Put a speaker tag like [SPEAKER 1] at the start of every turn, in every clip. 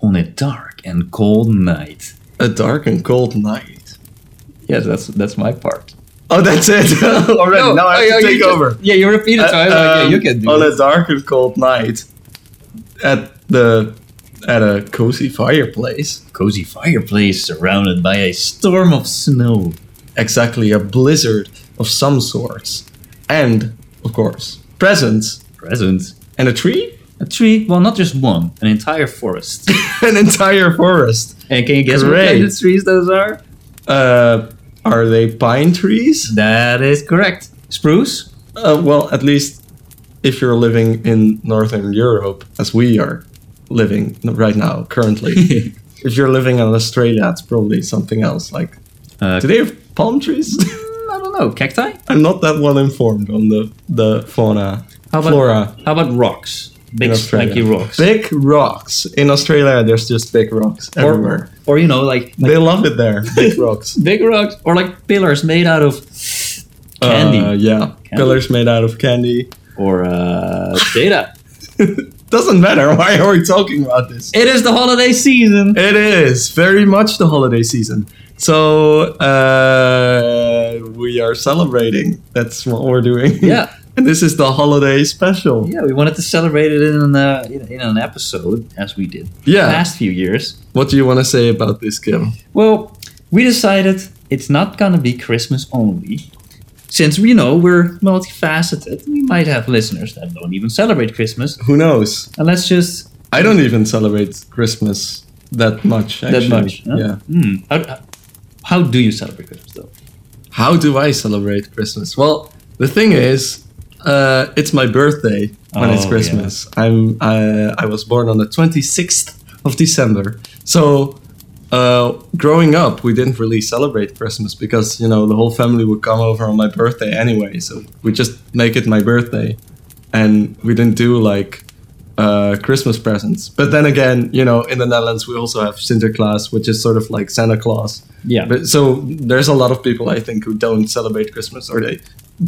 [SPEAKER 1] on a dark and cold night.
[SPEAKER 2] A dark and cold night.
[SPEAKER 1] Yeah, that's that's my part.
[SPEAKER 2] Oh, that's it. Already. now I have
[SPEAKER 1] oh,
[SPEAKER 2] to
[SPEAKER 1] you
[SPEAKER 2] take
[SPEAKER 1] just-
[SPEAKER 2] over. Um,
[SPEAKER 1] yeah, you repeat it. so I was like, yeah, you can do
[SPEAKER 2] on
[SPEAKER 1] it.
[SPEAKER 2] a dark and cold night, at the at a cozy fireplace.
[SPEAKER 1] Cozy fireplace surrounded by a storm of snow.
[SPEAKER 2] Exactly, a blizzard of some sorts, and of course presents
[SPEAKER 1] Presents.
[SPEAKER 2] and a tree,
[SPEAKER 1] A tree, well, not just one, an entire forest.
[SPEAKER 2] an entire forest.
[SPEAKER 1] and can you guess what kind of
[SPEAKER 2] Great.
[SPEAKER 1] trees those are?
[SPEAKER 2] Uh, are they pine trees?
[SPEAKER 1] That is correct. Spruce?
[SPEAKER 2] Uh, well, at least if you're living in northern Europe, as we are living right now currently.
[SPEAKER 1] uh,
[SPEAKER 2] if you're living in Australia, it's probably something else. Like,
[SPEAKER 1] Uh,
[SPEAKER 2] do they have palm trees?
[SPEAKER 1] Mm, I don't know. Cacti?
[SPEAKER 2] I'm not that well informed on the the fauna,
[SPEAKER 1] How about-
[SPEAKER 2] flora
[SPEAKER 1] How about rocks?
[SPEAKER 2] in
[SPEAKER 1] Big
[SPEAKER 2] Australia.
[SPEAKER 1] spiky rocks.
[SPEAKER 2] Big rocks in Australia. There's just big rocks
[SPEAKER 1] or,
[SPEAKER 2] everywhere.
[SPEAKER 1] or, you know, like, like
[SPEAKER 2] they love it there. Big rocks.
[SPEAKER 1] big rocks or like pillars made out of candy
[SPEAKER 2] Uh, yeah. Pillars made out of candy.
[SPEAKER 1] or uh, data.
[SPEAKER 2] Doesn't matter. Why are we talking about this?
[SPEAKER 1] It is the holiday season.
[SPEAKER 2] It is very much the holiday season. So uh, we are celebrating. That's what we're doing.
[SPEAKER 1] Yeah.
[SPEAKER 2] and this is the holiday special.
[SPEAKER 1] Yeah, we wanted to celebrate it in, uh, in, in an episode as we did the
[SPEAKER 2] Yeah.
[SPEAKER 1] last few years.
[SPEAKER 2] What do you want to say about this, Kim?
[SPEAKER 1] Well, we decided it's not gonna be Christmas only. Since we know we're multifaceted, we might have listeners that don't even celebrate Christmas.
[SPEAKER 2] Who knows?
[SPEAKER 1] And let's just
[SPEAKER 2] I don't even celebrate Christmas that much. Actually.
[SPEAKER 1] much, huh?
[SPEAKER 2] Yeah.
[SPEAKER 1] hmm, how, how do you celebrate Christmas though?
[SPEAKER 2] How do I celebrate Christmas? Well, the thing is, uh, it's my birthday when
[SPEAKER 1] Oh,
[SPEAKER 2] it's
[SPEAKER 1] yeah.
[SPEAKER 2] Christmas. I'm uh, I was born on the 26th of December. So, uh, growing up, we didn't really celebrate Christmas because you know the whole family would come over on my birthday anyway. So we just make it my birthday, and we didn't do like uh, Christmas presents. But then again, you know, in the Netherlands, we also have Sinterklaas, which is sort of like Santa Claus.
[SPEAKER 1] Yeah.
[SPEAKER 2] But so there's a lot of people I think who don't celebrate Christmas or they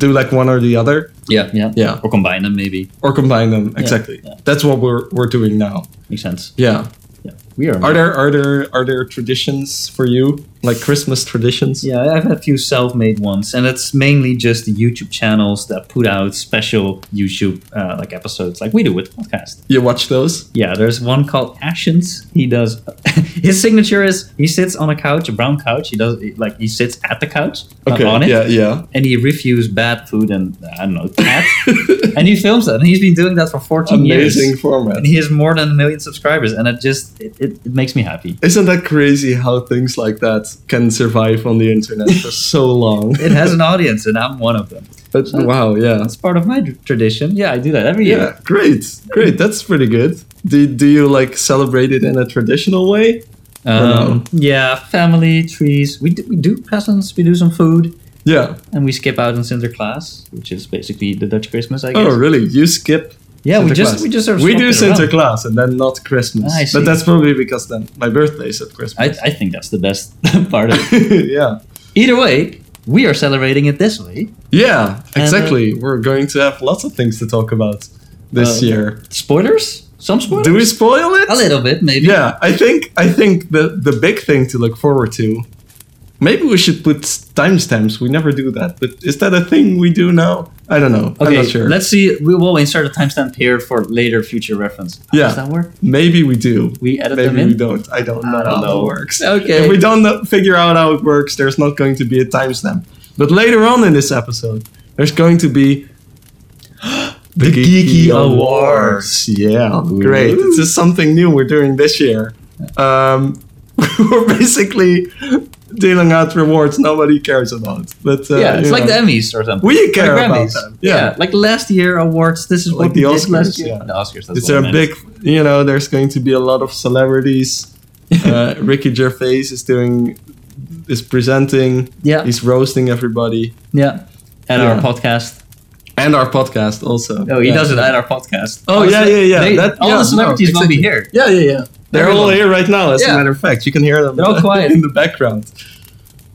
[SPEAKER 2] do like one or the other
[SPEAKER 1] Yeah, yeah,
[SPEAKER 2] Yeah.
[SPEAKER 1] Or combine them, maybe
[SPEAKER 2] or combine them. Exactly.
[SPEAKER 1] yeah.
[SPEAKER 2] That's what we're we're doing now.
[SPEAKER 1] makes sense.
[SPEAKER 2] Yeah.
[SPEAKER 1] Yeah, we are.
[SPEAKER 2] Are there are there are there traditions for you like Christmas traditions?
[SPEAKER 1] yeah, I've had a few self-made ones, and it's mainly just the YouTube channels that put out special YouTube uh, like episodes, like we do with the podcast.
[SPEAKER 2] You watch those?
[SPEAKER 1] Yeah, there's one called Ashens. He does. his signature is he sits on a couch, a brown couch. He does like he sits at the couch, not on it,
[SPEAKER 2] Yeah. Yeah.
[SPEAKER 1] and he reviews bad food and uh, I don't know cat, and he films that. And he's been doing that for 14
[SPEAKER 2] Amazing
[SPEAKER 1] years,
[SPEAKER 2] format.
[SPEAKER 1] and he has more than a million subscribers. And it just it, it, it makes me happy.
[SPEAKER 2] Isn't that crazy how things like that can survive on the internet for so long?
[SPEAKER 1] It has an audience, and I'm one of them.
[SPEAKER 2] But wow, yeah.
[SPEAKER 1] That's part of my tr- tradition. Yeah, I do that every year.
[SPEAKER 2] Yeah, great, great. That's pretty good. Do, do you like celebrate it in a traditional way?
[SPEAKER 1] Um, yeah, family, trees. We do, we do presents, we do some food,
[SPEAKER 2] Yeah.
[SPEAKER 1] and we skip out on Sinterklaas, which is basically the Dutch Christmas, I guess.
[SPEAKER 2] Oh, really? You skip?
[SPEAKER 1] yeah, we
[SPEAKER 2] Sinterklaas.
[SPEAKER 1] just we just sort of
[SPEAKER 2] we
[SPEAKER 1] swap
[SPEAKER 2] do
[SPEAKER 1] it around.
[SPEAKER 2] Sinterklaas and then not Christmas.
[SPEAKER 1] I see.
[SPEAKER 2] But that's probably because then my birthday is at
[SPEAKER 1] I,
[SPEAKER 2] Christmas.
[SPEAKER 1] I think that's the best part of it.
[SPEAKER 2] yeah.
[SPEAKER 1] Either way, we are celebrating it this way.
[SPEAKER 2] Yeah,
[SPEAKER 1] uh,
[SPEAKER 2] exactly. We're going to have lots of things to talk about this
[SPEAKER 1] Uh,
[SPEAKER 2] year.
[SPEAKER 1] Spoilers? Some spoilers?
[SPEAKER 2] Do we spoil it?
[SPEAKER 1] a little bit, maybe.
[SPEAKER 2] Yeah, I think I think the the big thing to look forward to. Maybe we should put timestamps. We never do that, but is that a thing we do now? I don't know.
[SPEAKER 1] Okay,
[SPEAKER 2] I'm not sure.
[SPEAKER 1] let's see. We will insert a timestamp here for later future reference. How
[SPEAKER 2] Yeah.
[SPEAKER 1] Does that work?
[SPEAKER 2] Maybe we do.
[SPEAKER 1] We edit them
[SPEAKER 2] Maybe
[SPEAKER 1] in?
[SPEAKER 2] we don't. I don't know
[SPEAKER 1] I
[SPEAKER 2] how
[SPEAKER 1] don't
[SPEAKER 2] that
[SPEAKER 1] know.
[SPEAKER 2] works.
[SPEAKER 1] Okay.
[SPEAKER 2] If we don't know- figure out how it works, there's not going to be a timestamp. But later on in this episode, there's going to be the Geeky, Awards. Yeah, great. This is something new we're doing this year. Um, we're basically dealing out rewards nobody cares about. But uh,
[SPEAKER 1] yeah, it's
[SPEAKER 2] you
[SPEAKER 1] like
[SPEAKER 2] know,
[SPEAKER 1] the Emmys or something.
[SPEAKER 2] we
[SPEAKER 1] Like
[SPEAKER 2] care about
[SPEAKER 1] Grammys.
[SPEAKER 2] them.
[SPEAKER 1] Yeah.
[SPEAKER 2] yeah.
[SPEAKER 1] like last year awards. This is
[SPEAKER 2] Like
[SPEAKER 1] what we
[SPEAKER 2] the
[SPEAKER 1] did last
[SPEAKER 2] Oscars,
[SPEAKER 1] year.
[SPEAKER 2] yeah.
[SPEAKER 1] The Oscars. That's
[SPEAKER 2] it's
[SPEAKER 1] what
[SPEAKER 2] a
[SPEAKER 1] I meant.
[SPEAKER 2] big you know there's going to be a lot of celebrities uh, ricky gervais is doing is presenting
[SPEAKER 1] Yeah,
[SPEAKER 2] he's roasting everybody
[SPEAKER 1] yeah. At our
[SPEAKER 2] Yeah.
[SPEAKER 1] podcast.
[SPEAKER 2] and our podcast also
[SPEAKER 1] No, Oh, he
[SPEAKER 2] Yeah.
[SPEAKER 1] does it at our podcast.
[SPEAKER 2] oh
[SPEAKER 1] All the
[SPEAKER 2] yeah
[SPEAKER 1] ce-
[SPEAKER 2] yeah yeah
[SPEAKER 1] They,
[SPEAKER 2] That-
[SPEAKER 1] all
[SPEAKER 2] yeah,
[SPEAKER 1] the celebrities
[SPEAKER 2] no,
[SPEAKER 1] will be
[SPEAKER 2] exactly.
[SPEAKER 1] here.
[SPEAKER 2] yeah yeah yeah they're all
[SPEAKER 1] Everyone.
[SPEAKER 2] here right now as
[SPEAKER 1] Yeah.
[SPEAKER 2] a matter of fact you can hear them
[SPEAKER 1] They're all quiet.
[SPEAKER 2] in the background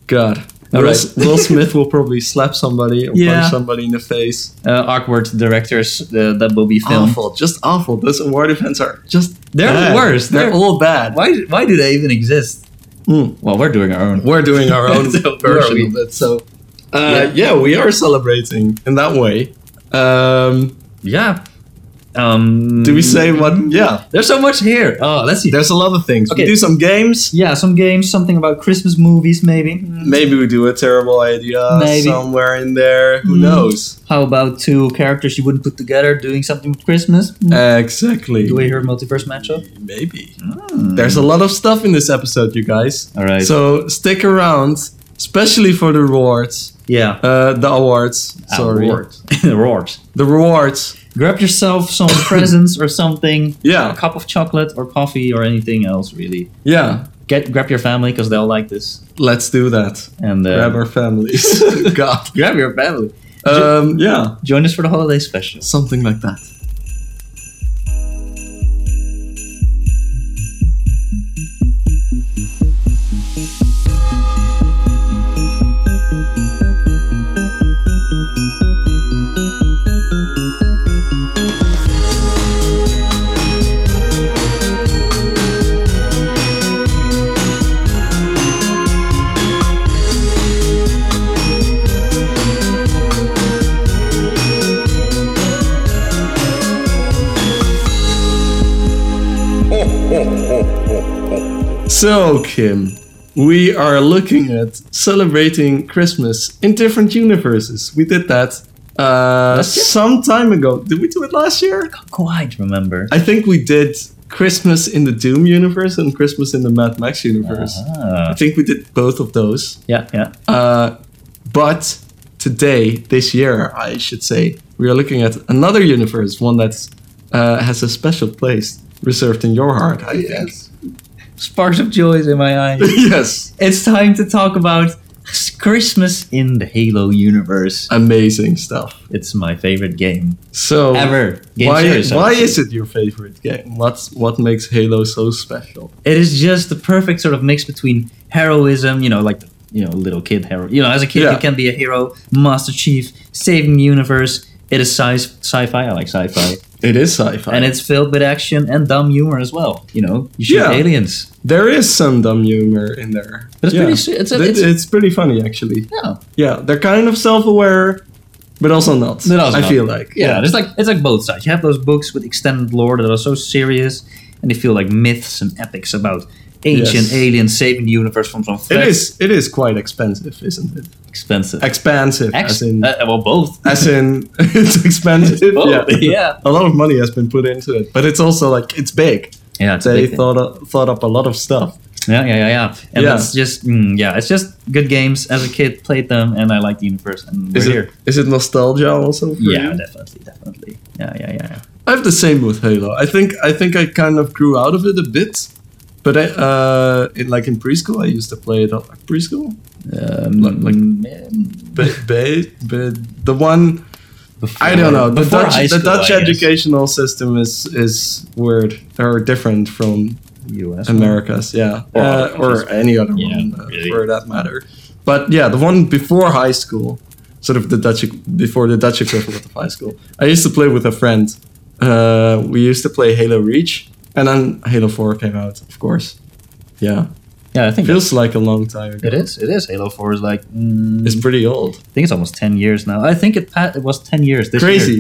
[SPEAKER 2] god
[SPEAKER 1] All
[SPEAKER 2] Will,
[SPEAKER 1] right.
[SPEAKER 2] S- Will Smith will probably slap somebody or
[SPEAKER 1] Yeah.
[SPEAKER 2] punch somebody in the face.
[SPEAKER 1] Uh, awkward directors uh, that will be filmed.
[SPEAKER 2] Awful, just awful. Those award events are just
[SPEAKER 1] They're
[SPEAKER 2] Bad.
[SPEAKER 1] the worst.
[SPEAKER 2] They're
[SPEAKER 1] They're,
[SPEAKER 2] all bad.
[SPEAKER 1] why, why do they even exist?
[SPEAKER 2] Mm.
[SPEAKER 1] Well, we're doing our own.
[SPEAKER 2] We're doing our own
[SPEAKER 1] So who are
[SPEAKER 2] version
[SPEAKER 1] we?
[SPEAKER 2] of it. So, uh, yeah. we are celebrating in that way. Um,
[SPEAKER 1] Yeah. Um,
[SPEAKER 2] do we say what? Yeah,
[SPEAKER 1] There's so much here. Oh, let's see.
[SPEAKER 2] there's a lot of things.
[SPEAKER 1] Okay.
[SPEAKER 2] We do some games.
[SPEAKER 1] yeah, some games, something about Christmas movies, maybe. Mm.
[SPEAKER 2] Maybe we do a terrible idea
[SPEAKER 1] Maybe.
[SPEAKER 2] somewhere in there. Who
[SPEAKER 1] Mm.
[SPEAKER 2] knows?
[SPEAKER 1] How about two characters you wouldn't put together doing something with Christmas? Mm.
[SPEAKER 2] exactly.
[SPEAKER 1] do we Mm. hear multiverse matchup?
[SPEAKER 2] Maybe. There's a lot of stuff in this episode, you guys.
[SPEAKER 1] All right.
[SPEAKER 2] So stick around, especially for the rewards.
[SPEAKER 1] yeah.
[SPEAKER 2] Uh, the awards. Sorry.
[SPEAKER 1] Ah, Roars. Roars.
[SPEAKER 2] The rewards.
[SPEAKER 1] Grab yourself some presents or something.
[SPEAKER 2] Yeah.
[SPEAKER 1] A cup of chocolate or coffee or anything else, really.
[SPEAKER 2] Yeah.
[SPEAKER 1] Get Grab your family because they'll like this.
[SPEAKER 2] Let's do that.
[SPEAKER 1] And uh,
[SPEAKER 2] Grab our families. God.
[SPEAKER 1] grab your family.
[SPEAKER 2] Um, yeah.
[SPEAKER 1] Join us for the holiday special.
[SPEAKER 2] Something like that. So, Kim, we are looking at celebrating Christmas in different universes. We did that uh,
[SPEAKER 1] Last year?
[SPEAKER 2] some time ago. Did we do it last year?
[SPEAKER 1] Not quite remember.
[SPEAKER 2] I think we did Christmas in the Doom universe and Christmas in the Mad Max universe. I
[SPEAKER 1] Ah.
[SPEAKER 2] think we did both of those.
[SPEAKER 1] Yeah, yeah.
[SPEAKER 2] Uh, but today, this year, I should say, we are looking at another universe, one that uh, has a special place reserved in your heart.
[SPEAKER 1] Oh,
[SPEAKER 2] I think.
[SPEAKER 1] Sparks of joy is in my eyes.
[SPEAKER 2] yes.
[SPEAKER 1] it's time to talk about Christmas in the Halo universe.
[SPEAKER 2] Amazing stuff.
[SPEAKER 1] It's my favorite game
[SPEAKER 2] So
[SPEAKER 1] ever. Game
[SPEAKER 2] Oh, why
[SPEAKER 1] series, I
[SPEAKER 2] why
[SPEAKER 1] would say.
[SPEAKER 2] is it your favorite game? What's what makes Halo so special?
[SPEAKER 1] It is just the perfect sort of mix between heroism, you know, like the you know little kid hero. You know, as a kid
[SPEAKER 2] Yeah.
[SPEAKER 1] you can be a hero, Master Chief, saving the universe. It is sci- sci-fi. I like sci-fi,
[SPEAKER 2] It is sci-fi.
[SPEAKER 1] and it's filled with action and dumb humor as well. You know, you shoot
[SPEAKER 2] Yeah.
[SPEAKER 1] aliens,
[SPEAKER 2] there is some dumb humor in there.
[SPEAKER 1] but it's
[SPEAKER 2] Yeah.
[SPEAKER 1] pretty. su- It's,
[SPEAKER 2] It-
[SPEAKER 1] a, it's,
[SPEAKER 2] it's pretty funny actually.
[SPEAKER 1] yeah.
[SPEAKER 2] Yeah, they're kind of self-aware, but also not.
[SPEAKER 1] But also
[SPEAKER 2] I
[SPEAKER 1] not.
[SPEAKER 2] feel like
[SPEAKER 1] Yeah, it's like it's like both sides. You have those books with extended lore that are so serious, and they feel like myths and epics about ancient
[SPEAKER 2] Yes.
[SPEAKER 1] aliens saving the universe from some
[SPEAKER 2] It
[SPEAKER 1] threat.
[SPEAKER 2] is. It is quite expensive, isn't it?
[SPEAKER 1] expensive.
[SPEAKER 2] Expansive,
[SPEAKER 1] Ex-
[SPEAKER 2] as in,
[SPEAKER 1] uh, well, both.
[SPEAKER 2] as in, it's expensive.
[SPEAKER 1] Both, yeah.
[SPEAKER 2] A lot of money has been put into it, but it's also like it's big.
[SPEAKER 1] Yeah, it's a
[SPEAKER 2] they
[SPEAKER 1] big thing.
[SPEAKER 2] thought up, thought up a lot of stuff.
[SPEAKER 1] Yeah, yeah, yeah, yeah. And
[SPEAKER 2] Yeah.
[SPEAKER 1] it's just mm, yeah, it's just good games. As a kid, played them, and I like the universe. And we're
[SPEAKER 2] Is
[SPEAKER 1] here.
[SPEAKER 2] it, is it nostalgia also? For
[SPEAKER 1] Yeah,
[SPEAKER 2] you?
[SPEAKER 1] definitely, definitely. Yeah, yeah, yeah. yeah.
[SPEAKER 2] I have the same with Halo. I think I think I kind of grew out of it a bit, but I, uh, in, like in preschool, I used to play it. Like preschool,
[SPEAKER 1] Um,
[SPEAKER 2] Like- like-
[SPEAKER 1] mm,
[SPEAKER 2] but but the one
[SPEAKER 1] before-
[SPEAKER 2] I don't know. The
[SPEAKER 1] before
[SPEAKER 2] Dutch,
[SPEAKER 1] high
[SPEAKER 2] the
[SPEAKER 1] school, I
[SPEAKER 2] Dutch
[SPEAKER 1] guess.
[SPEAKER 2] educational system is is weird or different from
[SPEAKER 1] US
[SPEAKER 2] Americas, yeah,
[SPEAKER 1] Or
[SPEAKER 2] uh,
[SPEAKER 1] other
[SPEAKER 2] or
[SPEAKER 1] countries.
[SPEAKER 2] any other
[SPEAKER 1] Yeah,
[SPEAKER 2] one uh,
[SPEAKER 1] really.
[SPEAKER 2] for that matter. But yeah, the one before high school, sort of the Dutch before the Dutch equivalent of high school. I used to play with a friend. Uh, we used to play Halo Reach, and then Halo Four came out, of course. Yeah,
[SPEAKER 1] Yeah, I think
[SPEAKER 2] feels like a long time ago.
[SPEAKER 1] it is. It is. Halo Four is like mm,
[SPEAKER 2] It's pretty old.
[SPEAKER 1] I think it's almost 10 years now. I think it pa- it was 10 years this year.
[SPEAKER 2] Crazy.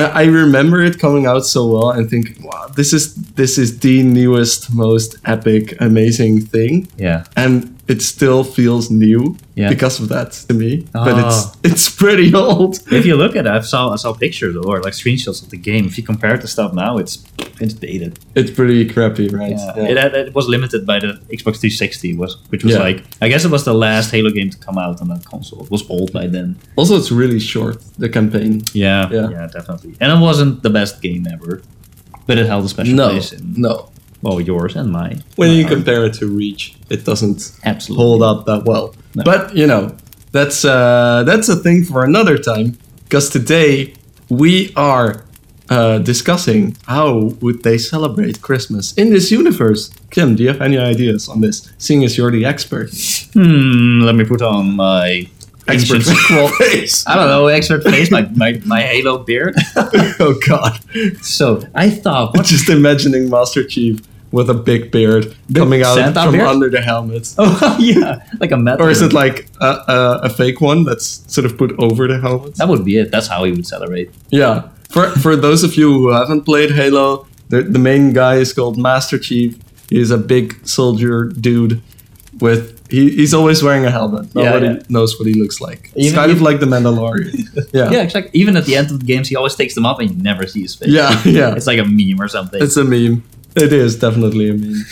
[SPEAKER 2] Uh, I remember it coming out so well and thinking, wow, this is this is the newest, most epic, amazing thing.
[SPEAKER 1] Yeah.
[SPEAKER 2] and it still feels new
[SPEAKER 1] Yeah.
[SPEAKER 2] because of that to me. But
[SPEAKER 1] Ah.
[SPEAKER 2] it's it's pretty old.
[SPEAKER 1] If you look at it, I saw I saw pictures or like screenshots of the game. If you compare it to stuff now, it's it's dated.
[SPEAKER 2] It's pretty crappy, right?
[SPEAKER 1] Yeah. It, had, it was limited by the Xbox 360, was which was
[SPEAKER 2] Yeah.
[SPEAKER 1] like I guess it was the last Halo game to come out on that console. It was old by then.
[SPEAKER 2] Also, it's really short. The campaign.
[SPEAKER 1] Yeah,
[SPEAKER 2] Yeah.
[SPEAKER 1] yeah, definitely. And it wasn't the best game ever, but it held a special
[SPEAKER 2] No,
[SPEAKER 1] place in
[SPEAKER 2] no. Uh,
[SPEAKER 1] well yours and mine.
[SPEAKER 2] When
[SPEAKER 1] my
[SPEAKER 2] you
[SPEAKER 1] heart.
[SPEAKER 2] compare it to Reach, it doesn't
[SPEAKER 1] absolutely
[SPEAKER 2] hold up that well.
[SPEAKER 1] No.
[SPEAKER 2] But you know, that's uh, that's a thing for another time. Because today we are uh, discussing how would they celebrate Christmas in this universe. Kim, do you have any ideas on this? Seeing as you're the expert.
[SPEAKER 1] Hmm, let me put on my ancient
[SPEAKER 2] Expert
[SPEAKER 1] scroll.
[SPEAKER 2] face.
[SPEAKER 1] I don't know, expert face, my, my, my halo beard.
[SPEAKER 2] oh god.
[SPEAKER 1] So I thought, what?
[SPEAKER 2] Just imagining Master Chief with a big beard coming out
[SPEAKER 1] Santa
[SPEAKER 2] from
[SPEAKER 1] beard?
[SPEAKER 2] under the helmet.
[SPEAKER 1] Oh, yeah, like a metal.
[SPEAKER 2] Or is it like a, a, a fake one that's sort of put over the helmet?
[SPEAKER 1] That would be it. That's how he would celebrate.
[SPEAKER 2] Yeah. For for those of you who haven't played Halo, the, the main guy is called Master Chief. He's a big soldier dude with he, he's always wearing a helmet.
[SPEAKER 1] Yeah,
[SPEAKER 2] Nobody
[SPEAKER 1] yeah.
[SPEAKER 2] knows what he looks like. it's
[SPEAKER 1] Even-
[SPEAKER 2] kind of like the Mandalorian. yeah.
[SPEAKER 1] Yeah. exactly. Even at the end of the games, he always takes them up and you never see his face.
[SPEAKER 2] Yeah, yeah.
[SPEAKER 1] It's like a meme or something.
[SPEAKER 2] It's a meme. It is definitely a meme.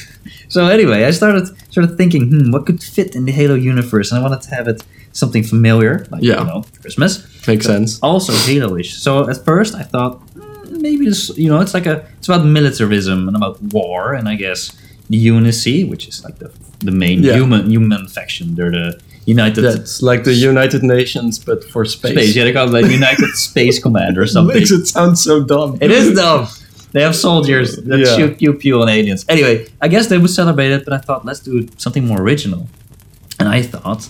[SPEAKER 1] So anyway, I started sort of thinking, hmm, what could fit in the Halo universe? And I wanted to have it something familiar, like
[SPEAKER 2] Yeah.
[SPEAKER 1] you know, Christmas.
[SPEAKER 2] Makes sense.
[SPEAKER 1] Also Halo-ish. So at first I thought mm, maybe this, you know, it's like a it's about militarism and about war and I guess the Unicy, which is like the the main
[SPEAKER 2] Yeah.
[SPEAKER 1] human human faction. They're the United
[SPEAKER 2] Yeah, it's like the United Nations but for space.
[SPEAKER 1] Space. Yeah, they call it like United Space Command or something.
[SPEAKER 2] Makes it sound so dumb.
[SPEAKER 1] It is dumb. They have soldiers that
[SPEAKER 2] Yeah.
[SPEAKER 1] shoot pew pew on aliens. Anyway, I guess they would celebrate it, but I thought let's do something more original. And I thought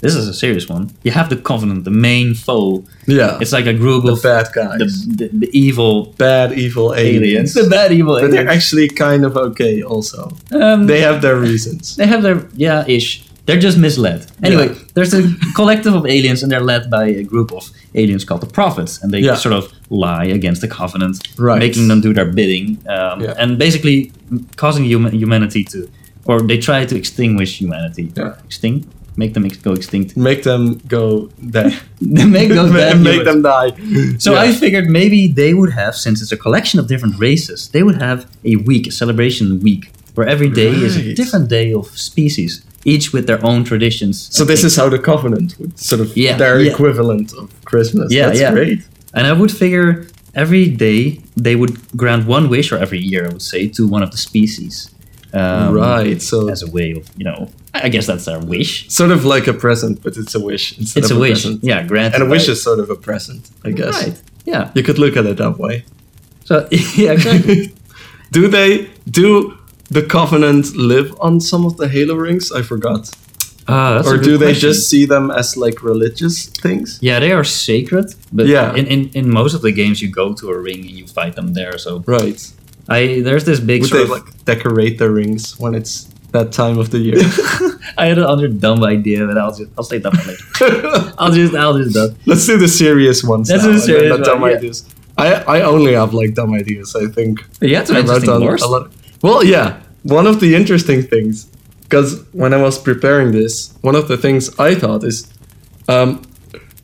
[SPEAKER 1] this is a serious one. You have the Covenant, the main foe.
[SPEAKER 2] Yeah.
[SPEAKER 1] It's like a group
[SPEAKER 2] the
[SPEAKER 1] of
[SPEAKER 2] bad guys.
[SPEAKER 1] the, the, the evil
[SPEAKER 2] bad evil aliens.
[SPEAKER 1] aliens, the bad evil
[SPEAKER 2] But they're
[SPEAKER 1] aliens.
[SPEAKER 2] actually kind of okay also.
[SPEAKER 1] Um,
[SPEAKER 2] They have their reasons.
[SPEAKER 1] they have their yeah ish. They're just misled. Anyway,
[SPEAKER 2] Yeah.
[SPEAKER 1] there's a collective of aliens, and they're led by a group of aliens called the Prophets, and they
[SPEAKER 2] Yeah.
[SPEAKER 1] sort of lie against the Covenant,
[SPEAKER 2] Right.
[SPEAKER 1] making them do their bidding, um,
[SPEAKER 2] Yeah.
[SPEAKER 1] and basically causing hum- humanity to, or they try to extinguish humanity,
[SPEAKER 2] Yeah.
[SPEAKER 1] extinct, make them ex- go extinct,
[SPEAKER 2] Make them go there.
[SPEAKER 1] They make those bad
[SPEAKER 2] make
[SPEAKER 1] humans.
[SPEAKER 2] them die.
[SPEAKER 1] So
[SPEAKER 2] Yeah.
[SPEAKER 1] I figured maybe they would have, since it's a collection of different races, they would have a week, a celebration week, where every day is a
[SPEAKER 2] Right.
[SPEAKER 1] different day of species, each with their own traditions.
[SPEAKER 2] So
[SPEAKER 1] and
[SPEAKER 2] this
[SPEAKER 1] things.
[SPEAKER 2] is how the Covenant would sort of
[SPEAKER 1] Yeah,
[SPEAKER 2] their
[SPEAKER 1] yeah.
[SPEAKER 2] equivalent of Christmas.
[SPEAKER 1] Yeah,
[SPEAKER 2] That's
[SPEAKER 1] yeah.
[SPEAKER 2] great.
[SPEAKER 1] and I would figure every day they would grant one wish, or every year I would say, to one of the species. Um,
[SPEAKER 2] right. So
[SPEAKER 1] As a way of, you know, I I guess that's their wish.
[SPEAKER 2] sort of like a present, but it's a wish instead
[SPEAKER 1] It's
[SPEAKER 2] of
[SPEAKER 1] a wish.
[SPEAKER 2] present.
[SPEAKER 1] Yeah, granted.
[SPEAKER 2] And a wish
[SPEAKER 1] right.
[SPEAKER 2] is sort of a present, I guess.
[SPEAKER 1] Right. Yeah.
[SPEAKER 2] You could look at it that way.
[SPEAKER 1] So yeah, exactly.
[SPEAKER 2] do they do the Covenant live on some of the Halo rings? I forgot.
[SPEAKER 1] Ah, that's a
[SPEAKER 2] or
[SPEAKER 1] good
[SPEAKER 2] do they
[SPEAKER 1] question.
[SPEAKER 2] just see them as like religious things?
[SPEAKER 1] Yeah, they are sacred, but
[SPEAKER 2] Yeah.
[SPEAKER 1] in, in, in most of the games you go to a ring and you fight them there. So
[SPEAKER 2] Right.
[SPEAKER 1] I there's this big
[SPEAKER 2] Would
[SPEAKER 1] sort of
[SPEAKER 2] they like decorate the rings when it's that time of the year?
[SPEAKER 1] I had another dumb idea, but I'll just I'll say that for later. I'll just I'll just that.
[SPEAKER 2] Let's do the serious ones.
[SPEAKER 1] Let's
[SPEAKER 2] now,
[SPEAKER 1] do the
[SPEAKER 2] and then
[SPEAKER 1] serious
[SPEAKER 2] the dumb
[SPEAKER 1] one, yeah.
[SPEAKER 2] ideas. I, I only have like dumb ideas. I think
[SPEAKER 1] But yeah, it's an
[SPEAKER 2] I wrote
[SPEAKER 1] interesting
[SPEAKER 2] down
[SPEAKER 1] horse.
[SPEAKER 2] a lot. Well, yeah. One of the interesting things, because when I was preparing this, one of the things I thought is, um,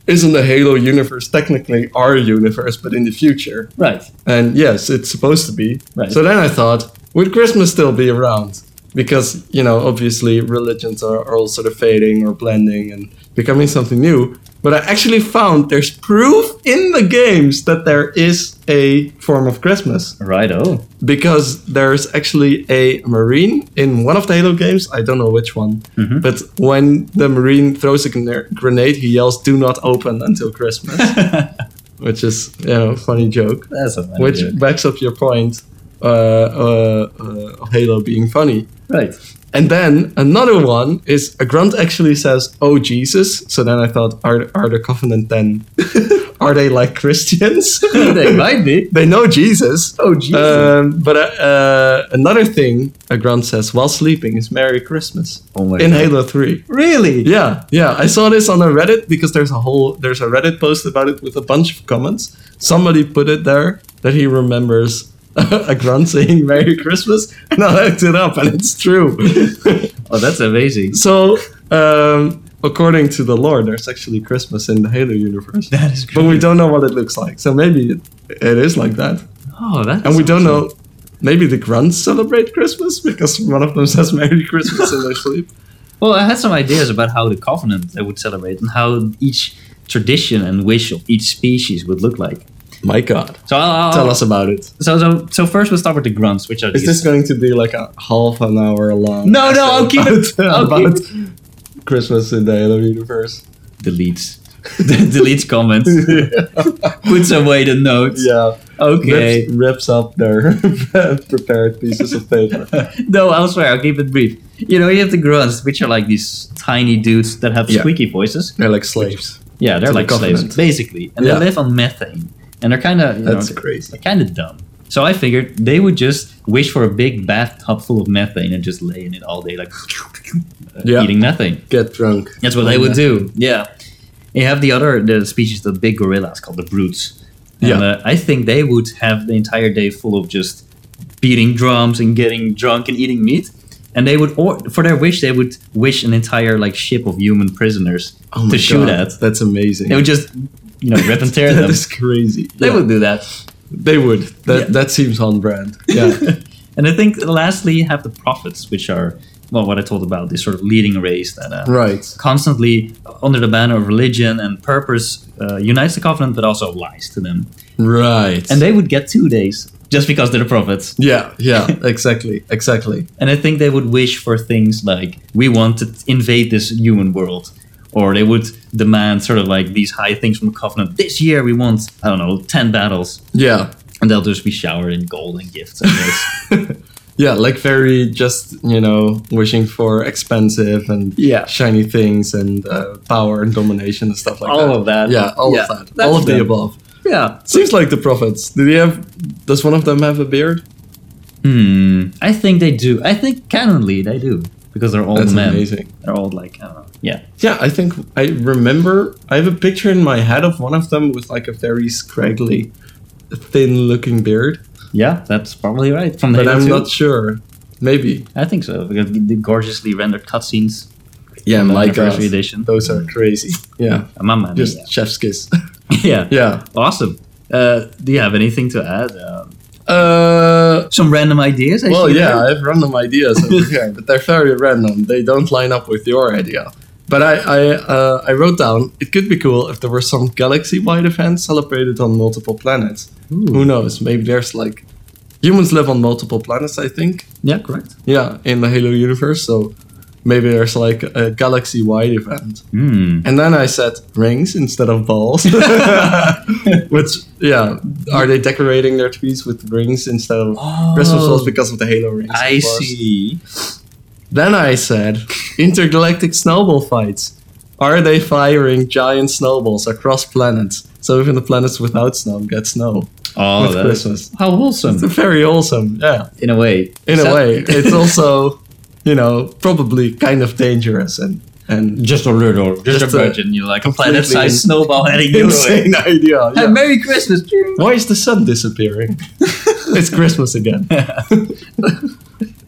[SPEAKER 2] isn't the Halo universe technically our universe, but in the future?
[SPEAKER 1] Right.
[SPEAKER 2] And yes, it's supposed to be.
[SPEAKER 1] Right.
[SPEAKER 2] So then I thought, would Christmas still be around? Because, you know, obviously religions are, are all sort of fading or blending and becoming something new. But I actually found there's proof in the games that there is a form of Christmas.
[SPEAKER 1] Right. Oh.
[SPEAKER 2] Because there's actually a Marine in one of the Halo games, I don't know which one,
[SPEAKER 1] Mhm.
[SPEAKER 2] but when the Marine throws a gren- grenade, he yells, do not open until Christmas,
[SPEAKER 1] That's
[SPEAKER 2] which is, you know, a funny joke
[SPEAKER 1] a funny
[SPEAKER 2] which
[SPEAKER 1] joke.
[SPEAKER 2] backs up your point uh, uh, uh, of Halo being funny.
[SPEAKER 1] right.
[SPEAKER 2] And then another one is a grunt actually says, "Oh Jesus!" So then I thought, are are the Covenant then? are they like Christians?
[SPEAKER 1] they might be.
[SPEAKER 2] They know Jesus.
[SPEAKER 1] Oh Jesus.
[SPEAKER 2] Um, but uh, uh, another thing a grunt says while sleeping is "Merry Christmas"
[SPEAKER 1] oh my
[SPEAKER 2] in
[SPEAKER 1] God.
[SPEAKER 2] Halo Three.
[SPEAKER 1] Really?
[SPEAKER 2] Yeah, yeah. I saw this on a Reddit because there's a whole there's a Reddit post about it with a bunch of comments. Somebody put it there that he remembers a grunt saying "Merry Christmas," and I looked it up, and it's true.
[SPEAKER 1] Oh, that's amazing.
[SPEAKER 2] so, um, according to the lore, there's actually Christmas in the Halo universe,
[SPEAKER 1] That is
[SPEAKER 2] but
[SPEAKER 1] great.
[SPEAKER 2] we don't know what it looks like. So maybe it, it is like that,
[SPEAKER 1] oh, that.
[SPEAKER 2] and we don't know. Maybe the grunts celebrate Christmas because one of them says "Merry Christmas" in their sleep.
[SPEAKER 1] Well, I had some ideas about how the covenant they would celebrate and how each tradition and wish of each species would look like.
[SPEAKER 2] My God,
[SPEAKER 1] So I'll, I'll,
[SPEAKER 2] tell us about it.
[SPEAKER 1] So, so, so first we'll start with the grunts, which are
[SPEAKER 2] Is
[SPEAKER 1] these.
[SPEAKER 2] this going to be like a half an hour long?
[SPEAKER 1] No, no, I'll keep it-
[SPEAKER 2] about-
[SPEAKER 1] I'll keep
[SPEAKER 2] about Christmas in the Halo universe.
[SPEAKER 1] deletes, deletes comments, puts away the notes.
[SPEAKER 2] yeah,
[SPEAKER 1] Okay.
[SPEAKER 2] Rips, rips up their prepared pieces of paper.
[SPEAKER 1] no, I swear, I'll keep it brief. You know, you have the grunts, which are like these tiny dudes that have
[SPEAKER 2] Yeah.
[SPEAKER 1] squeaky voices.
[SPEAKER 2] They're like slaves.
[SPEAKER 1] Yeah, they're
[SPEAKER 2] To the
[SPEAKER 1] like slaves,
[SPEAKER 2] government.
[SPEAKER 1] basically. And
[SPEAKER 2] Yeah.
[SPEAKER 1] they live on methane. And they're kind of, you know,
[SPEAKER 2] That's crazy.
[SPEAKER 1] they're kind of dumb. So I figured they would just wish for a big bathtub full of methane and just lay in it all day, like uh,
[SPEAKER 2] Yeah.
[SPEAKER 1] eating methane.
[SPEAKER 2] Get drunk.
[SPEAKER 1] That's what they would do. Yeah. You have the other the species, the big gorillas called the brutes. And,
[SPEAKER 2] Yeah.
[SPEAKER 1] uh, I think they would have the entire day full of just beating drums and getting drunk and eating meat. And they would, or for their wish, they would wish an entire like ship of human prisoners
[SPEAKER 2] Oh my
[SPEAKER 1] to shoot
[SPEAKER 2] God,
[SPEAKER 1] at.
[SPEAKER 2] That's amazing.
[SPEAKER 1] They would just, you know, rip and tear
[SPEAKER 2] That
[SPEAKER 1] them.
[SPEAKER 2] is crazy.
[SPEAKER 1] They
[SPEAKER 2] Yeah.
[SPEAKER 1] would do that.
[SPEAKER 2] They would. That
[SPEAKER 1] Yeah.
[SPEAKER 2] that seems on brand. Yeah.
[SPEAKER 1] and I think lastly, you have the prophets, which are, well, what I told about, this sort of leading race that uh,
[SPEAKER 2] right.
[SPEAKER 1] constantly under the banner of religion and purpose uh, unites the covenant, but also lies to them.
[SPEAKER 2] Right.
[SPEAKER 1] And they would get two days just because they're the prophets.
[SPEAKER 2] yeah. Yeah. Exactly. Exactly.
[SPEAKER 1] And I think they would wish for things like, we want to invade this human world. Or they would demand sort of like these high things from the covenant. This year we want, I don't know, 10 battles.
[SPEAKER 2] Yeah.
[SPEAKER 1] And they'll just be showered in gold and gifts. I guess.
[SPEAKER 2] Yeah. Like very just you know wishing for expensive and
[SPEAKER 1] Yeah.
[SPEAKER 2] shiny things and uh, power and domination and stuff like
[SPEAKER 1] All
[SPEAKER 2] that.
[SPEAKER 1] of that.
[SPEAKER 2] Yeah. All
[SPEAKER 1] Yeah,
[SPEAKER 2] of that.
[SPEAKER 1] that's
[SPEAKER 2] All of the
[SPEAKER 1] them.
[SPEAKER 2] above.
[SPEAKER 1] yeah.
[SPEAKER 2] Seems like the prophets. Do they have? Does one of them have a beard?
[SPEAKER 1] Hmm. I think they do. I think canonly they do. Because they're all
[SPEAKER 2] That's
[SPEAKER 1] men.
[SPEAKER 2] amazing.
[SPEAKER 1] They're all like, I don't know. Yeah.
[SPEAKER 2] Yeah, I think I remember. I have a picture in my head of one of them with like a very scraggly, thin-looking beard,
[SPEAKER 1] Yeah, that's probably right. From the
[SPEAKER 2] but
[SPEAKER 1] Halo
[SPEAKER 2] I'm
[SPEAKER 1] 2.
[SPEAKER 2] not sure. Maybe.
[SPEAKER 1] I think so. Because the gorgeously rendered cutscenes.
[SPEAKER 2] Yeah,
[SPEAKER 1] from the
[SPEAKER 2] my
[SPEAKER 1] anniversary
[SPEAKER 2] God,
[SPEAKER 1] edition.
[SPEAKER 2] uh, those are crazy. Yeah,
[SPEAKER 1] My man.
[SPEAKER 2] just
[SPEAKER 1] yeah.
[SPEAKER 2] chef's kiss.
[SPEAKER 1] yeah.
[SPEAKER 2] yeah.
[SPEAKER 1] Awesome. Uh, do you have anything to add? Um,
[SPEAKER 2] Uh,
[SPEAKER 1] some random ideas? I
[SPEAKER 2] well,
[SPEAKER 1] see
[SPEAKER 2] yeah,
[SPEAKER 1] there?
[SPEAKER 2] I have random ideas over here, but they're very random. They don't line up with your idea. But I, I, uh, I wrote down. It could be cool if there were some galaxy-wide events celebrated on multiple planets. Who knows? Maybe there's like humans live on multiple planets. I think.
[SPEAKER 1] Yeah, correct.
[SPEAKER 2] Yeah, in the Halo universe. So maybe there's like a galaxy-wide event.
[SPEAKER 1] Hmm.
[SPEAKER 2] And then I said rings instead of balls. Which, yeah, are they decorating their trees with rings instead of Christmas balls because of the Halo rings? of
[SPEAKER 1] Oh, I
[SPEAKER 2] course.
[SPEAKER 1] see.
[SPEAKER 2] Then I said intergalactic snowball fights. Are they firing giant snowballs across planets? So even the planets without snow get snow
[SPEAKER 1] Oh,
[SPEAKER 2] with
[SPEAKER 1] that's
[SPEAKER 2] Christmas.
[SPEAKER 1] how
[SPEAKER 2] It's
[SPEAKER 1] wholesome.
[SPEAKER 2] very awesome, yeah.
[SPEAKER 1] In a way.
[SPEAKER 2] In
[SPEAKER 1] So-
[SPEAKER 2] a way, it's also, you know, probably kind of dangerous and, and
[SPEAKER 1] just a little, just,
[SPEAKER 2] Just
[SPEAKER 1] a
[SPEAKER 2] a
[SPEAKER 1] virgin. You're like a
[SPEAKER 2] completely
[SPEAKER 1] planet-sized snowball heading your way.
[SPEAKER 2] insane idea.
[SPEAKER 1] Hey,
[SPEAKER 2] yeah.
[SPEAKER 1] Merry Christmas!
[SPEAKER 2] Why is the sun disappearing? it's Christmas again.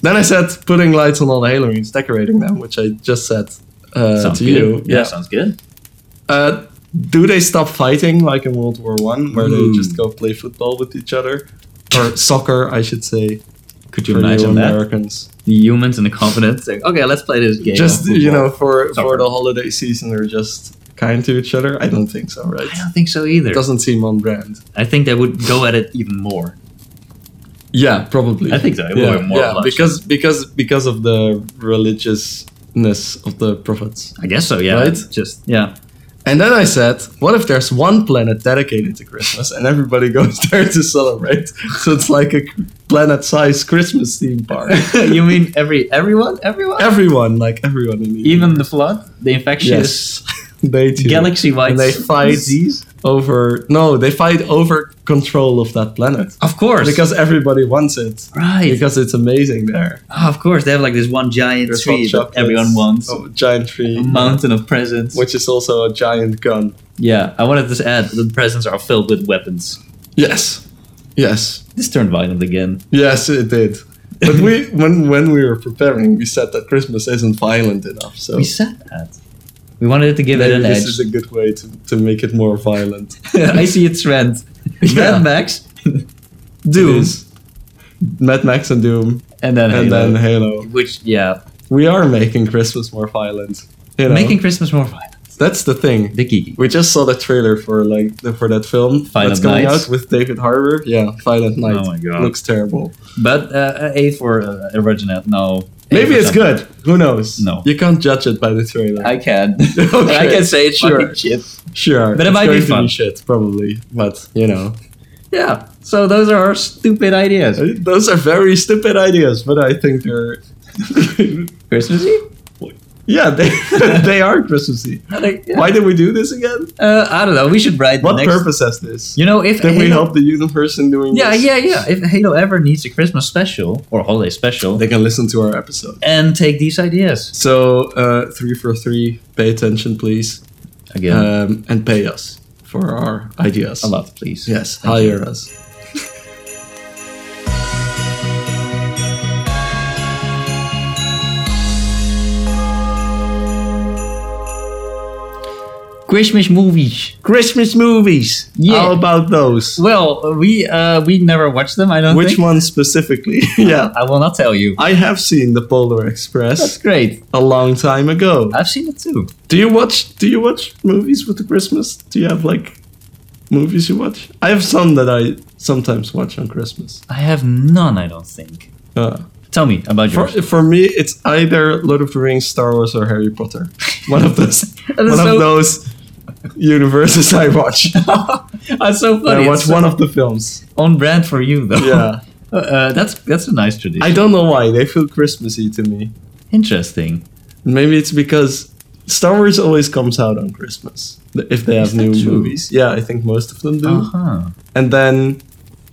[SPEAKER 2] then I said putting lights on all the Halo rings, decorating them, which I just said uh, to
[SPEAKER 1] sounds good.
[SPEAKER 2] you.
[SPEAKER 1] Yeah, sounds good.
[SPEAKER 2] Uh, do they stop fighting like in World War One, where
[SPEAKER 1] Ooh.
[SPEAKER 2] they just go play football with each other, or soccer, I should say,
[SPEAKER 1] Could
[SPEAKER 2] for
[SPEAKER 1] you
[SPEAKER 2] you
[SPEAKER 1] imagine that?
[SPEAKER 2] Americans?
[SPEAKER 1] The humans in the continent. saying, okay, let's play this game.
[SPEAKER 2] just
[SPEAKER 1] of
[SPEAKER 2] you
[SPEAKER 1] football."
[SPEAKER 2] know, for
[SPEAKER 1] Soccer.
[SPEAKER 2] for the holiday season, they're just kind to each other. I don't think so, right?
[SPEAKER 1] I don't think so either.
[SPEAKER 2] It doesn't seem on brand.
[SPEAKER 1] I think they would go at it even more.
[SPEAKER 2] Yeah, probably.
[SPEAKER 1] I think so. It will be more
[SPEAKER 2] yeah,
[SPEAKER 1] lush.
[SPEAKER 2] because because because of the religiousness of the prophets.
[SPEAKER 1] I guess so. Yeah.
[SPEAKER 2] Right?
[SPEAKER 1] It's Just yeah.
[SPEAKER 2] And then I said, what if there's one planet dedicated to Christmas and everybody goes there to celebrate? So it's like a planet-sized Christmas theme park.
[SPEAKER 1] you mean every everyone, everyone,
[SPEAKER 2] everyone, like everyone in the
[SPEAKER 1] even the flood, the infectious
[SPEAKER 2] yes, they too
[SPEAKER 1] galaxy-wide
[SPEAKER 2] And they fight.
[SPEAKER 1] disease?
[SPEAKER 2] over. No, they fight over control of that planet
[SPEAKER 1] Of course,
[SPEAKER 2] because everybody wants it
[SPEAKER 1] right.
[SPEAKER 2] because it's amazing there.
[SPEAKER 1] Ah, of course, they have like this one giant
[SPEAKER 2] There's hot
[SPEAKER 1] tree that
[SPEAKER 2] chocolates,
[SPEAKER 1] everyone wants.
[SPEAKER 2] oh, giant tree,
[SPEAKER 1] A mountain of presents.
[SPEAKER 2] which is also a giant gun.
[SPEAKER 1] yeah, I wanted to add that the presents are filled with weapons.
[SPEAKER 2] Yes. Yes.
[SPEAKER 1] This turned violent again.
[SPEAKER 2] Yes, it did. But we when when we were preparing, we said that Christmas isn't violent enough. So
[SPEAKER 1] We said that. We wanted to give
[SPEAKER 2] maybe
[SPEAKER 1] it an
[SPEAKER 2] this
[SPEAKER 1] edge.
[SPEAKER 2] is a good way to, to make it more violent.
[SPEAKER 1] I see a trend.
[SPEAKER 2] Yeah.
[SPEAKER 1] Mad Max,
[SPEAKER 2] It
[SPEAKER 1] Doom,
[SPEAKER 2] is Mad Max and Doom
[SPEAKER 1] and then
[SPEAKER 2] and
[SPEAKER 1] Halo.
[SPEAKER 2] then Halo.
[SPEAKER 1] Which yeah,
[SPEAKER 2] We are making Christmas more violent. You know,
[SPEAKER 1] making Christmas more violent.
[SPEAKER 2] that's the thing.
[SPEAKER 1] The geeky.
[SPEAKER 2] We just saw the trailer for like the, for that film
[SPEAKER 1] Violent
[SPEAKER 2] that's coming
[SPEAKER 1] Nights.
[SPEAKER 2] out with David Harbour. Yeah, Violent Night.
[SPEAKER 1] Oh my God.
[SPEAKER 2] Looks terrible.
[SPEAKER 1] But uh, A for uh, original. No. A
[SPEAKER 2] Maybe
[SPEAKER 1] for
[SPEAKER 2] it's
[SPEAKER 1] something.
[SPEAKER 2] good. Who knows?
[SPEAKER 1] No.
[SPEAKER 2] You can't judge it by the trailer.
[SPEAKER 1] I can.
[SPEAKER 2] Okay.
[SPEAKER 1] I can say it's
[SPEAKER 2] Sure.
[SPEAKER 1] fucking shit.
[SPEAKER 2] Sure,
[SPEAKER 1] But it
[SPEAKER 2] it's
[SPEAKER 1] might be
[SPEAKER 2] going to
[SPEAKER 1] fun.
[SPEAKER 2] be shit probably, but you know,
[SPEAKER 1] Yeah. So those are our stupid ideas.
[SPEAKER 2] Those are very stupid ideas, but I think they're
[SPEAKER 1] Christmas Eve?
[SPEAKER 2] yeah they they are Christmassy.
[SPEAKER 1] I think-
[SPEAKER 2] Why did we do this again?
[SPEAKER 1] Uh, I don't know. We should write
[SPEAKER 2] What
[SPEAKER 1] the next.
[SPEAKER 2] purpose has this?
[SPEAKER 1] You know, if
[SPEAKER 2] Can we
[SPEAKER 1] Halo-
[SPEAKER 2] help the universe in doing
[SPEAKER 1] Yeah,
[SPEAKER 2] this?
[SPEAKER 1] yeah, yeah. If Halo ever needs a Christmas special or holiday special,
[SPEAKER 2] They can listen to our episode.
[SPEAKER 1] and take these ideas
[SPEAKER 2] So uh, three for three, pay attention, please,
[SPEAKER 1] again.
[SPEAKER 2] um, and pay us for our ideas.
[SPEAKER 1] a lot, please.
[SPEAKER 2] Yes,
[SPEAKER 1] Thank
[SPEAKER 2] hire
[SPEAKER 1] you.
[SPEAKER 2] us.
[SPEAKER 1] Christmas movies.
[SPEAKER 2] Christmas movies.
[SPEAKER 1] Yeah.
[SPEAKER 2] How about those?
[SPEAKER 1] Well, we uh, we never watched them. I don't.
[SPEAKER 2] Which
[SPEAKER 1] think.
[SPEAKER 2] one specifically? yeah.
[SPEAKER 1] I will not tell you.
[SPEAKER 2] I have seen the Polar
[SPEAKER 1] That's
[SPEAKER 2] Express
[SPEAKER 1] great.
[SPEAKER 2] a long time ago.
[SPEAKER 1] I've seen it too.
[SPEAKER 2] Do you watch do you watch movies with the Christmas? Do you have like movies you watch? I have some that I sometimes watch on Christmas.
[SPEAKER 1] I have none. I don't think.
[SPEAKER 2] Uh,
[SPEAKER 1] Tell me about
[SPEAKER 2] for,
[SPEAKER 1] yours.
[SPEAKER 2] for me it's either Lord of the Rings, Star Wars or Harry Potter. One of those
[SPEAKER 1] That is
[SPEAKER 2] one
[SPEAKER 1] so-
[SPEAKER 2] of those universes I watch.
[SPEAKER 1] That's so funny.
[SPEAKER 2] I
[SPEAKER 1] It's
[SPEAKER 2] watch
[SPEAKER 1] so
[SPEAKER 2] one of the films.
[SPEAKER 1] on brand for you though.
[SPEAKER 2] Yeah.
[SPEAKER 1] Uh, uh, that's that's a nice tradition.
[SPEAKER 2] I don't know why, they feel Christmassy to me.
[SPEAKER 1] Interesting.
[SPEAKER 2] Maybe it's because Star Wars always comes out on Christmas. th- If they
[SPEAKER 1] Is
[SPEAKER 2] have new
[SPEAKER 1] that true?
[SPEAKER 2] movies. Yeah, I think most of them do.
[SPEAKER 1] Uh huh.
[SPEAKER 2] and then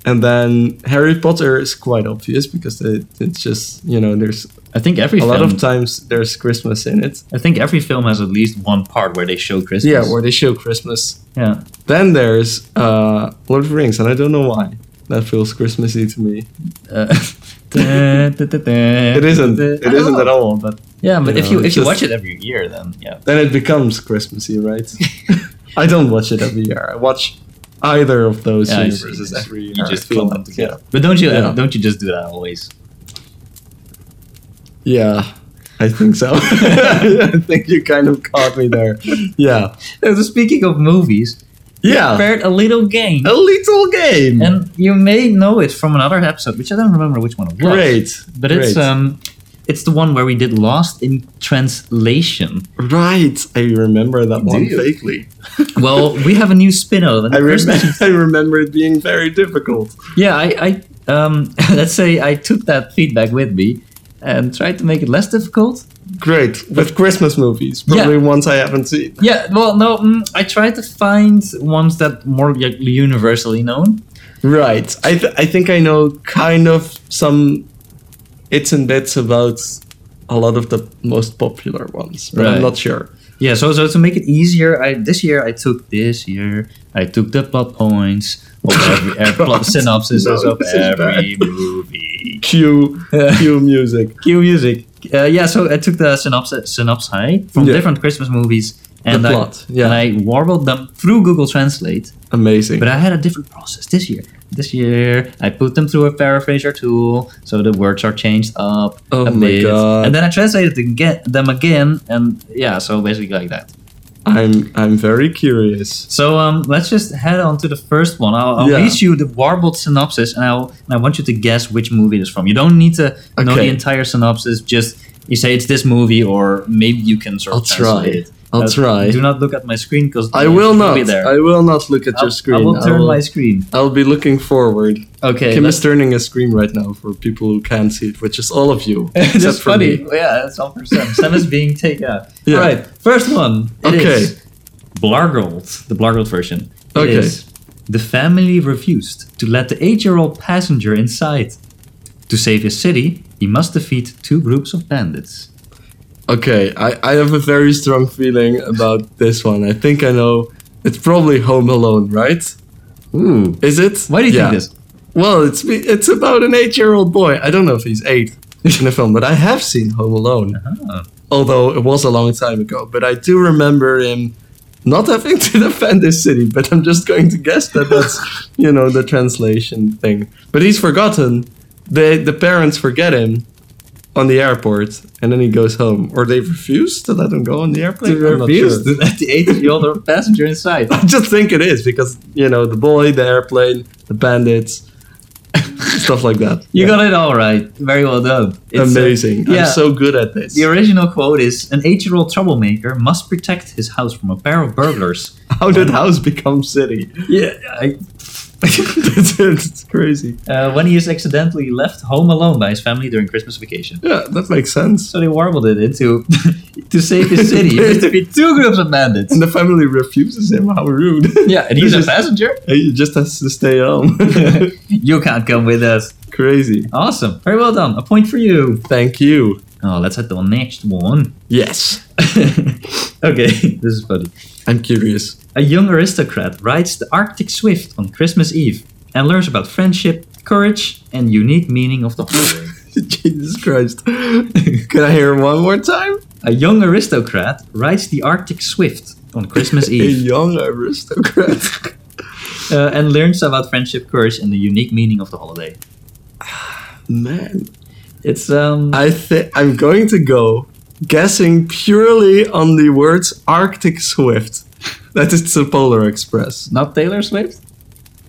[SPEAKER 2] and then Harry Potter is quite obvious because it, it's just you know there's
[SPEAKER 1] I think every
[SPEAKER 2] a
[SPEAKER 1] film,
[SPEAKER 2] lot of times there's Christmas in it.
[SPEAKER 1] I think every film has at least one part where they show Christmas.
[SPEAKER 2] Yeah, where they show Christmas.
[SPEAKER 1] yeah.
[SPEAKER 2] Then there's uh, Lord of the Rings, and I don't know why that feels Christmassy to me.
[SPEAKER 1] Uh, da, da, da, da,
[SPEAKER 2] It isn't.
[SPEAKER 1] da, da. I
[SPEAKER 2] It
[SPEAKER 1] don't
[SPEAKER 2] isn't
[SPEAKER 1] know.
[SPEAKER 2] at all. But
[SPEAKER 1] Yeah, but
[SPEAKER 2] You
[SPEAKER 1] if
[SPEAKER 2] know,
[SPEAKER 1] you
[SPEAKER 2] it's
[SPEAKER 1] if you
[SPEAKER 2] just-
[SPEAKER 1] watch it every year, then yeah.
[SPEAKER 2] then it becomes Christmassy, right? I don't watch it every year. I watch either of those
[SPEAKER 1] Yeah, I see.
[SPEAKER 2] universes every year.
[SPEAKER 1] You
[SPEAKER 2] I
[SPEAKER 1] just
[SPEAKER 2] feel
[SPEAKER 1] clump
[SPEAKER 2] like,
[SPEAKER 1] them together. But don't you uh,
[SPEAKER 2] Yeah.
[SPEAKER 1] don't you just do that always?
[SPEAKER 2] Yeah. yeah, I think so. I think you kind of caught me there. Yeah,
[SPEAKER 1] So speaking of movies,
[SPEAKER 2] yeah.
[SPEAKER 1] prepared a little game,
[SPEAKER 2] A little game.
[SPEAKER 1] and you may know it from another episode, which I don't remember which one it was.
[SPEAKER 2] Great.
[SPEAKER 1] but it's
[SPEAKER 2] great.
[SPEAKER 1] um, it's the one where we did Lost in Translation.
[SPEAKER 2] right. I remember that
[SPEAKER 1] Do
[SPEAKER 2] one
[SPEAKER 1] you?
[SPEAKER 2] vaguely.
[SPEAKER 1] Well, we have a new spin-off. And
[SPEAKER 2] I, rem-
[SPEAKER 1] Christmas-
[SPEAKER 2] I remember it being very difficult.
[SPEAKER 1] Yeah, I, I um, let's say I took that feedback with me and tried to make it less difficult.
[SPEAKER 2] Great with Christmas movies, probably ones I haven't seen.
[SPEAKER 1] Yeah, well, no, mm, I tried to find ones that more like, universally known.
[SPEAKER 2] Right. I th- I think I know kind of some its and bits about a lot of the most popular ones, but
[SPEAKER 1] Right.
[SPEAKER 2] I'm not sure.
[SPEAKER 1] Yeah, so so to make it easier, I this year I took this year I took the plot points of every uh, plot
[SPEAKER 2] God.
[SPEAKER 1] synopsis
[SPEAKER 2] No,
[SPEAKER 1] of
[SPEAKER 2] this is
[SPEAKER 1] every movie.
[SPEAKER 2] Cue cue music.
[SPEAKER 1] Cue music. Uh, yeah, so I took the synopsis synopsis from
[SPEAKER 2] Yeah.
[SPEAKER 1] different Christmas movies and
[SPEAKER 2] the
[SPEAKER 1] I
[SPEAKER 2] plot. Yeah.
[SPEAKER 1] and I warbled them through Google Translate.
[SPEAKER 2] Amazing.
[SPEAKER 1] But I had a different process this year. This year, I put them through a paraphraser tool, so the words are changed up
[SPEAKER 2] Oh
[SPEAKER 1] a
[SPEAKER 2] my
[SPEAKER 1] bit,
[SPEAKER 2] God.
[SPEAKER 1] and then I translated to get them again, and yeah, so basically like that.
[SPEAKER 2] I'm I'm very curious.
[SPEAKER 1] So um, let's just head on to the first one. I'll, I'll
[SPEAKER 2] Yeah.
[SPEAKER 1] read you the warbled synopsis, and I'll and I want you to guess which movie it is from. You don't need to know the
[SPEAKER 2] Okay.
[SPEAKER 1] entire synopsis. Just you say it's this movie, or maybe you can sort of
[SPEAKER 2] I'll try.
[SPEAKER 1] translate it.
[SPEAKER 2] I'll
[SPEAKER 1] Uh,
[SPEAKER 2] try.
[SPEAKER 1] Do not look at my screen because
[SPEAKER 2] I will not.
[SPEAKER 1] Be there.
[SPEAKER 2] I will not look at
[SPEAKER 1] I'll-
[SPEAKER 2] your screen.
[SPEAKER 1] I will
[SPEAKER 2] I
[SPEAKER 1] turn
[SPEAKER 2] will-
[SPEAKER 1] my screen.
[SPEAKER 2] I'll be looking forward.
[SPEAKER 1] Okay.
[SPEAKER 2] Kim
[SPEAKER 1] let's-
[SPEAKER 2] is turning a screen right now for people who can't see it, which is all of you. except
[SPEAKER 1] That's
[SPEAKER 2] for
[SPEAKER 1] funny.
[SPEAKER 2] me.
[SPEAKER 1] Yeah, that's all for Sam. Sam is being taken out.
[SPEAKER 2] Yeah.
[SPEAKER 1] All right, first one. It
[SPEAKER 2] Okay.
[SPEAKER 1] is Blargold, the Blargold version. It
[SPEAKER 2] Okay.
[SPEAKER 1] is, the family refused to let the eight year old passenger inside. To save his city, he must defeat two groups of bandits.
[SPEAKER 2] Okay, I, I have a very strong feeling about this one. I think I know. It's probably Home Alone, right?
[SPEAKER 1] Ooh.
[SPEAKER 2] Is it?
[SPEAKER 1] Why do you
[SPEAKER 2] Yeah.
[SPEAKER 1] think this?
[SPEAKER 2] Well, it's be- it's about an eight-year-old boy. I don't know if he's eight in the film, but I have seen Home Alone,
[SPEAKER 1] Ah.
[SPEAKER 2] although it was a long time ago. But I do remember him not having to defend his city. But I'm just going to guess that that's you know the translation thing. But he's forgotten. They the parents forget him on the airport, and then he goes home, or they refuse to let him go on the airplane. I'm not sure.
[SPEAKER 1] refused to let the eight year old passenger inside.
[SPEAKER 2] I just think it is because you know the boy, the airplane, the bandits, stuff like that.
[SPEAKER 1] You
[SPEAKER 2] Yeah.
[SPEAKER 1] got it all right. Very well done. It's, uh,
[SPEAKER 2] amazing.
[SPEAKER 1] yeah.
[SPEAKER 2] I'm so good at this.
[SPEAKER 1] The original quote is An eight year old troublemaker must protect his house from a pair of burglars.
[SPEAKER 2] How did house become city?
[SPEAKER 1] Yeah, I,
[SPEAKER 2] That's it. It's crazy.
[SPEAKER 1] Uh, when he is accidentally left home alone by his family during Christmas vacation.
[SPEAKER 2] Yeah, that makes sense.
[SPEAKER 1] So they warbled it into to save his city. He has to be two groups of bandits.
[SPEAKER 2] And the family refuses him. How rude.
[SPEAKER 1] Yeah, and he's a
[SPEAKER 2] This is-
[SPEAKER 1] passenger.
[SPEAKER 2] he just has to stay home.
[SPEAKER 1] you can't come with us.
[SPEAKER 2] crazy.
[SPEAKER 1] Awesome. Very well done. A point for you.
[SPEAKER 2] Thank you.
[SPEAKER 1] Oh, let's hit the next one.
[SPEAKER 2] Yes.
[SPEAKER 1] okay, this is funny.
[SPEAKER 2] I'm curious.
[SPEAKER 1] A young aristocrat rides the Arctic Swift on Christmas Eve and learns about friendship, courage, and unique meaning of the holiday.
[SPEAKER 2] Jesus Christ. Can I hear one more time?
[SPEAKER 1] A young aristocrat rides the Arctic Swift on Christmas
[SPEAKER 2] A
[SPEAKER 1] Eve
[SPEAKER 2] young aristocrat.
[SPEAKER 1] uh, and learns about friendship, courage, and the unique meaning of the holiday.
[SPEAKER 2] Man,
[SPEAKER 1] It's um.
[SPEAKER 2] I think I'm going to go guessing purely on the words Arctic Swift. That is the Polar Express.
[SPEAKER 1] not Taylor Swift?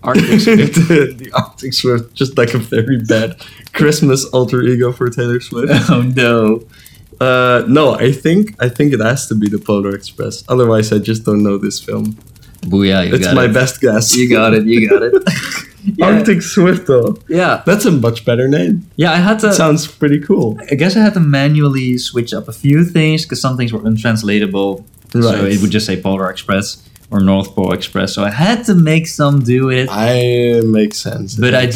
[SPEAKER 1] Oh,
[SPEAKER 2] Arctic Swift. the, the Arctic Swift, just like a very bad Christmas alter ego for Taylor Swift.
[SPEAKER 1] oh no.
[SPEAKER 2] Uh, no, I think I think it has to be the Polar Express. Otherwise, I just don't know this film.
[SPEAKER 1] Booyah, you
[SPEAKER 2] it's
[SPEAKER 1] got
[SPEAKER 2] my
[SPEAKER 1] it.
[SPEAKER 2] best guess.
[SPEAKER 1] You got it, you got it. yeah,
[SPEAKER 2] Arctic Swift, though.
[SPEAKER 1] yeah,
[SPEAKER 2] That's a much better name.
[SPEAKER 1] yeah, I had to.
[SPEAKER 2] Sounds pretty cool.
[SPEAKER 1] I guess I had to manually switch up a few things because some things were untranslatable. So
[SPEAKER 2] Right.
[SPEAKER 1] it would just say Polar Express or North Pole Express. So I had to make some do with it.
[SPEAKER 2] I makes sense.
[SPEAKER 1] but I did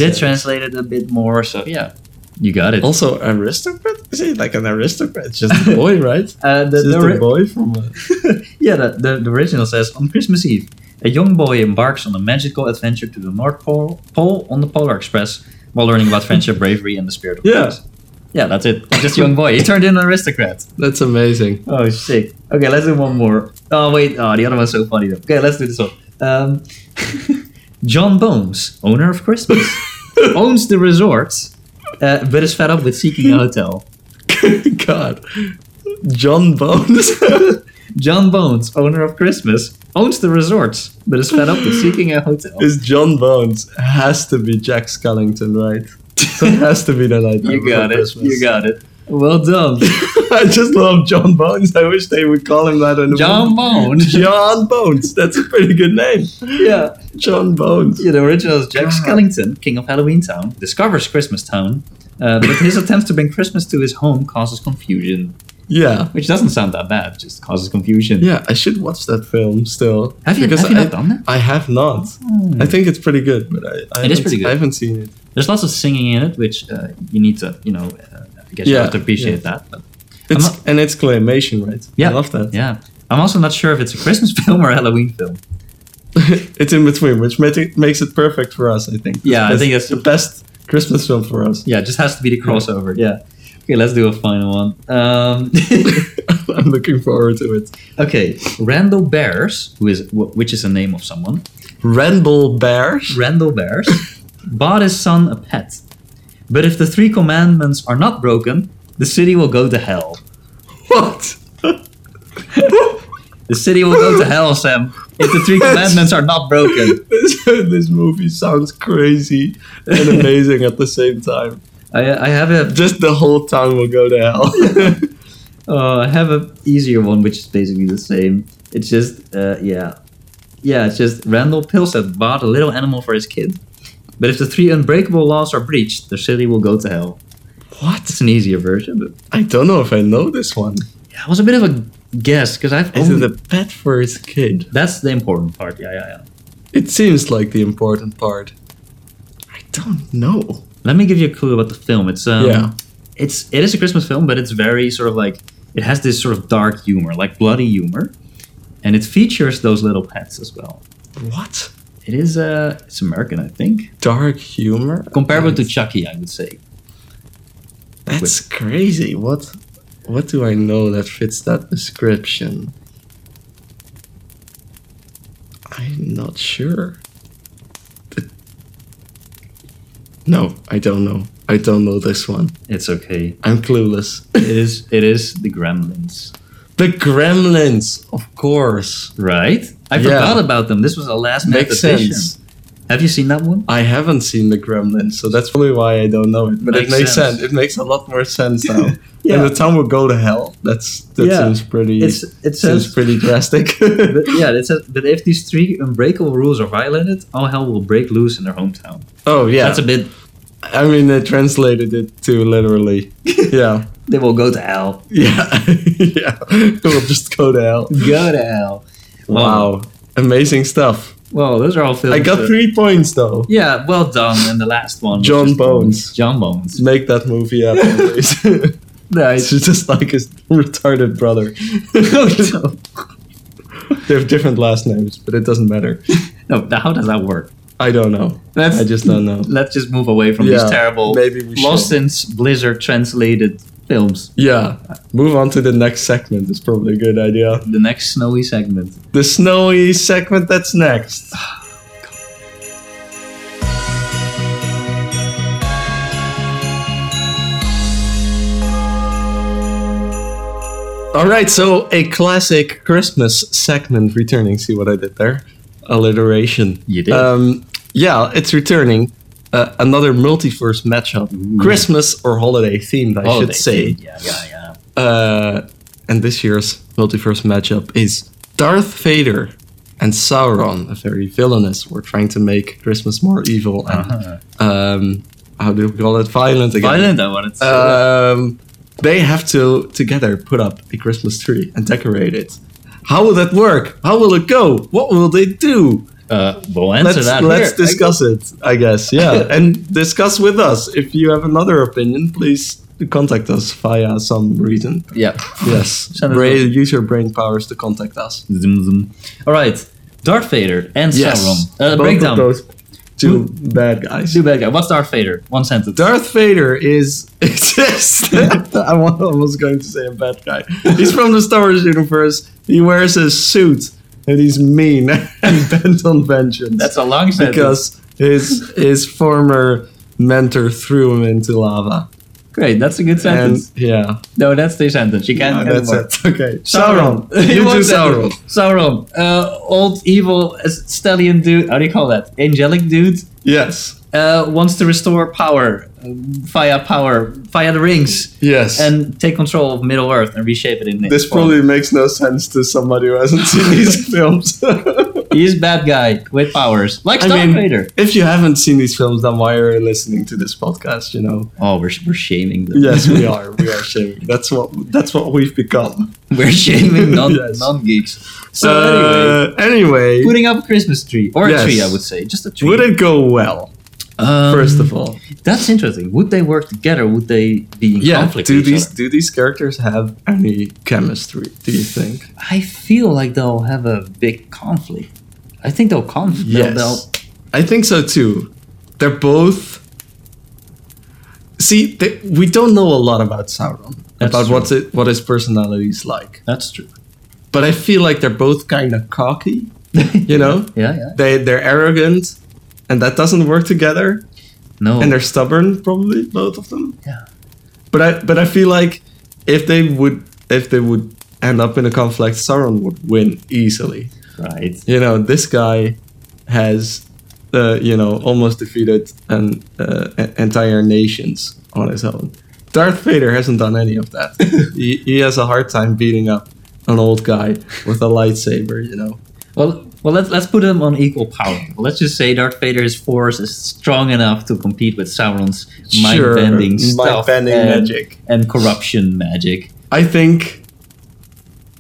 [SPEAKER 1] translate
[SPEAKER 2] translate.
[SPEAKER 1] it a bit more. So yeah, you got it.
[SPEAKER 2] Also, aristocrat? Is he like an aristocrat? It's just a boy, right?
[SPEAKER 1] Uh, the,
[SPEAKER 2] just
[SPEAKER 1] the
[SPEAKER 2] a
[SPEAKER 1] ri-
[SPEAKER 2] boy from a...
[SPEAKER 1] yeah, the, the, the original says on Christmas Eve, a young boy embarks on a magical adventure to the North Pole, Pole on the Polar Express while learning about friendship, bravery, and the spirit of
[SPEAKER 2] Yeah.
[SPEAKER 1] peace. Yeah, that's it. Just young boy. He turned into an aristocrat.
[SPEAKER 2] That's amazing.
[SPEAKER 1] Oh sick. Okay, let's do one more. Oh wait, oh the other one's so funny though. Okay, let's do this one. Um, John Bones, owner of Christmas, owns the resort, uh, but is fed up with seeking a hotel.
[SPEAKER 2] God. John Bones.
[SPEAKER 1] John Bones, owner of Christmas, owns the resort, but is fed up with seeking a hotel.
[SPEAKER 2] is John Bones. Has to be Jack Skellington, right? It has to be the night.
[SPEAKER 1] You got it. You got it. Well done,
[SPEAKER 2] I just love John Bones. I wish they would call him that in the
[SPEAKER 1] John
[SPEAKER 2] movie.
[SPEAKER 1] Bones.
[SPEAKER 2] John Bones. That's a pretty good name.
[SPEAKER 1] yeah.
[SPEAKER 2] John Bones.
[SPEAKER 1] Yeah, the original is Jack
[SPEAKER 2] God.
[SPEAKER 1] Skellington, king of Halloween Town, discovers Christmas Town, uh, but his attempts to bring Christmas to his home causes confusion,
[SPEAKER 2] Yeah.
[SPEAKER 1] which doesn't sound that bad, just causes confusion.
[SPEAKER 2] Yeah, I should watch that film still.
[SPEAKER 1] Have you,
[SPEAKER 2] Because
[SPEAKER 1] have you
[SPEAKER 2] I,
[SPEAKER 1] not done that?
[SPEAKER 2] I have not.
[SPEAKER 1] Hmm.
[SPEAKER 2] I think it's pretty good, but I, I
[SPEAKER 1] It is
[SPEAKER 2] haven't-
[SPEAKER 1] pretty good.
[SPEAKER 2] I haven't seen it.
[SPEAKER 1] There's lots of singing in it, which uh, you need to, you know, uh, I guess you
[SPEAKER 2] Yeah,
[SPEAKER 1] have to appreciate that. But
[SPEAKER 2] It's
[SPEAKER 1] not-
[SPEAKER 2] and it's claymation, right?
[SPEAKER 1] Yeah.
[SPEAKER 2] I love that.
[SPEAKER 1] yeah, I'm also not sure if it's a Christmas film or a Halloween film.
[SPEAKER 2] it's in between, which ma- makes it perfect for us, I think.
[SPEAKER 1] Yeah, I
[SPEAKER 2] That's
[SPEAKER 1] think that's-
[SPEAKER 2] the best Christmas film for us.
[SPEAKER 1] Yeah, it just has to be the crossover. Yeah. Okay, let's do a final one. Um,
[SPEAKER 2] I'm looking forward to it.
[SPEAKER 1] okay, Randall Bears, who is wh- which is the name of someone.
[SPEAKER 2] Randall Bears.
[SPEAKER 1] Randall Bears bought his son a pet. But if the three commandments are not broken, the city will go to hell.
[SPEAKER 2] What?
[SPEAKER 1] The city will go to hell, Sam, if the three commandments are not broken.
[SPEAKER 2] this, this movie sounds crazy and amazing at the same time.
[SPEAKER 1] I, I have a
[SPEAKER 2] Just the whole town will go to hell.
[SPEAKER 1] uh, I have a easier one, which is basically the same. It's just uh, yeah, yeah. It's just Randall Pilsett bought a little animal for his kid. But if the three unbreakable laws are breached, the city will go to hell. What? It's an easier version, but
[SPEAKER 2] I don't know if I know this one.
[SPEAKER 1] yeah, it was a bit of a guess because I've
[SPEAKER 2] Is
[SPEAKER 1] only-
[SPEAKER 2] it a pet for his kid?
[SPEAKER 1] That's the important part. Yeah, yeah, yeah.
[SPEAKER 2] It seems like the important part. I don't know.
[SPEAKER 1] Let me give you a clue about the film. It's um,
[SPEAKER 2] Yeah.
[SPEAKER 1] it's it is a Christmas film, but it's very sort of like it has this sort of dark humor, like bloody humor, and it features those little pets as well.
[SPEAKER 2] What?
[SPEAKER 1] It is uh, it's American, I think,
[SPEAKER 2] Dark humor?
[SPEAKER 1] comparable to Chucky, I would say.
[SPEAKER 2] That's crazy. What what do I know that fits that description? I'm not sure. Th- No, I don't know. I don't know this one.
[SPEAKER 1] It's okay.
[SPEAKER 2] I'm clueless.
[SPEAKER 1] It is it is the Gremlins,
[SPEAKER 2] the Gremlins, of course.
[SPEAKER 1] right? I
[SPEAKER 2] Yeah.
[SPEAKER 1] forgot about them. This was a last minute
[SPEAKER 2] Makes
[SPEAKER 1] addition.
[SPEAKER 2] sense.
[SPEAKER 1] Have you seen that one?
[SPEAKER 2] I haven't seen the Gremlins, so that's probably why I don't know it. But it
[SPEAKER 1] Makes
[SPEAKER 2] makes sense.
[SPEAKER 1] sense.
[SPEAKER 2] It makes a lot more sense now. And the town will go to hell. That's that
[SPEAKER 1] Yeah.
[SPEAKER 2] seems pretty.
[SPEAKER 1] It's it
[SPEAKER 2] seems
[SPEAKER 1] says.
[SPEAKER 2] pretty drastic.
[SPEAKER 1] But yeah, it says. But if these three unbreakable rules are violated, all hell will break loose in their hometown.
[SPEAKER 2] oh yeah,
[SPEAKER 1] That's a bit.
[SPEAKER 2] I mean they translated it to literally. yeah,
[SPEAKER 1] They will go to hell.
[SPEAKER 2] yeah, yeah. It will just go to hell.
[SPEAKER 1] Go to hell.
[SPEAKER 2] Wow, amazing stuff.
[SPEAKER 1] Well, those are all films.
[SPEAKER 2] I got
[SPEAKER 1] that-
[SPEAKER 2] three points though.
[SPEAKER 1] Yeah, well done. And the last one. was
[SPEAKER 2] John
[SPEAKER 1] just-
[SPEAKER 2] Bones.
[SPEAKER 1] John Bones.
[SPEAKER 2] Make that movie happen, please. It's
[SPEAKER 1] Nice.
[SPEAKER 2] just like his retarded brother. Oh, they have different last names, but it doesn't matter.
[SPEAKER 1] No, th- how does that work?
[SPEAKER 2] I don't know.
[SPEAKER 1] Let's,
[SPEAKER 2] I just don't know.
[SPEAKER 1] let's just move away from
[SPEAKER 2] Yeah,
[SPEAKER 1] these terrible
[SPEAKER 2] maybe we
[SPEAKER 1] Lost since Blizzard translated films.
[SPEAKER 2] Yeah. Move on to the next segment is probably a good idea.
[SPEAKER 1] The next snowy segment.
[SPEAKER 2] The snowy segment that's next. All right, so a classic Christmas segment returning. See what I did there? Alliteration.
[SPEAKER 1] You did.
[SPEAKER 2] Um, yeah, it's returning. Uh, another multiverse matchup. Christmas or holiday themed, I
[SPEAKER 1] Holiday
[SPEAKER 2] should say.
[SPEAKER 1] theme. Yeah, yeah, yeah.
[SPEAKER 2] Uh, and this year's multiverse matchup is Darth Vader and Sauron, a very villainous. We're trying to make Christmas more evil and
[SPEAKER 1] Uh-huh.
[SPEAKER 2] um, how do we call it? Violent again.
[SPEAKER 1] Violent, I wanted to say.
[SPEAKER 2] Um, they have to together put up a Christmas tree and decorate it. How will that work? How will it go? What will they do?
[SPEAKER 1] uh, we'll answer
[SPEAKER 2] let's,
[SPEAKER 1] that.
[SPEAKER 2] let's
[SPEAKER 1] here.
[SPEAKER 2] discuss it i guess yeah and discuss with us if you have another opinion please contact us via some reason
[SPEAKER 1] Yeah.
[SPEAKER 2] yes
[SPEAKER 1] Send it
[SPEAKER 2] Bra- use your brain powers to contact us
[SPEAKER 1] Zoom, zoom. All right. Darth Vader and Sauron. Uh,
[SPEAKER 2] Both
[SPEAKER 1] breakdown.
[SPEAKER 2] of those two bad guys
[SPEAKER 1] Do bad guy. What's Darth Vader? One sentence.
[SPEAKER 2] Darth Vader is exists. I wa- I was going to say a bad guy. He's from the Star Wars universe. He wears a suit and he's mean and bent on vengeance.
[SPEAKER 1] That's a long sentence.
[SPEAKER 2] because his his former mentor threw him into lava.
[SPEAKER 1] Great, that's a good
[SPEAKER 2] And
[SPEAKER 1] sentence.
[SPEAKER 2] yeah,
[SPEAKER 1] no, that's the sentence. You can't.
[SPEAKER 2] yeah,
[SPEAKER 1] get
[SPEAKER 2] that's
[SPEAKER 1] more.
[SPEAKER 2] it. Okay,
[SPEAKER 1] Sauron.
[SPEAKER 2] Sauron, you
[SPEAKER 1] One
[SPEAKER 2] do Sauron.
[SPEAKER 1] sentence. Sauron. Uh, old evil uh, stallion dude. How do you call that? Angelic dude.
[SPEAKER 2] Yes,
[SPEAKER 1] Uh, wants to restore power uh, via power via the rings
[SPEAKER 2] yes.
[SPEAKER 1] and take control of Middle Earth and reshape it in his
[SPEAKER 2] this
[SPEAKER 1] form.
[SPEAKER 2] probably makes no sense to somebody who hasn't seen these films.
[SPEAKER 1] He is bad guy with powers like
[SPEAKER 2] I
[SPEAKER 1] Darth
[SPEAKER 2] mean-
[SPEAKER 1] Vader.
[SPEAKER 2] if you haven't seen these films, then why are you listening to this podcast? You know.
[SPEAKER 1] Oh, we're, we're shaming them.
[SPEAKER 2] Yes, we are. We are shaming. That's what. That's what we've become.
[SPEAKER 1] we're shaming non
[SPEAKER 2] Yes.
[SPEAKER 1] non geeks. So anyway,
[SPEAKER 2] Uh, anyway,
[SPEAKER 1] putting up a Christmas tree or
[SPEAKER 2] Yes.
[SPEAKER 1] a tree, I would say, just a tree.
[SPEAKER 2] would it go well?
[SPEAKER 1] Um,
[SPEAKER 2] First of all,
[SPEAKER 1] That's interesting. Would they work together? Would they be in conflict?
[SPEAKER 2] do
[SPEAKER 1] with each
[SPEAKER 2] these
[SPEAKER 1] other?
[SPEAKER 2] do these characters have any chemistry? Do you think?
[SPEAKER 1] I feel like they'll have a big conflict. I think they'll conflict. They'll,
[SPEAKER 2] I think so too. They're both. See, they, we don't know a lot about Sauron
[SPEAKER 1] That's
[SPEAKER 2] about
[SPEAKER 1] true.
[SPEAKER 2] what's it, what his personality is like,
[SPEAKER 1] that's true.
[SPEAKER 2] but I feel like they're both kind of cocky. You know,
[SPEAKER 1] Yeah, yeah.
[SPEAKER 2] they they're arrogant, and that doesn't work together.
[SPEAKER 1] No.
[SPEAKER 2] and they're stubborn probably both of them
[SPEAKER 1] Oh. Yeah.
[SPEAKER 2] but i but i feel like if they would if they would end up in a conflict sauron would win easily
[SPEAKER 1] right.
[SPEAKER 2] you know this guy has uh, you know almost defeated an uh, e- entire nations on his own darth vader hasn't done any of that he, he has a hard time beating up an old guy with a lightsaber you know
[SPEAKER 1] Well, well, let's let's put them on equal power. Well, let's just say Darth Vader's force is strong enough to compete with Sauron's mind-bending stuff
[SPEAKER 2] mind-bending
[SPEAKER 1] and,
[SPEAKER 2] magic
[SPEAKER 1] and corruption magic.
[SPEAKER 2] I think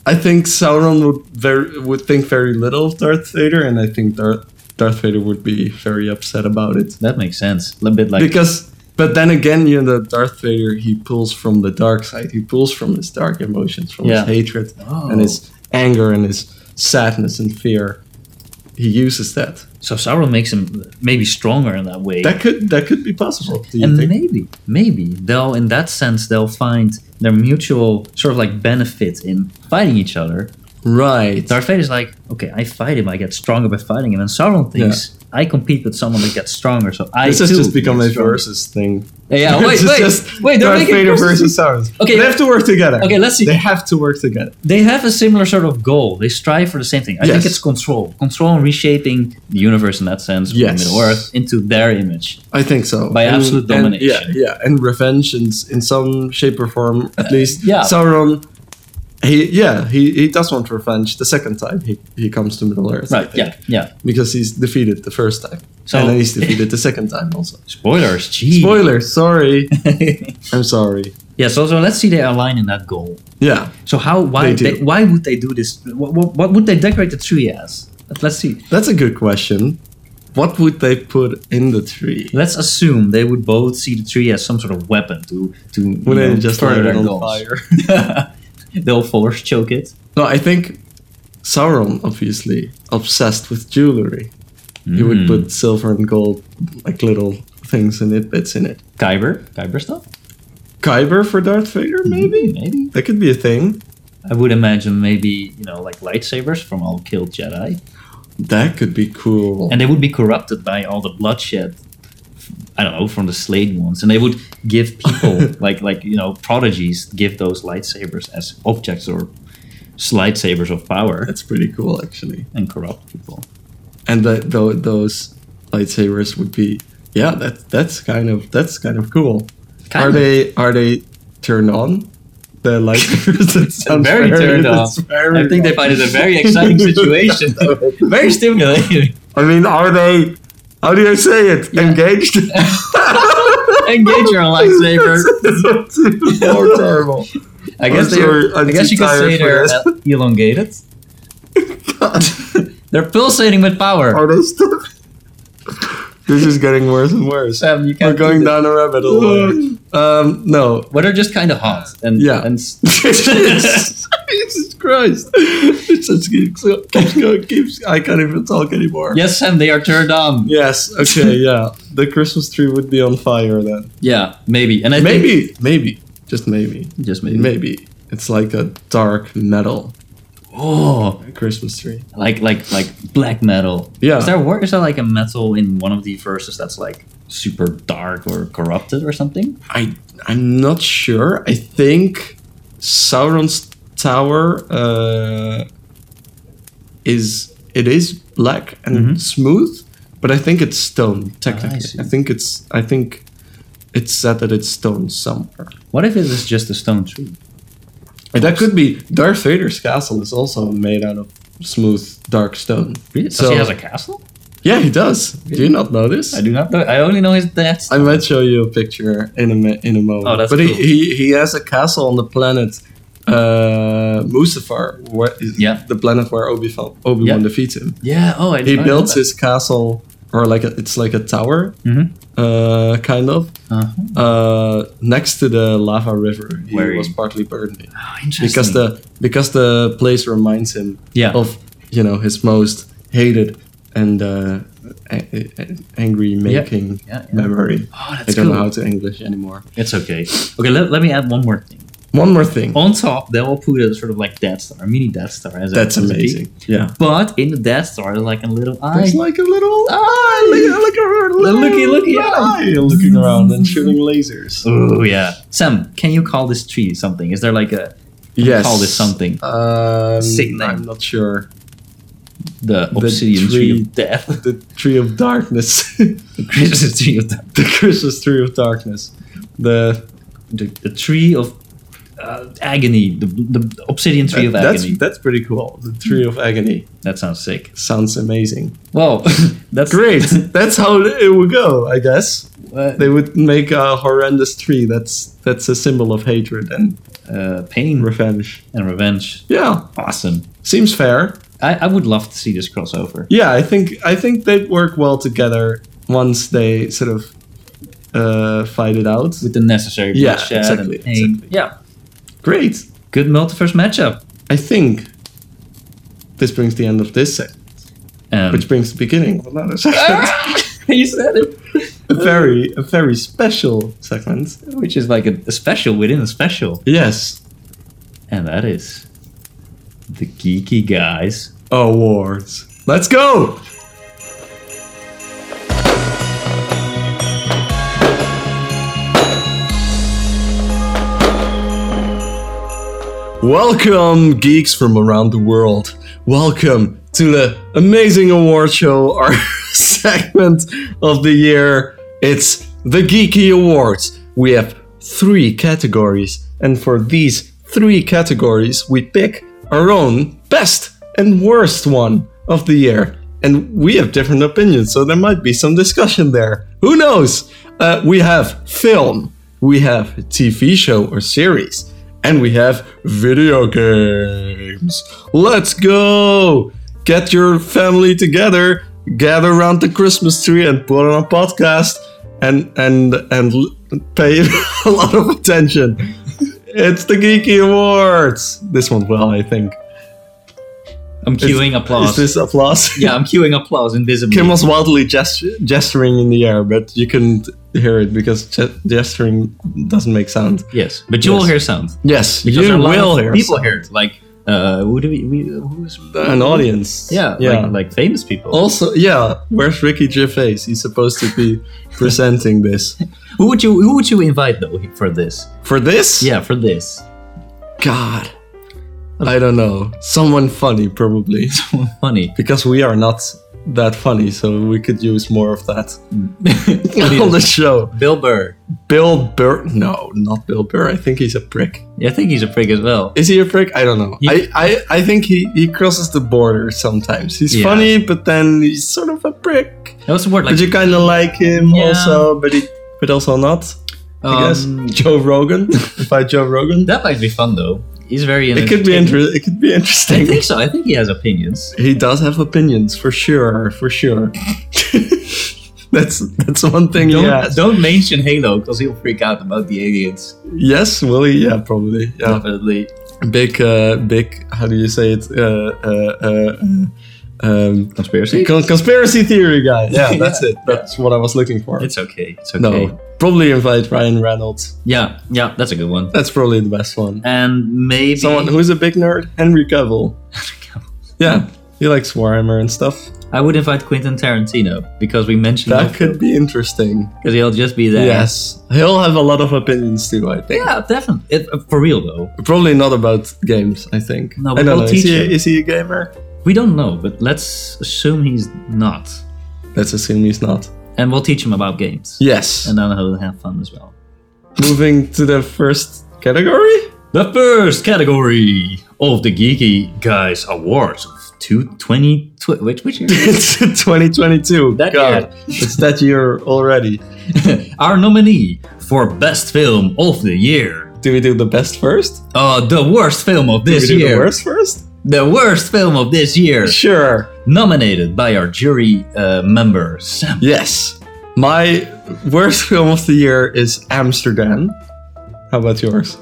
[SPEAKER 2] I think Sauron would very would think very little of Darth Vader, and I think Darth Darth Vader would be very upset about it
[SPEAKER 1] That makes sense. A little bit like
[SPEAKER 2] because. But then again, you know, Darth Vader he pulls from the dark side. He pulls from his dark emotions, from
[SPEAKER 1] Yeah.
[SPEAKER 2] his hatred
[SPEAKER 1] Oh.
[SPEAKER 2] and his anger and his sadness and fear. He uses that.
[SPEAKER 1] so Sauron makes him maybe stronger in that way.
[SPEAKER 2] That could that could be possible. Do you
[SPEAKER 1] and
[SPEAKER 2] think?
[SPEAKER 1] maybe maybe they'll in that sense they'll find their mutual sort of like benefit in fighting each other
[SPEAKER 2] Right.
[SPEAKER 1] darth vader's like okay i fight him i get stronger by fighting him and sauron thinks I compete with someone that gets stronger, so I
[SPEAKER 2] this has
[SPEAKER 1] too
[SPEAKER 2] just become
[SPEAKER 1] get
[SPEAKER 2] a
[SPEAKER 1] stronger.
[SPEAKER 2] versus thing.
[SPEAKER 1] Yeah, wait,
[SPEAKER 2] This is
[SPEAKER 1] wait,
[SPEAKER 2] just
[SPEAKER 1] wait! Don't
[SPEAKER 2] Darth
[SPEAKER 1] make it
[SPEAKER 2] Vader
[SPEAKER 1] versus.
[SPEAKER 2] versus Sauron.
[SPEAKER 1] Okay,
[SPEAKER 2] they have to work together.
[SPEAKER 1] Okay, let's see.
[SPEAKER 2] They have to work together.
[SPEAKER 1] They have a similar sort of goal. They strive for the same thing. I think
[SPEAKER 2] Yes.
[SPEAKER 1] it's control, control and reshaping the universe in that sense, from
[SPEAKER 2] Yes.
[SPEAKER 1] Middle Earth into their image.
[SPEAKER 2] I think so.
[SPEAKER 1] By absolute domination.
[SPEAKER 2] yeah, yeah, and revenge in, s- in some shape or form, at least.
[SPEAKER 1] yeah.
[SPEAKER 2] Sauron, he yeah, he, he does want revenge the second time he, he comes to Middle Earth. I
[SPEAKER 1] Right?
[SPEAKER 2] think,
[SPEAKER 1] Yeah, yeah.
[SPEAKER 2] Because he's defeated the first time,
[SPEAKER 1] So-
[SPEAKER 2] and then he's defeated the second time also.
[SPEAKER 1] Spoilers. Geez.
[SPEAKER 2] Spoiler. Sorry, I'm sorry.
[SPEAKER 1] yeah. So, so let's see they align in that goal.
[SPEAKER 2] Yeah,
[SPEAKER 1] So how? Why?
[SPEAKER 2] They do.
[SPEAKER 1] They why would they do this? What, what, what would they decorate the tree as? Let's see.
[SPEAKER 2] that's a good question. What would they put in the tree?
[SPEAKER 1] Let's assume they would both see the tree as some sort of weapon to to you
[SPEAKER 2] Would
[SPEAKER 1] know,
[SPEAKER 2] they just
[SPEAKER 1] further
[SPEAKER 2] light it
[SPEAKER 1] their
[SPEAKER 2] on
[SPEAKER 1] goals.
[SPEAKER 2] fire?
[SPEAKER 1] They'll force choke it.
[SPEAKER 2] No, I think Sauron obviously obsessed with jewelry. He would
[SPEAKER 1] Mm.
[SPEAKER 2] put silver and gold, like little things and bits in it.
[SPEAKER 1] Kyber, Kyber stuff.
[SPEAKER 2] Kyber for Darth Vader,
[SPEAKER 1] Hmm.
[SPEAKER 2] maybe?
[SPEAKER 1] maybe.
[SPEAKER 2] That could be a thing.
[SPEAKER 1] I would imagine maybe you know like lightsabers from all killed Jedi,
[SPEAKER 2] That could be cool.
[SPEAKER 1] and they would be corrupted by all the bloodshed. I don't know from the slain ones, and they would give people like like you know prodigies give those lightsabers as objects or lightsabers of power
[SPEAKER 2] That's pretty cool, actually.
[SPEAKER 1] and corrupt people.
[SPEAKER 2] And that tho- those lightsabers would be, yeah, that that's kind of that's kind of cool.
[SPEAKER 1] Kind
[SPEAKER 2] are
[SPEAKER 1] of.
[SPEAKER 2] they are they turned on? The lightsabers. that sounds
[SPEAKER 1] Very turned on.
[SPEAKER 2] that's very
[SPEAKER 1] I think they
[SPEAKER 2] wrong.
[SPEAKER 1] find it a very exciting situation. Very stimulating.
[SPEAKER 2] I mean, are they? How do you say it? Engaged?
[SPEAKER 1] Engage your lightsaber.
[SPEAKER 2] More terrible.
[SPEAKER 1] I guess they.
[SPEAKER 2] sorry, I'm
[SPEAKER 1] I guess
[SPEAKER 2] too
[SPEAKER 1] you could
[SPEAKER 2] tired
[SPEAKER 1] say
[SPEAKER 2] for
[SPEAKER 1] they're
[SPEAKER 2] this.
[SPEAKER 1] uh, elongated. They're pulsating with power.
[SPEAKER 2] Are they still? this is getting worse and worse.
[SPEAKER 1] Sam, you
[SPEAKER 2] We're
[SPEAKER 1] can't do
[SPEAKER 2] going
[SPEAKER 1] this.
[SPEAKER 2] down a rabbit hole. here. um, no.
[SPEAKER 1] But they're just kind of hot and
[SPEAKER 2] Yeah.
[SPEAKER 1] and s-
[SPEAKER 2] Jesus Christ! It just keeps, keeps going. Keeps. I can't even talk anymore.
[SPEAKER 1] yes, Sam, they are turned on.
[SPEAKER 2] Yes. Okay. Yeah. The Christmas tree would be on fire then.
[SPEAKER 1] Yeah, maybe. And I think
[SPEAKER 2] Maybe. Maybe. Just maybe.
[SPEAKER 1] just maybe.
[SPEAKER 2] Maybe. It's like a dark metal
[SPEAKER 1] Oh,
[SPEAKER 2] Christmas tree.
[SPEAKER 1] like like like black metal.
[SPEAKER 2] Yeah.
[SPEAKER 1] Is there a word? Is there like a metal in one of the verses that's like super dark or corrupted or something?
[SPEAKER 2] I I'm not sure. I think Sauron's tower uh, is it is black and
[SPEAKER 1] Mhm.
[SPEAKER 2] smooth, but I think it's stone technically.
[SPEAKER 1] see.
[SPEAKER 2] I, think it's I think it's said that it's stone somewhere.
[SPEAKER 1] What if it is just a stone tree?
[SPEAKER 2] And that could be Darth Vader's castle is also made out of smooth dark stone.
[SPEAKER 1] Really? Does
[SPEAKER 2] So-
[SPEAKER 1] he has a castle?
[SPEAKER 2] Yeah, he does. Do you not know this?
[SPEAKER 1] I do not know. I only know his dad's.
[SPEAKER 2] I might show you a picture in a mi- in a moment.
[SPEAKER 1] Oh, that's
[SPEAKER 2] but
[SPEAKER 1] cool.
[SPEAKER 2] he, he he has a castle on the planet uh, Mustafar, where is
[SPEAKER 1] Yeah.
[SPEAKER 2] the planet where Obi Wan Obi Wan
[SPEAKER 1] Yeah.
[SPEAKER 2] defeats him.
[SPEAKER 1] Yeah. Oh, I
[SPEAKER 2] He
[SPEAKER 1] I know
[SPEAKER 2] builds
[SPEAKER 1] that.
[SPEAKER 2] his castle, or like a, it's like a tower,
[SPEAKER 1] Mhm.
[SPEAKER 2] uh, kind of,
[SPEAKER 1] Uh-huh.
[SPEAKER 2] uh, next to the lava river he
[SPEAKER 1] Where he-
[SPEAKER 2] was partly burned in,
[SPEAKER 1] Oh, interesting.
[SPEAKER 2] because the because the place reminds him
[SPEAKER 1] yeah.
[SPEAKER 2] of you know his most hated and uh, a- a- a- angry making
[SPEAKER 1] yeah, yeah.
[SPEAKER 2] memory.
[SPEAKER 1] Oh,
[SPEAKER 2] I
[SPEAKER 1] that's
[SPEAKER 2] don't
[SPEAKER 1] cool.
[SPEAKER 2] know how to English anymore.
[SPEAKER 1] It's okay. Okay, let, let me add one more thing.
[SPEAKER 2] One more thing.
[SPEAKER 1] On top, they will put a sort of like Death Star, a mini Death Star. As a-
[SPEAKER 2] That's
[SPEAKER 1] as a peak.
[SPEAKER 2] amazing. Yeah.
[SPEAKER 1] But in the Death Star, there's like a little eye. Ah,
[SPEAKER 2] There's like a little eye, like, like a little
[SPEAKER 1] looky, looky
[SPEAKER 2] eye looking around and shooting lasers.
[SPEAKER 1] Oh yeah. Sam, can you call this tree something? Is there like a
[SPEAKER 2] Yes.
[SPEAKER 1] call this something?
[SPEAKER 2] Um,
[SPEAKER 1] Sick name.
[SPEAKER 2] I'm not sure.
[SPEAKER 1] The
[SPEAKER 2] The
[SPEAKER 1] obsidian tree.
[SPEAKER 2] tree.
[SPEAKER 1] of death.
[SPEAKER 2] The tree of darkness, the
[SPEAKER 1] the Christmas tree of death.
[SPEAKER 2] Christmas tree of darkness, the
[SPEAKER 1] The, the tree of uh, agony. The, the obsidian tree of
[SPEAKER 2] that- that's
[SPEAKER 1] agony.
[SPEAKER 2] that's pretty cool. The tree of agony
[SPEAKER 1] That sounds sick.
[SPEAKER 2] sounds amazing.
[SPEAKER 1] Well, that's
[SPEAKER 2] Great. that's how it would go, I guess.
[SPEAKER 1] uh,
[SPEAKER 2] They would make a horrendous tree. That's that's a symbol of hatred and
[SPEAKER 1] uh, pain
[SPEAKER 2] revenge.
[SPEAKER 1] and revenge.
[SPEAKER 2] Yeah.
[SPEAKER 1] Awesome.
[SPEAKER 2] Seems fair.
[SPEAKER 1] I, I would love to see this crossover.
[SPEAKER 2] Yeah, I think I think they'd work well together once they sort of uh, fight it out.
[SPEAKER 1] with the necessary
[SPEAKER 2] Yeah,
[SPEAKER 1] bloodshed
[SPEAKER 2] exactly,
[SPEAKER 1] and pain.
[SPEAKER 2] exactly.
[SPEAKER 1] Yeah,
[SPEAKER 2] Great.
[SPEAKER 1] good multiverse matchup.
[SPEAKER 2] I think this brings the end of this set,
[SPEAKER 1] Um,
[SPEAKER 2] which brings the beginning of another segment.
[SPEAKER 1] you said it,
[SPEAKER 2] a very a very special segment.
[SPEAKER 1] which is like a, a special within a special,
[SPEAKER 2] Yes.
[SPEAKER 1] and that is the geeky guys
[SPEAKER 2] Awards. Let's go. Welcome, geeks from around the world. Welcome to the amazing award show, our segment of the year. It's the Geeky Awards. We have three categories, and for these three categories, we pick our own best and worst one of the year. And we have different opinions, so there might be some discussion there. Who knows? Uh, we have film, we have TV show or series, and we have video games. Let's go! Get your family together, gather around the Christmas tree, and put on a podcast, and and and l- pay a lot of attention. It's the Geeky Awards. This one, well, I think.
[SPEAKER 1] I'm queuing applause.
[SPEAKER 2] Is this applause?
[SPEAKER 1] yeah, I'm queuing applause invisibly.
[SPEAKER 2] Kim was wildly gest- gesturing in the air, but you couldn't hear it because ge- gesturing doesn't make sound.
[SPEAKER 1] Yes, but you will
[SPEAKER 2] Yes.
[SPEAKER 1] hear sound.
[SPEAKER 2] Yes,
[SPEAKER 1] Because there are a
[SPEAKER 2] you
[SPEAKER 1] lot
[SPEAKER 2] will
[SPEAKER 1] of
[SPEAKER 2] hear
[SPEAKER 1] people
[SPEAKER 2] sound.
[SPEAKER 1] here. Like, uh, who do we, we who's
[SPEAKER 2] an audience.
[SPEAKER 1] Yeah,
[SPEAKER 2] yeah. Oh.
[SPEAKER 1] Like, like famous people.
[SPEAKER 2] also, yeah. Where's Ricky Gervais? He's supposed to be presenting this.
[SPEAKER 1] Who would you who would you invite though for this?
[SPEAKER 2] For this?
[SPEAKER 1] Yeah, for this.
[SPEAKER 2] God. I don't know. Someone funny, probably.
[SPEAKER 1] Funny.
[SPEAKER 2] because we are not that funny, so we could use more of that on the
[SPEAKER 1] Bill
[SPEAKER 2] show.
[SPEAKER 1] Burr.
[SPEAKER 2] Bill Burr? No, not Bill Burr. I think he's a prick.
[SPEAKER 1] Yeah, I think he's a prick as well.
[SPEAKER 2] Is he a prick? I don't know.
[SPEAKER 1] He-
[SPEAKER 2] I, I, I think he, he crosses the border sometimes. He's
[SPEAKER 1] Yeah.
[SPEAKER 2] funny, but then he's sort of a prick.
[SPEAKER 1] That was the word like
[SPEAKER 2] but you kind of like him
[SPEAKER 1] Yeah.
[SPEAKER 2] also, but he, but also not. I guess
[SPEAKER 1] um,
[SPEAKER 2] Joe Rogan. if I Joe Rogan,
[SPEAKER 1] that might be fun though. He's very
[SPEAKER 2] it could be
[SPEAKER 1] entertaining.
[SPEAKER 2] inter- It could be
[SPEAKER 1] I
[SPEAKER 2] interesting.
[SPEAKER 1] think so. I think he has opinions.
[SPEAKER 2] He does have opinions for sure, for sure. that's that's one thing.
[SPEAKER 1] Don't,
[SPEAKER 2] Yeah.
[SPEAKER 1] don't mention Halo because he'll freak out about the aliens.
[SPEAKER 2] Yes, will he? Yeah, probably. Yeah.
[SPEAKER 1] Definitely.
[SPEAKER 2] Big, uh, big. How do you say it? Uh, uh, uh, um,
[SPEAKER 1] Conspiracy?
[SPEAKER 2] con- conspiracy theory guy. Yeah,
[SPEAKER 1] Yeah.
[SPEAKER 2] that's it. That's what I was looking for.
[SPEAKER 1] It's okay. It's okay.
[SPEAKER 2] No, probably invite Ryan Reynolds.
[SPEAKER 1] Yeah, yeah, that's a good one.
[SPEAKER 2] That's probably the best one.
[SPEAKER 1] And maybe
[SPEAKER 2] Someone who's a big nerd, Henry Cavill. yeah, he likes Warhammer and stuff.
[SPEAKER 1] I would invite Quentin Tarantino because we mentioned
[SPEAKER 2] That could be interesting.
[SPEAKER 1] because he'll just be there.
[SPEAKER 2] Yes, he'll have a lot of opinions too. I think.
[SPEAKER 1] Yeah, definitely. It, uh, for real though,
[SPEAKER 2] Probably not about games. I think.
[SPEAKER 1] No,
[SPEAKER 2] I
[SPEAKER 1] but
[SPEAKER 2] don't
[SPEAKER 1] we'll
[SPEAKER 2] know.
[SPEAKER 1] teach
[SPEAKER 2] Is he,
[SPEAKER 1] him.
[SPEAKER 2] is he a gamer?
[SPEAKER 1] we don't know, but let's assume he's not,
[SPEAKER 2] Let's assume he's not.
[SPEAKER 1] and we'll teach him about games,
[SPEAKER 2] Yes.
[SPEAKER 1] and then he'll have fun as well.
[SPEAKER 2] Moving to the first category.
[SPEAKER 1] The first category of the Geeky Guys Awards of two twenty tw- which which year?
[SPEAKER 2] it's 2022.
[SPEAKER 1] That
[SPEAKER 2] God, it's that year already.
[SPEAKER 1] Our nominee for best film of the year.
[SPEAKER 2] Do we do the best first?
[SPEAKER 1] Uh, the worst film of
[SPEAKER 2] Do we
[SPEAKER 1] this
[SPEAKER 2] do the
[SPEAKER 1] year.
[SPEAKER 2] worst first?
[SPEAKER 1] the worst film of this year.
[SPEAKER 2] Sure.
[SPEAKER 1] nominated by our jury uh, member Sam.
[SPEAKER 2] Yes. My worst film of the year is Amsterdam. How about yours?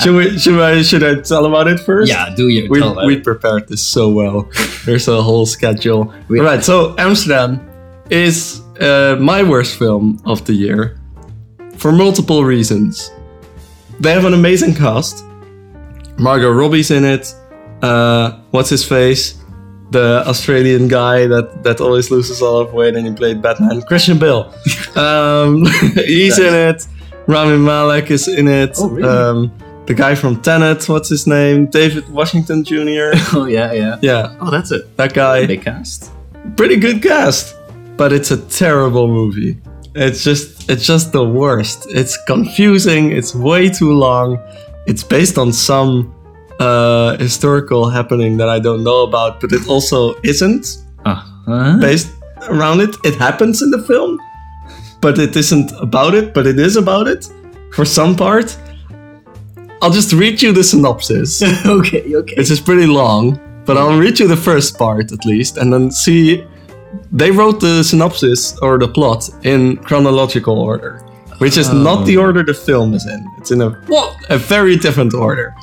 [SPEAKER 2] Should we should I should I tell about it first?
[SPEAKER 1] Yeah, do you
[SPEAKER 2] We,
[SPEAKER 1] tell us.
[SPEAKER 2] we prepared this so well. There's a whole schedule.
[SPEAKER 1] We-
[SPEAKER 2] right, so Amsterdam is uh, my worst film of the year for multiple reasons. They have an amazing cast. Margot Robbie's in it. Uh, what's his face? The Australian guy that, that always loses a lot of weight and he played Batman. Christian Bale. um, he's in it. Rami Malek is in it.
[SPEAKER 1] Oh, really?
[SPEAKER 2] um, the guy from Tenet, what's his name? David Washington Jr.
[SPEAKER 1] oh yeah, yeah.
[SPEAKER 2] yeah,
[SPEAKER 1] Oh, that's a
[SPEAKER 2] that guy
[SPEAKER 1] big cast.
[SPEAKER 2] pretty good cast, but it's a terrible movie. It's just it's just the worst. It's confusing. It's way too long. It's based on some uh, historical happening that I don't know about, but it also isn't
[SPEAKER 1] Uh-huh.
[SPEAKER 2] based around it. It happens in the film, but it isn't about it, but it is about it for some part. I'll just read you the synopsis.
[SPEAKER 1] okay, okay.
[SPEAKER 2] It is pretty long, but I'll read you the first part at least, and then see. They wrote the synopsis or the plot in chronological order, which is not the
[SPEAKER 1] Oh.
[SPEAKER 2] order the film is in. It's in a what a very different order.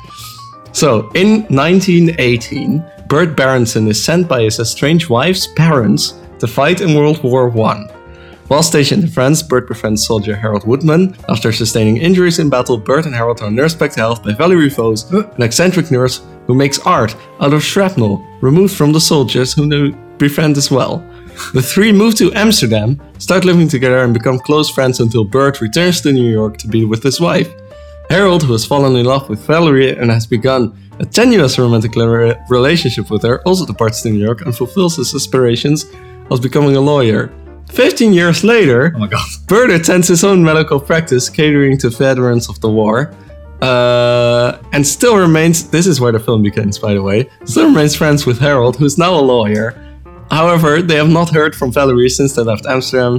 [SPEAKER 2] So, in 1918, Bert Berenson is sent by his estranged wife's parents to fight in World War One. While stationed in France, Bert befriends soldier Harold Woodman. After sustaining injuries in battle, Bert and Harold are nursed back to health by Valerie Vos, an eccentric nurse who makes art out of shrapnel removed from the soldiers whom they befriend as well. The three move to Amsterdam, start living together, and become close friends until Bert returns to New York to be with his wife. Harold, who has fallen in love with Valerie and has begun a tenuous romantic re- relationship with her, also departs to New York and fulfills his aspirations of becoming a lawyer. 15 years later,
[SPEAKER 1] Oh my god.
[SPEAKER 2] Bird attends his own medical practice, catering to veterans of the war, uh, and still remains. This is where the film begins, by the way. Still remains friends with Harold, who's now a lawyer. However, they have not heard from Valerie since they left Amsterdam.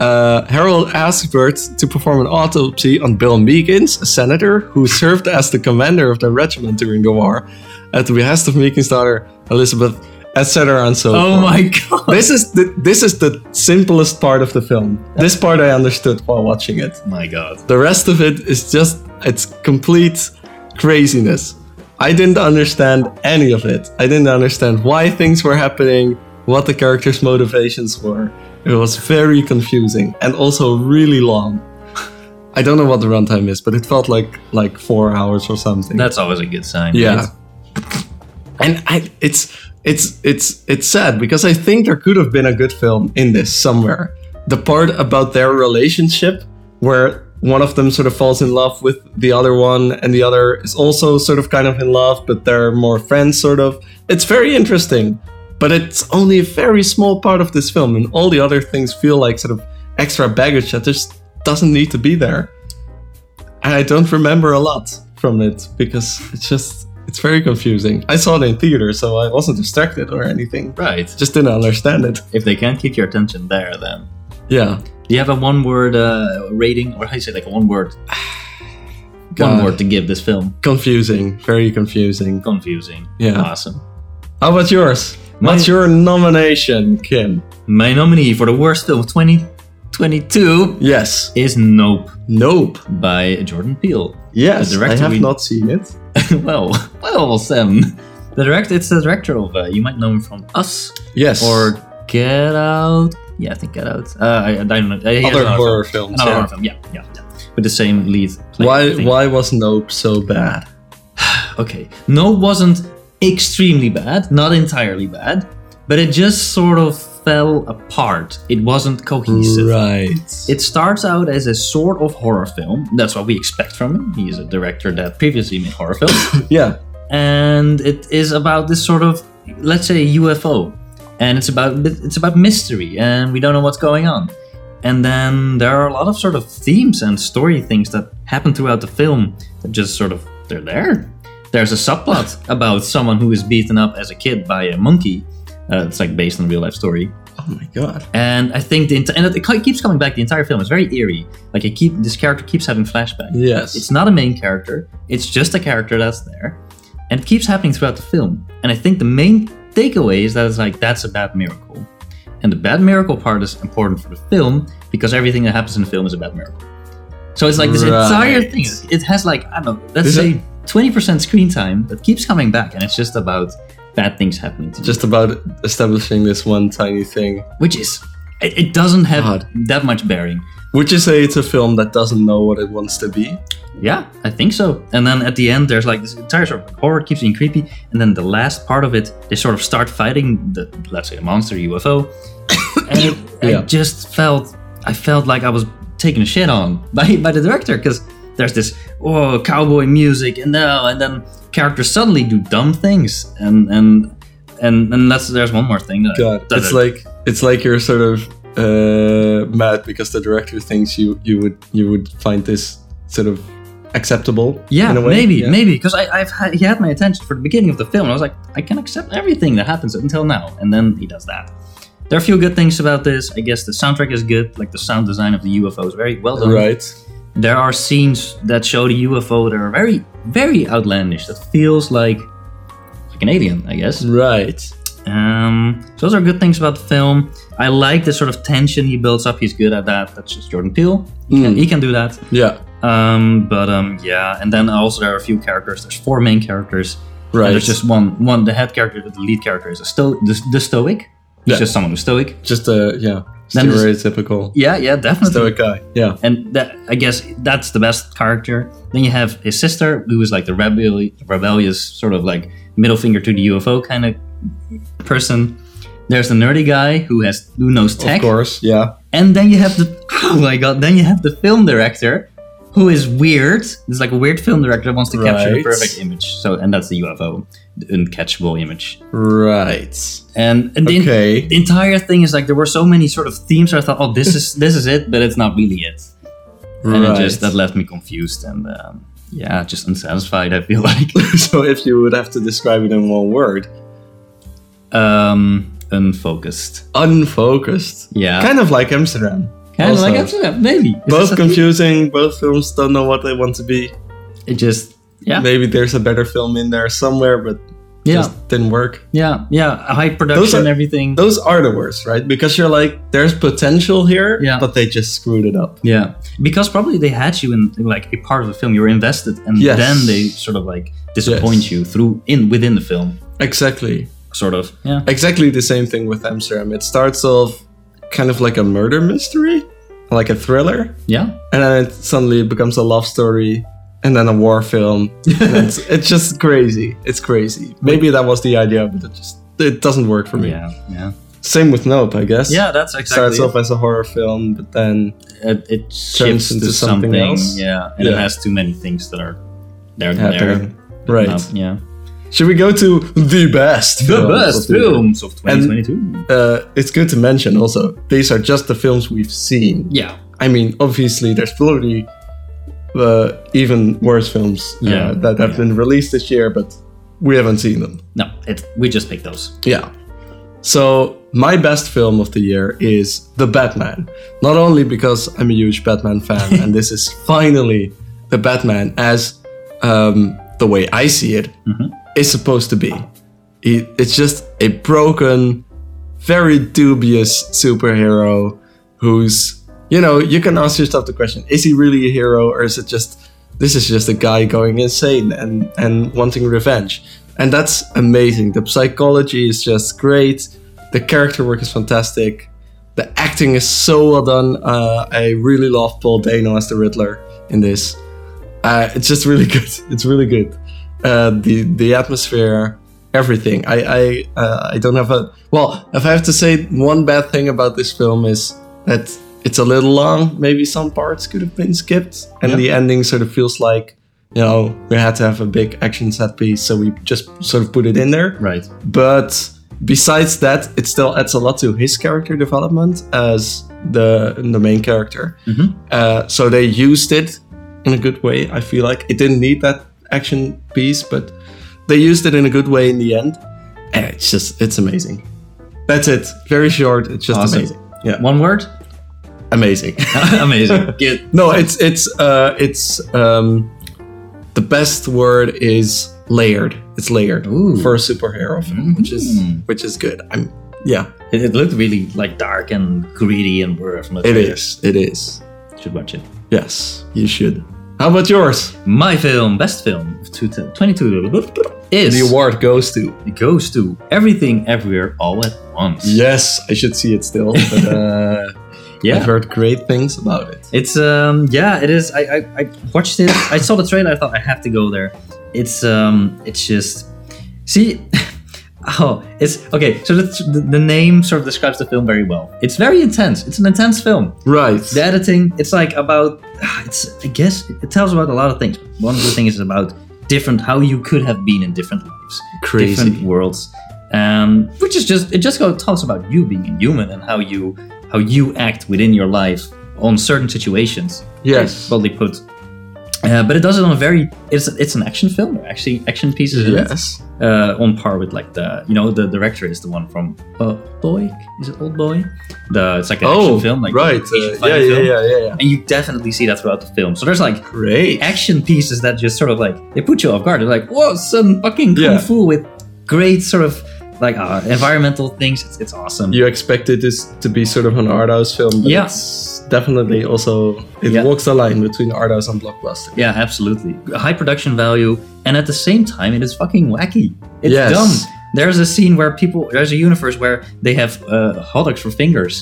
[SPEAKER 2] Uh, Harold asks Bert to perform an autopsy on Bill Meekins, a senator who served as the commander of their regiment during the war, at the behest of Meekins' daughter Elizabeth, etc. and so
[SPEAKER 1] Oh
[SPEAKER 2] forth
[SPEAKER 1] my god.
[SPEAKER 2] this is the this is the simplest part of the film. This part I understood while watching it.
[SPEAKER 1] My god.
[SPEAKER 2] The rest of it is just it's complete craziness. I didn't understand any of it. I didn't understand why things were happening, what the characters' motivations were. It was very confusing and also really long. I don't know what the runtime is, but it felt like like four hours or something.
[SPEAKER 1] That's always a good sign.
[SPEAKER 2] Yeah.
[SPEAKER 1] right?
[SPEAKER 2] And I, it's it's it's it's sad because I think there could have been a good film in this somewhere. The part about their relationship where one of them sort of falls in love with the other one and the other is also sort of kind of in love but they're more friends sort of. It's very interesting, but it's only a very small part of this film and all the other things feel like sort of extra baggage that just doesn't need to be there. And I don't remember a lot from it because it's just it's very confusing. I saw it in theater, so I wasn't distracted or anything.
[SPEAKER 1] Right.
[SPEAKER 2] Just didn't understand it.
[SPEAKER 1] If they can't keep your attention there, then.
[SPEAKER 2] Yeah.
[SPEAKER 1] Do you have a one word uh, rating, or how do you say, like a one word?
[SPEAKER 2] God.
[SPEAKER 1] One word to give this film.
[SPEAKER 2] Confusing. Very confusing.
[SPEAKER 1] Confusing.
[SPEAKER 2] Yeah.
[SPEAKER 1] Awesome.
[SPEAKER 2] How about yours?
[SPEAKER 1] My-
[SPEAKER 2] What's your nomination, Kim?
[SPEAKER 1] My nominee for the worst film of 2022
[SPEAKER 2] Yes.
[SPEAKER 1] is Nope
[SPEAKER 2] Nope.
[SPEAKER 1] by Jordan Peele.
[SPEAKER 2] Yes.
[SPEAKER 1] The
[SPEAKER 2] I
[SPEAKER 1] director
[SPEAKER 2] have
[SPEAKER 1] we-
[SPEAKER 2] not seen it.
[SPEAKER 1] well, well, Sam. The director, it's the director of, uh, you might know him from Us
[SPEAKER 2] Yes.
[SPEAKER 1] or Get Out. Yeah, I think Get Out. Uh, I, I don't know. Uh, yeah,
[SPEAKER 2] other
[SPEAKER 1] another
[SPEAKER 2] horror
[SPEAKER 1] film.
[SPEAKER 2] films.
[SPEAKER 1] Another
[SPEAKER 2] yeah.
[SPEAKER 1] horror film. Yeah, yeah, yeah. With the same lead. player, I
[SPEAKER 2] Why?
[SPEAKER 1] think.
[SPEAKER 2] Why was Nope so bad?
[SPEAKER 1] okay, no wasn't extremely bad, not entirely bad, but it just sort of fell apart. It wasn't cohesive.
[SPEAKER 2] Right.
[SPEAKER 1] It starts out as a sort of horror film. That's what we expect from him. He is a director that previously made horror films.
[SPEAKER 2] yeah.
[SPEAKER 1] and it is about this sort of, let's say, UFO. And it's about it's about mystery, and we don't know what's going on. And then there are a lot of sort of themes and story things that happen throughout the film that just sort of they're there. There's a subplot about someone who is beaten up as a kid by a monkey. Uh, it's like based on a real life story.
[SPEAKER 2] Oh my god.
[SPEAKER 1] And I think the enti- and it ke- keeps coming back the entire film. It's very eerie. Like it keep this character keeps having flashbacks.
[SPEAKER 2] Yes.
[SPEAKER 1] It's not a main character. It's just a character that's there, and it keeps happening throughout the film. And I think the main takeaway is that it's like that's a bad miracle, and the bad miracle part is important for the film because everything that happens in the film is a bad miracle. So it's like this
[SPEAKER 2] Right.
[SPEAKER 1] entire thing. It has like I don't know. Let's
[SPEAKER 2] Is
[SPEAKER 1] say twenty percent screen time that keeps coming back, and it's just about bad things happening to you.
[SPEAKER 2] just about establishing this one tiny thing.
[SPEAKER 1] which is it, it doesn't have
[SPEAKER 2] God.
[SPEAKER 1] that much bearing.
[SPEAKER 2] Would you say it's a film that doesn't know what it wants to be?
[SPEAKER 1] Yeah, I think so. And then at the end, there's like this entire sort of horror keeps being creepy, and then the last part of it, they sort of start fighting the let's say the monster UFO, and it,
[SPEAKER 2] Yeah.
[SPEAKER 1] I just felt I felt like I was taken shit on by by the director because there's this oh cowboy music and now and then characters suddenly do dumb things and and and and that's there's one more thing that I-
[SPEAKER 2] God,
[SPEAKER 1] that
[SPEAKER 2] it's
[SPEAKER 1] I-
[SPEAKER 2] like it's like you're sort of uh, mad because the director thinks you you would you would find this sort of acceptable.
[SPEAKER 1] Yeah,
[SPEAKER 2] in a way.
[SPEAKER 1] maybe,
[SPEAKER 2] Yeah.
[SPEAKER 1] maybe, because I've had, he had my attention for the beginning of the film. I was like, I can accept everything that happens until now, and then he does that. There are a few good things about this. I guess the soundtrack is good, like the sound design of the UFO is very well done.
[SPEAKER 2] Right.
[SPEAKER 1] There are scenes that show the UFO that are very, very outlandish. That feels like like an alien, I guess.
[SPEAKER 2] Right.
[SPEAKER 1] Um, so those are good things about the film. I like the sort of tension he builds up. He's good at that. That's just Jordan Peele. He can-
[SPEAKER 2] Mm.
[SPEAKER 1] he can do that.
[SPEAKER 2] Yeah.
[SPEAKER 1] Um, but um, yeah, and then also there are a few characters. There's four main characters. and
[SPEAKER 2] Right.
[SPEAKER 1] there's just one one the head character, the lead character is a sto- the, the stoic. He's
[SPEAKER 2] Yeah.
[SPEAKER 1] just someone who's stoic.
[SPEAKER 2] just a yeah
[SPEAKER 1] Then there's-
[SPEAKER 2] stereotypical
[SPEAKER 1] Yeah, yeah, definitely.
[SPEAKER 2] stoic guy. Yeah.
[SPEAKER 1] And that I guess that's the best character. Then you have his sister, who is like the rebel, rebellious sort of like middle finger to the UFO kind of person. There's the nerdy guy who has who knows tech.
[SPEAKER 2] Of course. Yeah.
[SPEAKER 1] And then you have the oh my god, then you have the film director who is weird. It's like a weird film director that wants to capture the
[SPEAKER 2] Right.
[SPEAKER 1] perfect image. So, and that's the UFO, the uncatchable image.
[SPEAKER 2] Right.
[SPEAKER 1] And, and the, en-
[SPEAKER 2] Okay.
[SPEAKER 1] the entire thing is like there were so many sort of themes. Where I thought, oh, this is this is it, but it's not really it. And it just that left me confused and um, yeah, just unsatisfied. I feel like
[SPEAKER 2] so if you would have to describe it in one word,
[SPEAKER 1] um, unfocused.
[SPEAKER 2] unfocused.
[SPEAKER 1] Yeah,
[SPEAKER 2] Kind of like Amsterdam.
[SPEAKER 1] Kind of
[SPEAKER 2] also.
[SPEAKER 1] like Amsterdam, maybe. Is this
[SPEAKER 2] both
[SPEAKER 1] a-
[SPEAKER 2] confusing. Both films don't know what they want to be.
[SPEAKER 1] It just yeah,
[SPEAKER 2] Maybe there's a better film in there somewhere, but
[SPEAKER 1] yeah,
[SPEAKER 2] just didn't work.
[SPEAKER 1] yeah, yeah. High
[SPEAKER 2] Those
[SPEAKER 1] production,
[SPEAKER 2] are-
[SPEAKER 1] and everything.
[SPEAKER 2] Those are the worst, right? Because you're like, there's potential here,
[SPEAKER 1] Yeah.
[SPEAKER 2] but they just screwed it up.
[SPEAKER 1] Yeah, because probably they had you in like a part of the film. You were invested, and
[SPEAKER 2] Yes.
[SPEAKER 1] then they sort of like disappoint
[SPEAKER 2] Yes.
[SPEAKER 1] you through in within the film,
[SPEAKER 2] Exactly.
[SPEAKER 1] sort of. Yeah,
[SPEAKER 2] Exactly the same thing with Amsterdam. It starts off kind of like a murder mystery, like a thriller,
[SPEAKER 1] yeah.
[SPEAKER 2] and then it suddenly becomes a love story, and then a war film. And it's, it's just crazy. It's crazy. Maybe that was the idea, but it just it doesn't work for me.
[SPEAKER 1] Yeah, yeah,
[SPEAKER 2] Same with Nope, I guess.
[SPEAKER 1] yeah. That's exactly.
[SPEAKER 2] starts off as a horror film, but then
[SPEAKER 1] it, it, it shifts
[SPEAKER 2] into
[SPEAKER 1] to
[SPEAKER 2] something
[SPEAKER 1] something.
[SPEAKER 2] else.
[SPEAKER 1] Yeah, and it
[SPEAKER 2] Yeah.
[SPEAKER 1] has too many things that are there. there.
[SPEAKER 2] happening. Right.
[SPEAKER 1] No, yeah.
[SPEAKER 2] Should we go to the best?
[SPEAKER 1] The
[SPEAKER 2] films
[SPEAKER 1] best
[SPEAKER 2] of the year?
[SPEAKER 1] films of 2022.
[SPEAKER 2] Uh, it's good to mention also, these are just the films we've seen.
[SPEAKER 1] yeah.
[SPEAKER 2] I mean, obviously, there's probably uh, even worse films uh,
[SPEAKER 1] Yeah.
[SPEAKER 2] that have
[SPEAKER 1] Yeah.
[SPEAKER 2] been released this year, but we haven't seen them.
[SPEAKER 1] No, it, we just picked those.
[SPEAKER 2] Yeah. So my best film of the year is The Batman. Not only because I'm a huge Batman fan, and this is finally the Batman as um, the way I see it is
[SPEAKER 1] Mhm.
[SPEAKER 2] supposed to be. He- It's just a broken, very dubious superhero who's you know you can ask yourself the question: Is he really a hero, or is it just this is just a guy going insane and and wanting revenge? And that's amazing. The psychology is just great. The character work is fantastic. The acting is so well done. Uh, I really love Paul Dano as the Riddler in this. Uh, it's just really good. It's really good. Uh, the the atmosphere, everything. I I uh, I don't have a well. If I have to say one bad thing about this film is that it's a little long. Maybe some parts could have been skipped, and
[SPEAKER 1] Yeah.
[SPEAKER 2] the ending sort of feels like you know we had to have a big action set piece, so we just sort of put it in there.
[SPEAKER 1] Right.
[SPEAKER 2] But besides that, it still adds a lot to his character development as the the main character.
[SPEAKER 1] Mhm.
[SPEAKER 2] Uh, so they used it in a good way. I feel like it didn't need that action piece, but they used it in a good way in the end. And it's just it's amazing. That's it. Very short. It's just
[SPEAKER 1] Awesome.
[SPEAKER 2] amazing. Yeah,
[SPEAKER 1] One word.
[SPEAKER 2] amazing.
[SPEAKER 1] Amazing. Good.
[SPEAKER 2] no, it's it's uh, it's um, the best word is layered. It's layered
[SPEAKER 1] Ooh.
[SPEAKER 2] for a superhero film, which is
[SPEAKER 1] Mhm.
[SPEAKER 2] which is good. I'm yeah,
[SPEAKER 1] It, it looked really like dark and greedy and weird from the
[SPEAKER 2] it
[SPEAKER 1] trailer.
[SPEAKER 2] is. It is.
[SPEAKER 1] Should watch it.
[SPEAKER 2] Yes, you should. How about yours?
[SPEAKER 1] My film, best film of 2022 is
[SPEAKER 2] The award goes to.
[SPEAKER 1] goes to Everything Everywhere All at Once.
[SPEAKER 2] Yes, I should see it still. But, uh, I've
[SPEAKER 1] Yeah.
[SPEAKER 2] heard great things about it.
[SPEAKER 1] It's um yeah, it is. I, I I watched it. I saw the trailer. I thought I have to go there. It's um it's just see oh it's okay. So the the- the name sort of describes the film very well. It's very intense. It's an intense film.
[SPEAKER 2] Right.
[SPEAKER 1] The editing. It's like about it's I guess it tells about a lot of things. One of the things is about different how you could have been in different lives. different worlds um, which is just it just go- talks about you being a human and how you how you act within your life on certain situations
[SPEAKER 2] Yes.
[SPEAKER 1] probably put uh, but it does it on a very it's it's an action film there are actually action pieces in it,
[SPEAKER 2] Yes.
[SPEAKER 1] uh, on par with like the you know the director is the one from uh, boy is it old boy the it's like an
[SPEAKER 2] Oh,
[SPEAKER 1] action film like
[SPEAKER 2] right.
[SPEAKER 1] Asian
[SPEAKER 2] Uh, yeah,
[SPEAKER 1] fighting
[SPEAKER 2] yeah,
[SPEAKER 1] film.
[SPEAKER 2] yeah, yeah, yeah.
[SPEAKER 1] and you definitely see that throughout the film so there's like
[SPEAKER 2] Great.
[SPEAKER 1] action pieces that just sort of like they put you off guard. They're like, whoa, some fucking kung
[SPEAKER 2] Yeah.
[SPEAKER 1] fu with great sort of like uh, environmental things. It's, it's awesome.
[SPEAKER 2] You expected this to be sort of an art house film, but
[SPEAKER 1] Yeah.
[SPEAKER 2] it's definitely also it
[SPEAKER 1] Yeah.
[SPEAKER 2] walks the line between art house and blockbuster.
[SPEAKER 1] Yeah, absolutely. High production value, and at the same time, it is fucking wacky. It's
[SPEAKER 2] Yes.
[SPEAKER 1] dumb. There's a scene where people, there's a universe where they have uh, hotdogs for fingers,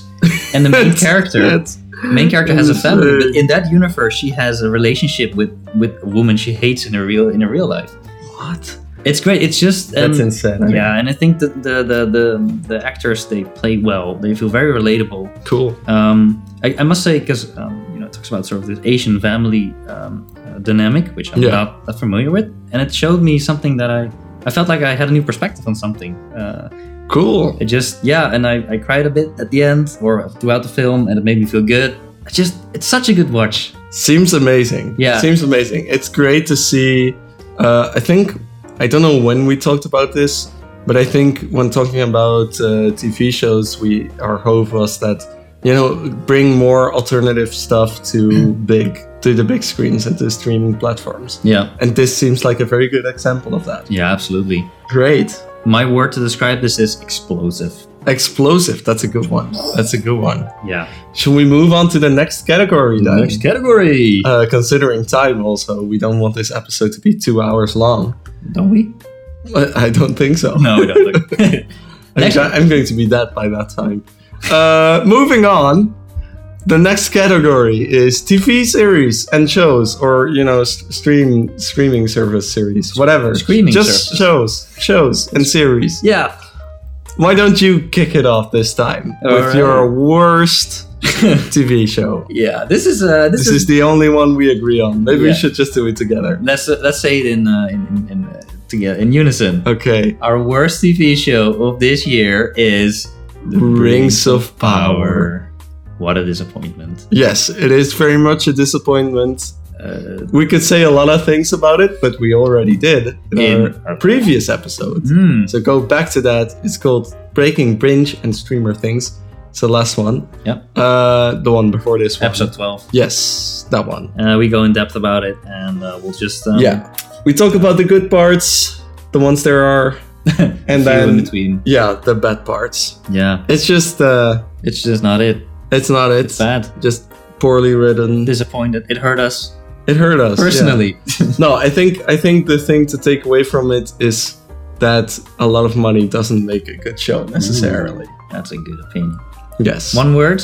[SPEAKER 1] and the main
[SPEAKER 2] That's-
[SPEAKER 1] character,
[SPEAKER 2] that's
[SPEAKER 1] main character has a family.
[SPEAKER 2] insane.
[SPEAKER 1] But in that universe, she has a relationship with with a woman she hates in her real in her real life.
[SPEAKER 2] What?
[SPEAKER 1] It's great. It's just um,
[SPEAKER 2] That's insane.
[SPEAKER 1] Yeah, and I think that the the, the the actors they play well. They feel very relatable.
[SPEAKER 2] Cool.
[SPEAKER 1] Um, I, I must say because um, you know it talks talks about sort of this Asian family um, uh, dynamic, which I'm
[SPEAKER 2] Yeah.
[SPEAKER 1] not that familiar with, and it showed me something that I I felt like I had a new perspective on something. Uh,
[SPEAKER 2] Cool.
[SPEAKER 1] it just yeah, and I, I cried a bit at the end or throughout the film, and it made me feel good. It's just it's such a good watch.
[SPEAKER 2] Seems amazing.
[SPEAKER 1] Yeah.
[SPEAKER 2] Seems amazing. It's great to see. Uh, I think, I don't know when we talked about this, but I think when talking about uh, TV shows, we our hope was that, you know, bring more alternative stuff to big, to the big screens and to streaming platforms.
[SPEAKER 1] Yeah,
[SPEAKER 2] And this seems like a very good example of that.
[SPEAKER 1] yeah, absolutely.
[SPEAKER 2] Great.
[SPEAKER 1] My word to describe this is explosive.
[SPEAKER 2] Explosive. That's a good one. That's a good one.
[SPEAKER 1] Yeah.
[SPEAKER 2] Should we move on to the next category then?
[SPEAKER 1] Next category,
[SPEAKER 2] Uh, considering time, also, we don't want this episode to be two hours long.
[SPEAKER 1] don't we?
[SPEAKER 2] But I don't think so.
[SPEAKER 1] No, we don't.
[SPEAKER 2] I'm,
[SPEAKER 1] Next-
[SPEAKER 2] go- I'm going to be dead by that time. Uh, moving on, the next category is TV series and shows, or you know, s- stream streaming service series, whatever.
[SPEAKER 1] Streaming
[SPEAKER 2] just
[SPEAKER 1] services.
[SPEAKER 2] shows, shows and series.
[SPEAKER 1] yeah.
[SPEAKER 2] Why don't you kick it off this time with
[SPEAKER 1] Alright.
[SPEAKER 2] your worst TV show?
[SPEAKER 1] Yeah, this is uh, this,
[SPEAKER 2] This
[SPEAKER 1] is,
[SPEAKER 2] is the only one we agree on. Maybe we
[SPEAKER 1] Yeah.
[SPEAKER 2] should just do it together.
[SPEAKER 1] let's uh, let's say it in uh, in in, in, uh, together, in unison.
[SPEAKER 2] Okay.
[SPEAKER 1] Our worst TV show of this year is The
[SPEAKER 2] Rings of Power.
[SPEAKER 1] What a disappointment!
[SPEAKER 2] Yes, it is very much a disappointment.
[SPEAKER 1] Uh,
[SPEAKER 2] We could say a lot of things about it, but we already did in,
[SPEAKER 1] In
[SPEAKER 2] our
[SPEAKER 1] our-
[SPEAKER 2] previous episode.
[SPEAKER 1] hmm,
[SPEAKER 2] So go back to that. It's called Breaking Binge and Streamer Things. It's the last one.
[SPEAKER 1] Yeah.
[SPEAKER 2] Uh, the one before this one.
[SPEAKER 1] episode twelve.
[SPEAKER 2] Yes, that one.
[SPEAKER 1] Uh, we go in depth about it, and uh, we'll just um,
[SPEAKER 2] yeah. We talk about the good parts, the ones there are,
[SPEAKER 1] feel
[SPEAKER 2] and
[SPEAKER 1] in
[SPEAKER 2] then
[SPEAKER 1] between.
[SPEAKER 2] yeah, the bad parts.
[SPEAKER 1] Yeah,
[SPEAKER 2] It's just uh,
[SPEAKER 1] it's just not it.
[SPEAKER 2] it's not it.
[SPEAKER 1] It's bad.
[SPEAKER 2] Just poorly written.
[SPEAKER 1] Disappointed. It hurt us
[SPEAKER 2] it hurt us yeah.
[SPEAKER 1] personally.
[SPEAKER 2] No, I think I think the thing to take away from it is that a lot of money doesn't make a good show
[SPEAKER 1] Mm.
[SPEAKER 2] necessarily.
[SPEAKER 1] That's a good opinion.
[SPEAKER 2] Yes,
[SPEAKER 1] One word.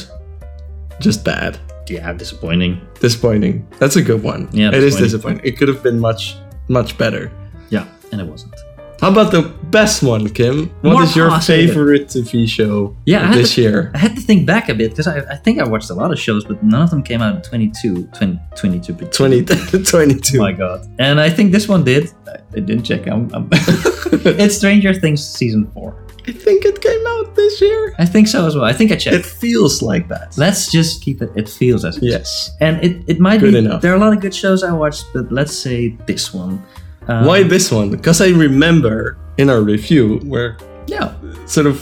[SPEAKER 2] just bad,
[SPEAKER 1] Yeah, disappointing.
[SPEAKER 2] disappointing. That's a good one.
[SPEAKER 1] Yeah,
[SPEAKER 2] it is
[SPEAKER 1] disappointing.
[SPEAKER 2] disappointing. It could have been much much better.
[SPEAKER 1] Yeah, and it wasn't.
[SPEAKER 2] How about the best one, Kim? What
[SPEAKER 1] More
[SPEAKER 2] is your
[SPEAKER 1] positive.
[SPEAKER 2] favorite TV show
[SPEAKER 1] Yeah, I had
[SPEAKER 2] this
[SPEAKER 1] to-
[SPEAKER 2] year?
[SPEAKER 1] I had to think back a bit because I, I think I watched a lot of shows, but none of them came out in 22, 20, 22 but-
[SPEAKER 2] 20, 22.
[SPEAKER 1] Oh my god! And I think this one did. I, I didn't check. I'm, I'm it's Stranger Things season four.
[SPEAKER 2] I think it came out this year.
[SPEAKER 1] I think so as well. I think I checked.
[SPEAKER 2] It feels like that.
[SPEAKER 1] Let's just keep it. It feels as
[SPEAKER 2] Yes.
[SPEAKER 1] and it it might
[SPEAKER 2] Good
[SPEAKER 1] be.
[SPEAKER 2] enough.
[SPEAKER 1] There are a lot of good shows I watched, but let's say this one. Um,
[SPEAKER 2] Why this one? Because I remember in our review where
[SPEAKER 1] Yeah,
[SPEAKER 2] sort of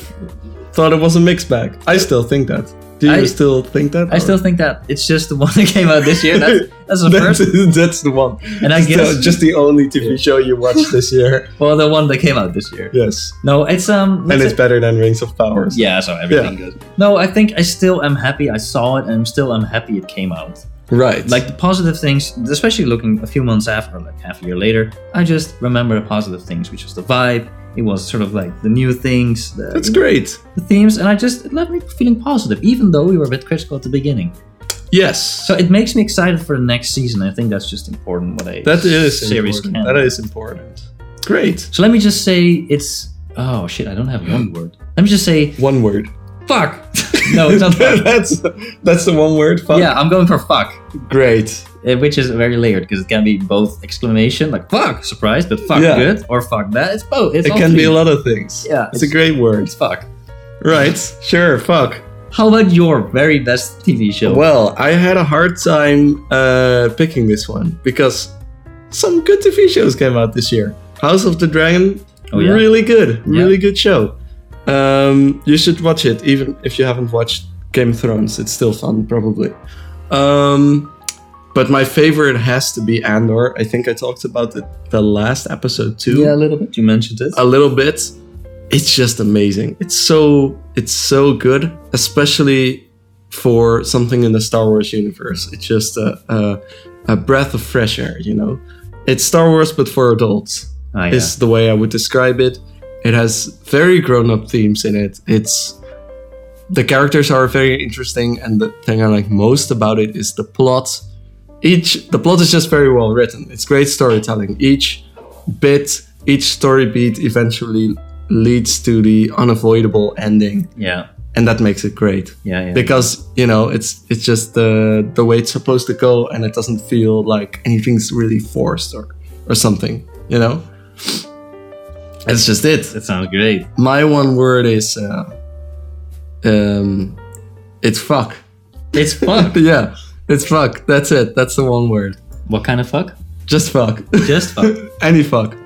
[SPEAKER 2] thought it was a mixed bag. I still think that. Do you
[SPEAKER 1] I-
[SPEAKER 2] still think that?
[SPEAKER 1] I still think that it's just the one that came out this year. That's, that's the
[SPEAKER 2] that's,
[SPEAKER 1] first,
[SPEAKER 2] that's the one.
[SPEAKER 1] and I
[SPEAKER 2] Just the-
[SPEAKER 1] guess
[SPEAKER 2] just the only TV
[SPEAKER 1] Yeah.
[SPEAKER 2] show you watched this year.
[SPEAKER 1] well the one that came out this year.
[SPEAKER 2] Yes,
[SPEAKER 1] No, it's um.
[SPEAKER 2] and
[SPEAKER 1] let's
[SPEAKER 2] it's better than Rings of Power. so-
[SPEAKER 1] Yeah, so everything goes. No, I think I still am happy I saw it, and I'm still am happy it came out.
[SPEAKER 2] Right.
[SPEAKER 1] Like the positive things, especially looking a few months after, like half a year later, I just remember the positive things, which was the vibe. It was sort of like the new things, the,
[SPEAKER 2] that's great.
[SPEAKER 1] the themes, and I just it left me feeling positive, even though we were a bit critical at the beginning.
[SPEAKER 2] Yes,
[SPEAKER 1] So it makes me excited for the next season. I think that's just important. What a
[SPEAKER 2] that is
[SPEAKER 1] series
[SPEAKER 2] important.
[SPEAKER 1] can.
[SPEAKER 2] That is important. Great.
[SPEAKER 1] So let me just say it's oh shit, I don't have one word. Let me just say
[SPEAKER 2] One word.
[SPEAKER 1] fuck. no, it's not fuck.
[SPEAKER 2] that's that's the one word. Fuck.
[SPEAKER 1] Yeah, I'm going for fuck.
[SPEAKER 2] Great.
[SPEAKER 1] Uh, which is very layered because it can be both exclamation like fuck surprised but fuck
[SPEAKER 2] Yeah.
[SPEAKER 1] good or fuck that it's both it's
[SPEAKER 2] it
[SPEAKER 1] all
[SPEAKER 2] can be
[SPEAKER 1] three.
[SPEAKER 2] a lot of things.
[SPEAKER 1] Yeah,
[SPEAKER 2] It's, a
[SPEAKER 1] it's-
[SPEAKER 2] great word.
[SPEAKER 1] it's fuck
[SPEAKER 2] Right. Sure. Fuck.
[SPEAKER 1] how about your very best tv show
[SPEAKER 2] Well, I had a hard time uh, picking this one because some good TV shows came out this year. House of the Dragon,
[SPEAKER 1] Oh, yeah.
[SPEAKER 2] really good,
[SPEAKER 1] Yeah.
[SPEAKER 2] really good show. Um, you should watch it, even if you haven't watched Game of Thrones. It's still fun, probably. Um, but my favorite has to be Andor. I think I talked about it the last episode too
[SPEAKER 1] yeah a little bit you mentioned it
[SPEAKER 2] a little bit it's just amazing it's so it's so good especially for something in the star wars universe it's just a, a, a breath of fresh air you know it's star wars but for adults
[SPEAKER 1] Ah, yeah.
[SPEAKER 2] is the way I would describe it. It has very grown up themes in it. It's the characters are very interesting, and the thing I like most about it is the plot. Each the plot is just very well written. It's great storytelling. Each bit, each story beat eventually leads to the unavoidable ending.
[SPEAKER 1] yeah
[SPEAKER 2] and that makes it great
[SPEAKER 1] Yeah, yeah.
[SPEAKER 2] because you know it's it's just the the way it's supposed to go and it doesn't feel like anything's really forced or or something you know it's just it
[SPEAKER 1] that sounds great.
[SPEAKER 2] my one word is uh, um it's fuck
[SPEAKER 1] It's fuck.
[SPEAKER 2] yeah it's fuck that's it that's the one word
[SPEAKER 1] what kind of fuck?
[SPEAKER 2] just fuck
[SPEAKER 1] Just fuck.
[SPEAKER 2] any fuck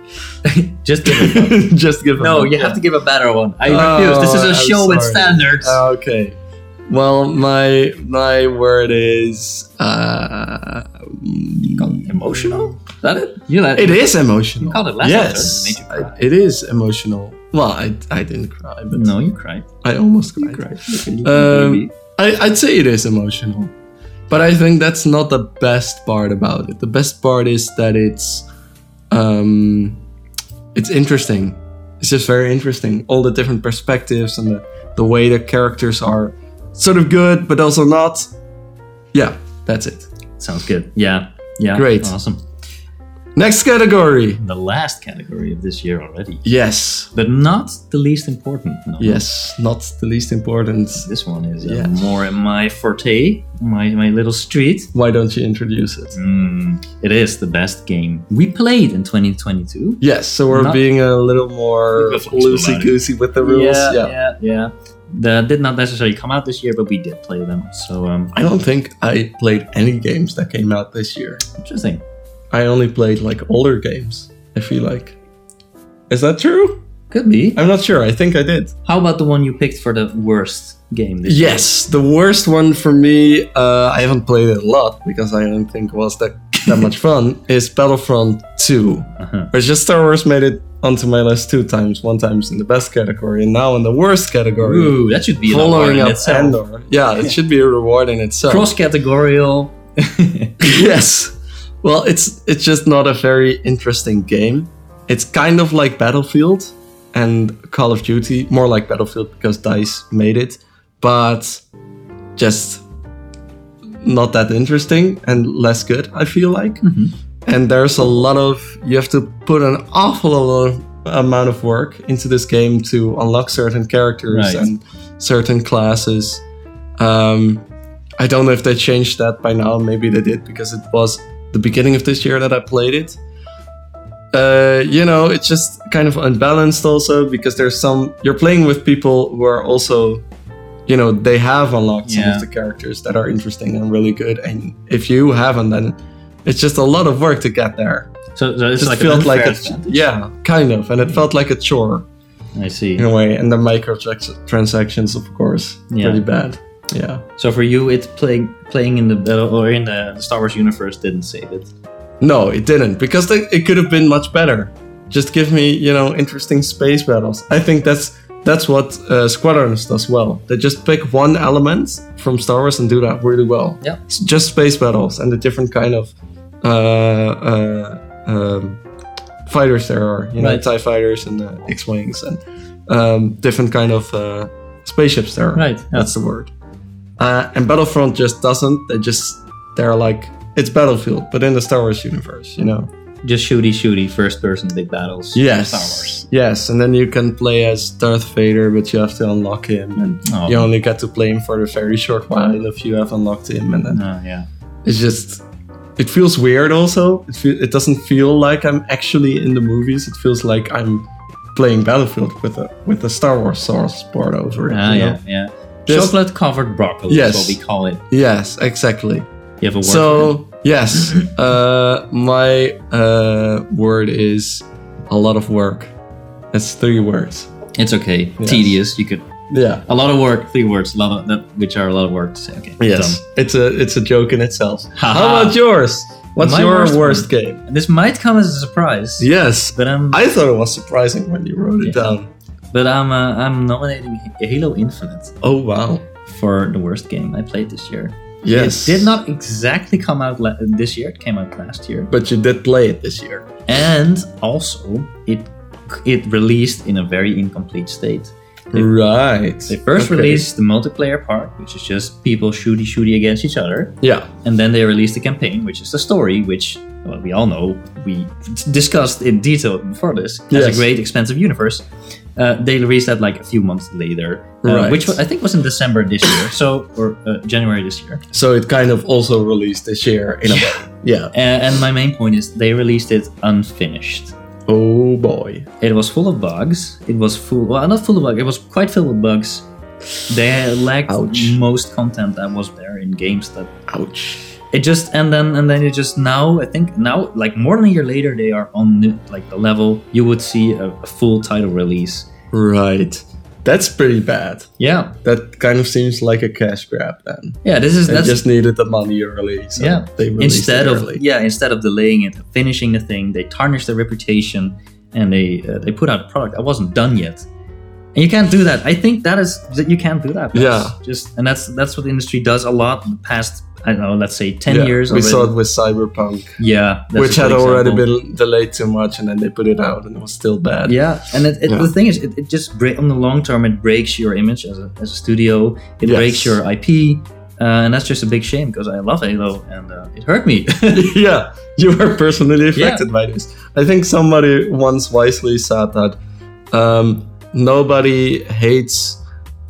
[SPEAKER 1] Just give a fuck.
[SPEAKER 2] just give a
[SPEAKER 1] No,
[SPEAKER 2] fuck.
[SPEAKER 1] you have to give a better one. I refuse. This is a
[SPEAKER 2] Oh, I'm
[SPEAKER 1] show with
[SPEAKER 2] sorry. Um, Ah,
[SPEAKER 1] standards.
[SPEAKER 2] Okay. Well, my my word is uh,
[SPEAKER 1] emotional? Is that it? You let
[SPEAKER 2] It is emotional.
[SPEAKER 1] called it last
[SPEAKER 2] yes,
[SPEAKER 1] episode, it made you
[SPEAKER 2] I- it is emotional. Well, I, I didn't cry, but
[SPEAKER 1] No, you cried.
[SPEAKER 2] I almost cried. Um, I, I'd say it is emotional, but I think that's not the best part about it. The best part is that it's um, it's interesting. It's just very interesting. All the different perspectives and the, the way the characters are sort of good, but also not. Yeah, that's it.
[SPEAKER 1] Sounds good. Yeah. Yeah.
[SPEAKER 2] Great.
[SPEAKER 1] Awesome.
[SPEAKER 2] Next category.
[SPEAKER 1] The last category of this year already,
[SPEAKER 2] Yes.
[SPEAKER 1] but not the least important. No.
[SPEAKER 2] Yes, not the least important.
[SPEAKER 1] This one is uh,
[SPEAKER 2] Yeah.
[SPEAKER 1] more in my forte, my, my little street.
[SPEAKER 2] Why don't you introduce it?
[SPEAKER 1] Mm, it is the best game we played in 2022.
[SPEAKER 2] Yes, so we're
[SPEAKER 1] Not-
[SPEAKER 2] being a little more
[SPEAKER 1] We're flexible about it.
[SPEAKER 2] loosey goosey with the rules.
[SPEAKER 1] Yeah, yeah, yeah. That did not necessarily come out this year, but we did play them. So um,
[SPEAKER 2] I don't think I played any games that came out this year.
[SPEAKER 1] interesting.
[SPEAKER 2] I only played like older games, I feel like. Is that true?
[SPEAKER 1] Could be.
[SPEAKER 2] I'm not sure. I think I did.
[SPEAKER 1] How about the one you picked for the worst game? This year?
[SPEAKER 2] Yes, the worst one for me, uh, I haven't played it a lot because I don't think it was that, that much fun, is Battlefront 2.
[SPEAKER 1] Uh-huh.
[SPEAKER 2] Where just Star Wars made it onto my list two times. One times in the best category and now in the worst category.
[SPEAKER 1] Ooh, that should be an award
[SPEAKER 2] Following
[SPEAKER 1] in
[SPEAKER 2] up
[SPEAKER 1] itself.
[SPEAKER 2] Andor. Yeah, it should be a reward in itself.
[SPEAKER 1] Cross-categorical.
[SPEAKER 2] yes. Well, it's it's just not a very interesting game. It's kind of like Battlefield and Call of Duty, more like Battlefield because DICE made it, but just not that interesting and less good, I feel like.
[SPEAKER 1] Mhm.
[SPEAKER 2] And there's a lot of you have to put an awful lot of amount of work into this game to unlock certain characters
[SPEAKER 1] Right.
[SPEAKER 2] and certain classes. Um, I don't know if they changed that by now. Maybe they did because it was the beginning of this year that I played it. Uh, you know, it's just kind of unbalanced also because there's some you're playing with people who are also, you know, they have unlocked some
[SPEAKER 1] Yeah.
[SPEAKER 2] of the characters that are interesting and really good, and if you haven't, then it's just a lot of work to get there.
[SPEAKER 1] So, so it's
[SPEAKER 2] It
[SPEAKER 1] like
[SPEAKER 2] felt
[SPEAKER 1] an
[SPEAKER 2] like
[SPEAKER 1] unfair
[SPEAKER 2] a
[SPEAKER 1] advantage.
[SPEAKER 2] yeah, kind of, and it felt like a chore
[SPEAKER 1] I see.
[SPEAKER 2] in a way. And the microtransactions, of course,
[SPEAKER 1] Yeah.
[SPEAKER 2] pretty bad. Yeah.
[SPEAKER 1] So for you, it's playing playing in the battle or in the, the Star Wars universe didn't save it.
[SPEAKER 2] No, it didn't, because they, it could have been much better. Just give me, you know, interesting space battles. I think that's that's what uh, Squadrons does well. They just pick one element from Star Wars and do that really well.
[SPEAKER 1] Yeah.
[SPEAKER 2] It's just space battles and the different kind of uh, uh, um, fighters there are. You know,
[SPEAKER 1] Right.
[SPEAKER 2] Tie fighters and uh, X wings and um, different kind of uh, spaceships there. are.
[SPEAKER 1] Right.
[SPEAKER 2] That's the word. Uh, and Battlefront just doesn't. They just they're like it's Battlefield, but in the Star Wars universe, you know.
[SPEAKER 1] Just shooty shooty first person big battles. Star Wars.
[SPEAKER 2] Yes, and then you can play as Darth Vader, but you have to unlock him, and
[SPEAKER 1] Oh,
[SPEAKER 2] you only get to play him for a very short while if you have unlocked him, and then
[SPEAKER 1] oh, yeah.
[SPEAKER 2] it's just. It feels weird also. It, feel, it doesn't feel like I'm actually in the movies. It feels like I'm playing Battlefield with a with a Star Wars source board over it.
[SPEAKER 1] Ah,
[SPEAKER 2] you know?
[SPEAKER 1] yeah, yeah.
[SPEAKER 2] There's-
[SPEAKER 1] Chocolate covered broccoli
[SPEAKER 2] Yes.
[SPEAKER 1] is what we call it.
[SPEAKER 2] Yes, exactly.
[SPEAKER 1] You have a word. for
[SPEAKER 2] So yes, uh, my uh, word is a lot of work. That's three words.
[SPEAKER 1] it? It's okay.
[SPEAKER 2] Yes.
[SPEAKER 1] Tedious. You could
[SPEAKER 2] Yeah.
[SPEAKER 1] a lot of work. Three words. A lot of that, which are a lot of work. to say. Okay.
[SPEAKER 2] Yes. It's a it's a joke in itself.
[SPEAKER 1] Haha.
[SPEAKER 2] How about yours? What's
[SPEAKER 1] My
[SPEAKER 2] your
[SPEAKER 1] worst
[SPEAKER 2] worst,
[SPEAKER 1] one.
[SPEAKER 2] game?
[SPEAKER 1] done. This might come as a surprise,
[SPEAKER 2] Yes.
[SPEAKER 1] but I'm
[SPEAKER 2] I thought it was surprising when you wrote it
[SPEAKER 1] Yeah.
[SPEAKER 2] down.
[SPEAKER 1] but I'm uh, I'm nominating Halo Infinite
[SPEAKER 2] Oh wow.
[SPEAKER 1] for the worst game I played this year.
[SPEAKER 2] Yes.
[SPEAKER 1] It did not exactly come out la- this year. It came out last year,
[SPEAKER 2] But you did play it this year.
[SPEAKER 1] and also it it released in a very incomplete state.
[SPEAKER 2] Right.
[SPEAKER 1] They first
[SPEAKER 2] Okay.
[SPEAKER 1] released the multiplayer part, which is just people shooty shooty against each other,
[SPEAKER 2] Yeah.
[SPEAKER 1] and then they released the campaign, which is the story, which well, we all know we discussed in detail before this as a
[SPEAKER 2] Yes.
[SPEAKER 1] great expensive universe. Uh, they released that like a few months later, uh,
[SPEAKER 2] Right.
[SPEAKER 1] which was, I think was in December this year, so or uh, January this year.
[SPEAKER 2] So it kind of also released this year in a way. Yeah.
[SPEAKER 1] And, Uh, and my main point is they released it unfinished.
[SPEAKER 2] Oh boy.
[SPEAKER 1] It was full of bugs. It was full, well, not full of bugs. It was quite filled with bugs. They lacked
[SPEAKER 2] Ouch.
[SPEAKER 1] most content that was there in games that
[SPEAKER 2] Ouch.
[SPEAKER 1] it just and then and then it just now I think now like more than a year later they are on the, like the level you would see a, a full title release.
[SPEAKER 2] Right. That's pretty bad.
[SPEAKER 1] Yeah,
[SPEAKER 2] That kind of seems like a cash grab then.
[SPEAKER 1] yeah. This is
[SPEAKER 2] They
[SPEAKER 1] that's
[SPEAKER 2] just needed the money early. So
[SPEAKER 1] Yeah.
[SPEAKER 2] They released
[SPEAKER 1] instead
[SPEAKER 2] it
[SPEAKER 1] of
[SPEAKER 2] early.
[SPEAKER 1] yeah instead of delaying it, finishing the thing, they tarnish their reputation and they uh, they put out a product that wasn't done yet. And you can't do that. I think that is that you can't do that. That's
[SPEAKER 2] Yeah.
[SPEAKER 1] just and that's that's what the industry does a lot in the past. I don't know, let's say ten
[SPEAKER 2] Yeah,
[SPEAKER 1] years.
[SPEAKER 2] We
[SPEAKER 1] already.
[SPEAKER 2] saw it with Cyberpunk,
[SPEAKER 1] yeah, that's
[SPEAKER 2] which
[SPEAKER 1] a
[SPEAKER 2] had
[SPEAKER 1] good
[SPEAKER 2] already
[SPEAKER 1] example.
[SPEAKER 2] been delayed too much, and then they put it out, and it was still bad.
[SPEAKER 1] Yeah, and it, it,
[SPEAKER 2] Yeah.
[SPEAKER 1] the thing is, it, it just break on the long term. It breaks your image as a, as a studio. It
[SPEAKER 2] Yes.
[SPEAKER 1] breaks your IP, uh, and that's just a big shame because I love Halo, and uh, it hurt me.
[SPEAKER 2] yeah, you were personally affected by this. I think somebody once wisely said that um, nobody hates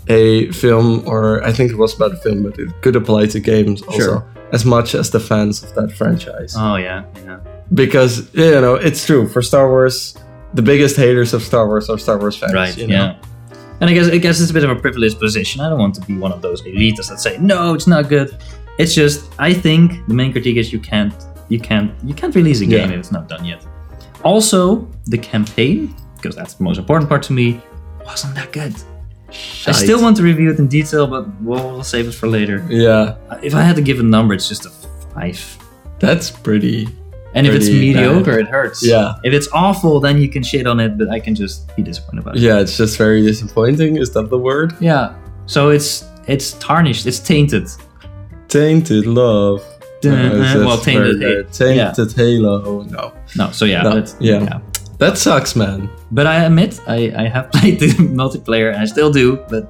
[SPEAKER 2] a film, or I think it was about a film, but it could apply to games also,
[SPEAKER 1] Sure.
[SPEAKER 2] as much as the fans of that franchise.
[SPEAKER 1] oh yeah, yeah,
[SPEAKER 2] Because, you know, it's true. For Star Wars, the biggest haters of Star Wars are Star Wars fans.
[SPEAKER 1] right,
[SPEAKER 2] you know?
[SPEAKER 1] yeah. And I guess I guess it's a bit of a privileged position. I don't want to be one of those elitists that say no, it's not good. It's just I think the main critique is you can't you can't you can't release a game
[SPEAKER 2] Yeah.
[SPEAKER 1] if it's not done yet. Also, the campaign because that's the most important part to me wasn't that good. I still
[SPEAKER 2] Shite.
[SPEAKER 1] want to review it in detail, but we'll, we'll save it for later. Uh,
[SPEAKER 2] Yeah,
[SPEAKER 1] If I had to give a number, it's just a five.
[SPEAKER 2] that's pretty.
[SPEAKER 1] And if it's
[SPEAKER 2] Pretty bad.
[SPEAKER 1] mediocre, it hurts.
[SPEAKER 2] Yeah.
[SPEAKER 1] If it's awful, then you can shit on it, but I can just be disappointed about it.
[SPEAKER 2] Yeah, it's just very disappointing. Is that the word?
[SPEAKER 1] Yeah. So it's it's tarnished. It's tainted.
[SPEAKER 2] Tainted love. No, it's-
[SPEAKER 1] Uh-huh. well,
[SPEAKER 2] it's very
[SPEAKER 1] tainted.
[SPEAKER 2] bad. Tainted Halo. No.
[SPEAKER 1] No. So yeah.
[SPEAKER 2] No,
[SPEAKER 1] that's-
[SPEAKER 2] yeah. That sucks, man.
[SPEAKER 1] But I admit, I I have played the multiplayer, and I still do, but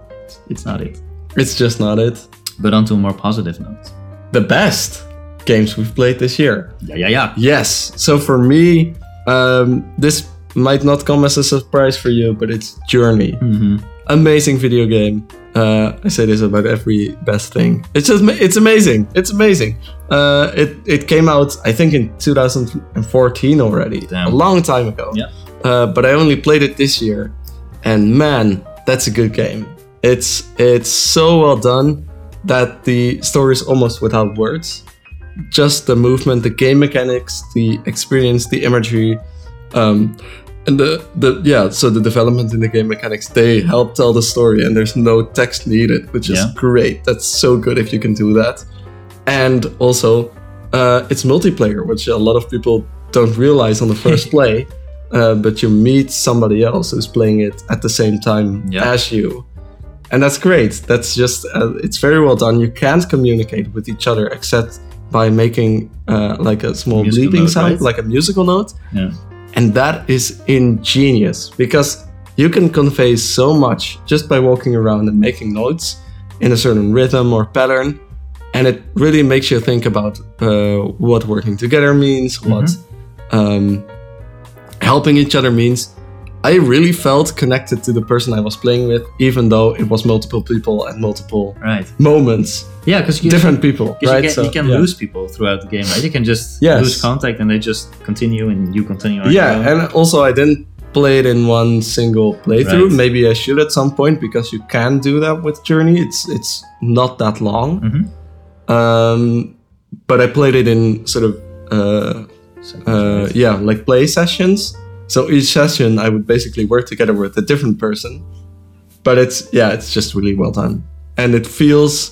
[SPEAKER 1] it's not it.
[SPEAKER 2] It's just not it.
[SPEAKER 1] But onto a more positive note.
[SPEAKER 2] The best games we've played this year.
[SPEAKER 1] Yeah, yeah, yeah.
[SPEAKER 2] Yes. So for me, um, this might not come as a surprise for you, but it's Journey.
[SPEAKER 1] hmm
[SPEAKER 2] Amazing video game. Uh, I say this about every best thing. It's just ma- it's amazing. It's amazing. Uh, it it came out I think in 2014 already,
[SPEAKER 1] Damn.
[SPEAKER 2] a long time ago.
[SPEAKER 1] Yeah.
[SPEAKER 2] Uh, but I only played it this year, and man, that's a good game. It's it's so well done that the story is almost without words. Just the movement, the game mechanics, the experience, the imagery, um, and the the yeah. So the development in the game mechanics they help tell the story, and there's no text needed, which is
[SPEAKER 1] Yeah.
[SPEAKER 2] great. That's so good if you can do that. And also, uh, it's multiplayer, which a lot of people don't realize on the first play. Uh, but you meet somebody else who's playing it at the same time
[SPEAKER 1] Yeah.
[SPEAKER 2] as you and that's great that's just uh, it's very well done you can't communicate with each other except by making uh, like a small
[SPEAKER 1] Musical
[SPEAKER 2] bleeping
[SPEAKER 1] note,
[SPEAKER 2] sound
[SPEAKER 1] right?
[SPEAKER 2] like a musical note
[SPEAKER 1] Yeah.
[SPEAKER 2] and that is ingenious because you can convey so much just by walking around and making notes in a certain rhythm or pattern and it really makes you think about uh, what working together means what
[SPEAKER 1] Mm-hmm.
[SPEAKER 2] um, helping each other means I really felt connected to the person I was playing with, even though it was multiple people and multiple
[SPEAKER 1] Right.
[SPEAKER 2] moments,
[SPEAKER 1] Yeah, because you
[SPEAKER 2] different people,
[SPEAKER 1] Because
[SPEAKER 2] right?
[SPEAKER 1] you can,
[SPEAKER 2] So,
[SPEAKER 1] you can
[SPEAKER 2] yeah.
[SPEAKER 1] lose people throughout the game, right? You can just
[SPEAKER 2] Yes.
[SPEAKER 1] lose contact and they just continue and you continue. on your
[SPEAKER 2] Yeah,
[SPEAKER 1] own.
[SPEAKER 2] and also I didn't play it in one single playthrough.
[SPEAKER 1] Right.
[SPEAKER 2] Maybe I should at some point because you can do that with Journey. It's it's not that long,
[SPEAKER 1] Mhm.
[SPEAKER 2] um, but I played it in sort of. Uh,
[SPEAKER 1] So-
[SPEAKER 2] uh, yeah, like play sessions. So each session, I would basically work together with a different person. But it's yeah, it's just really well done, and it feels,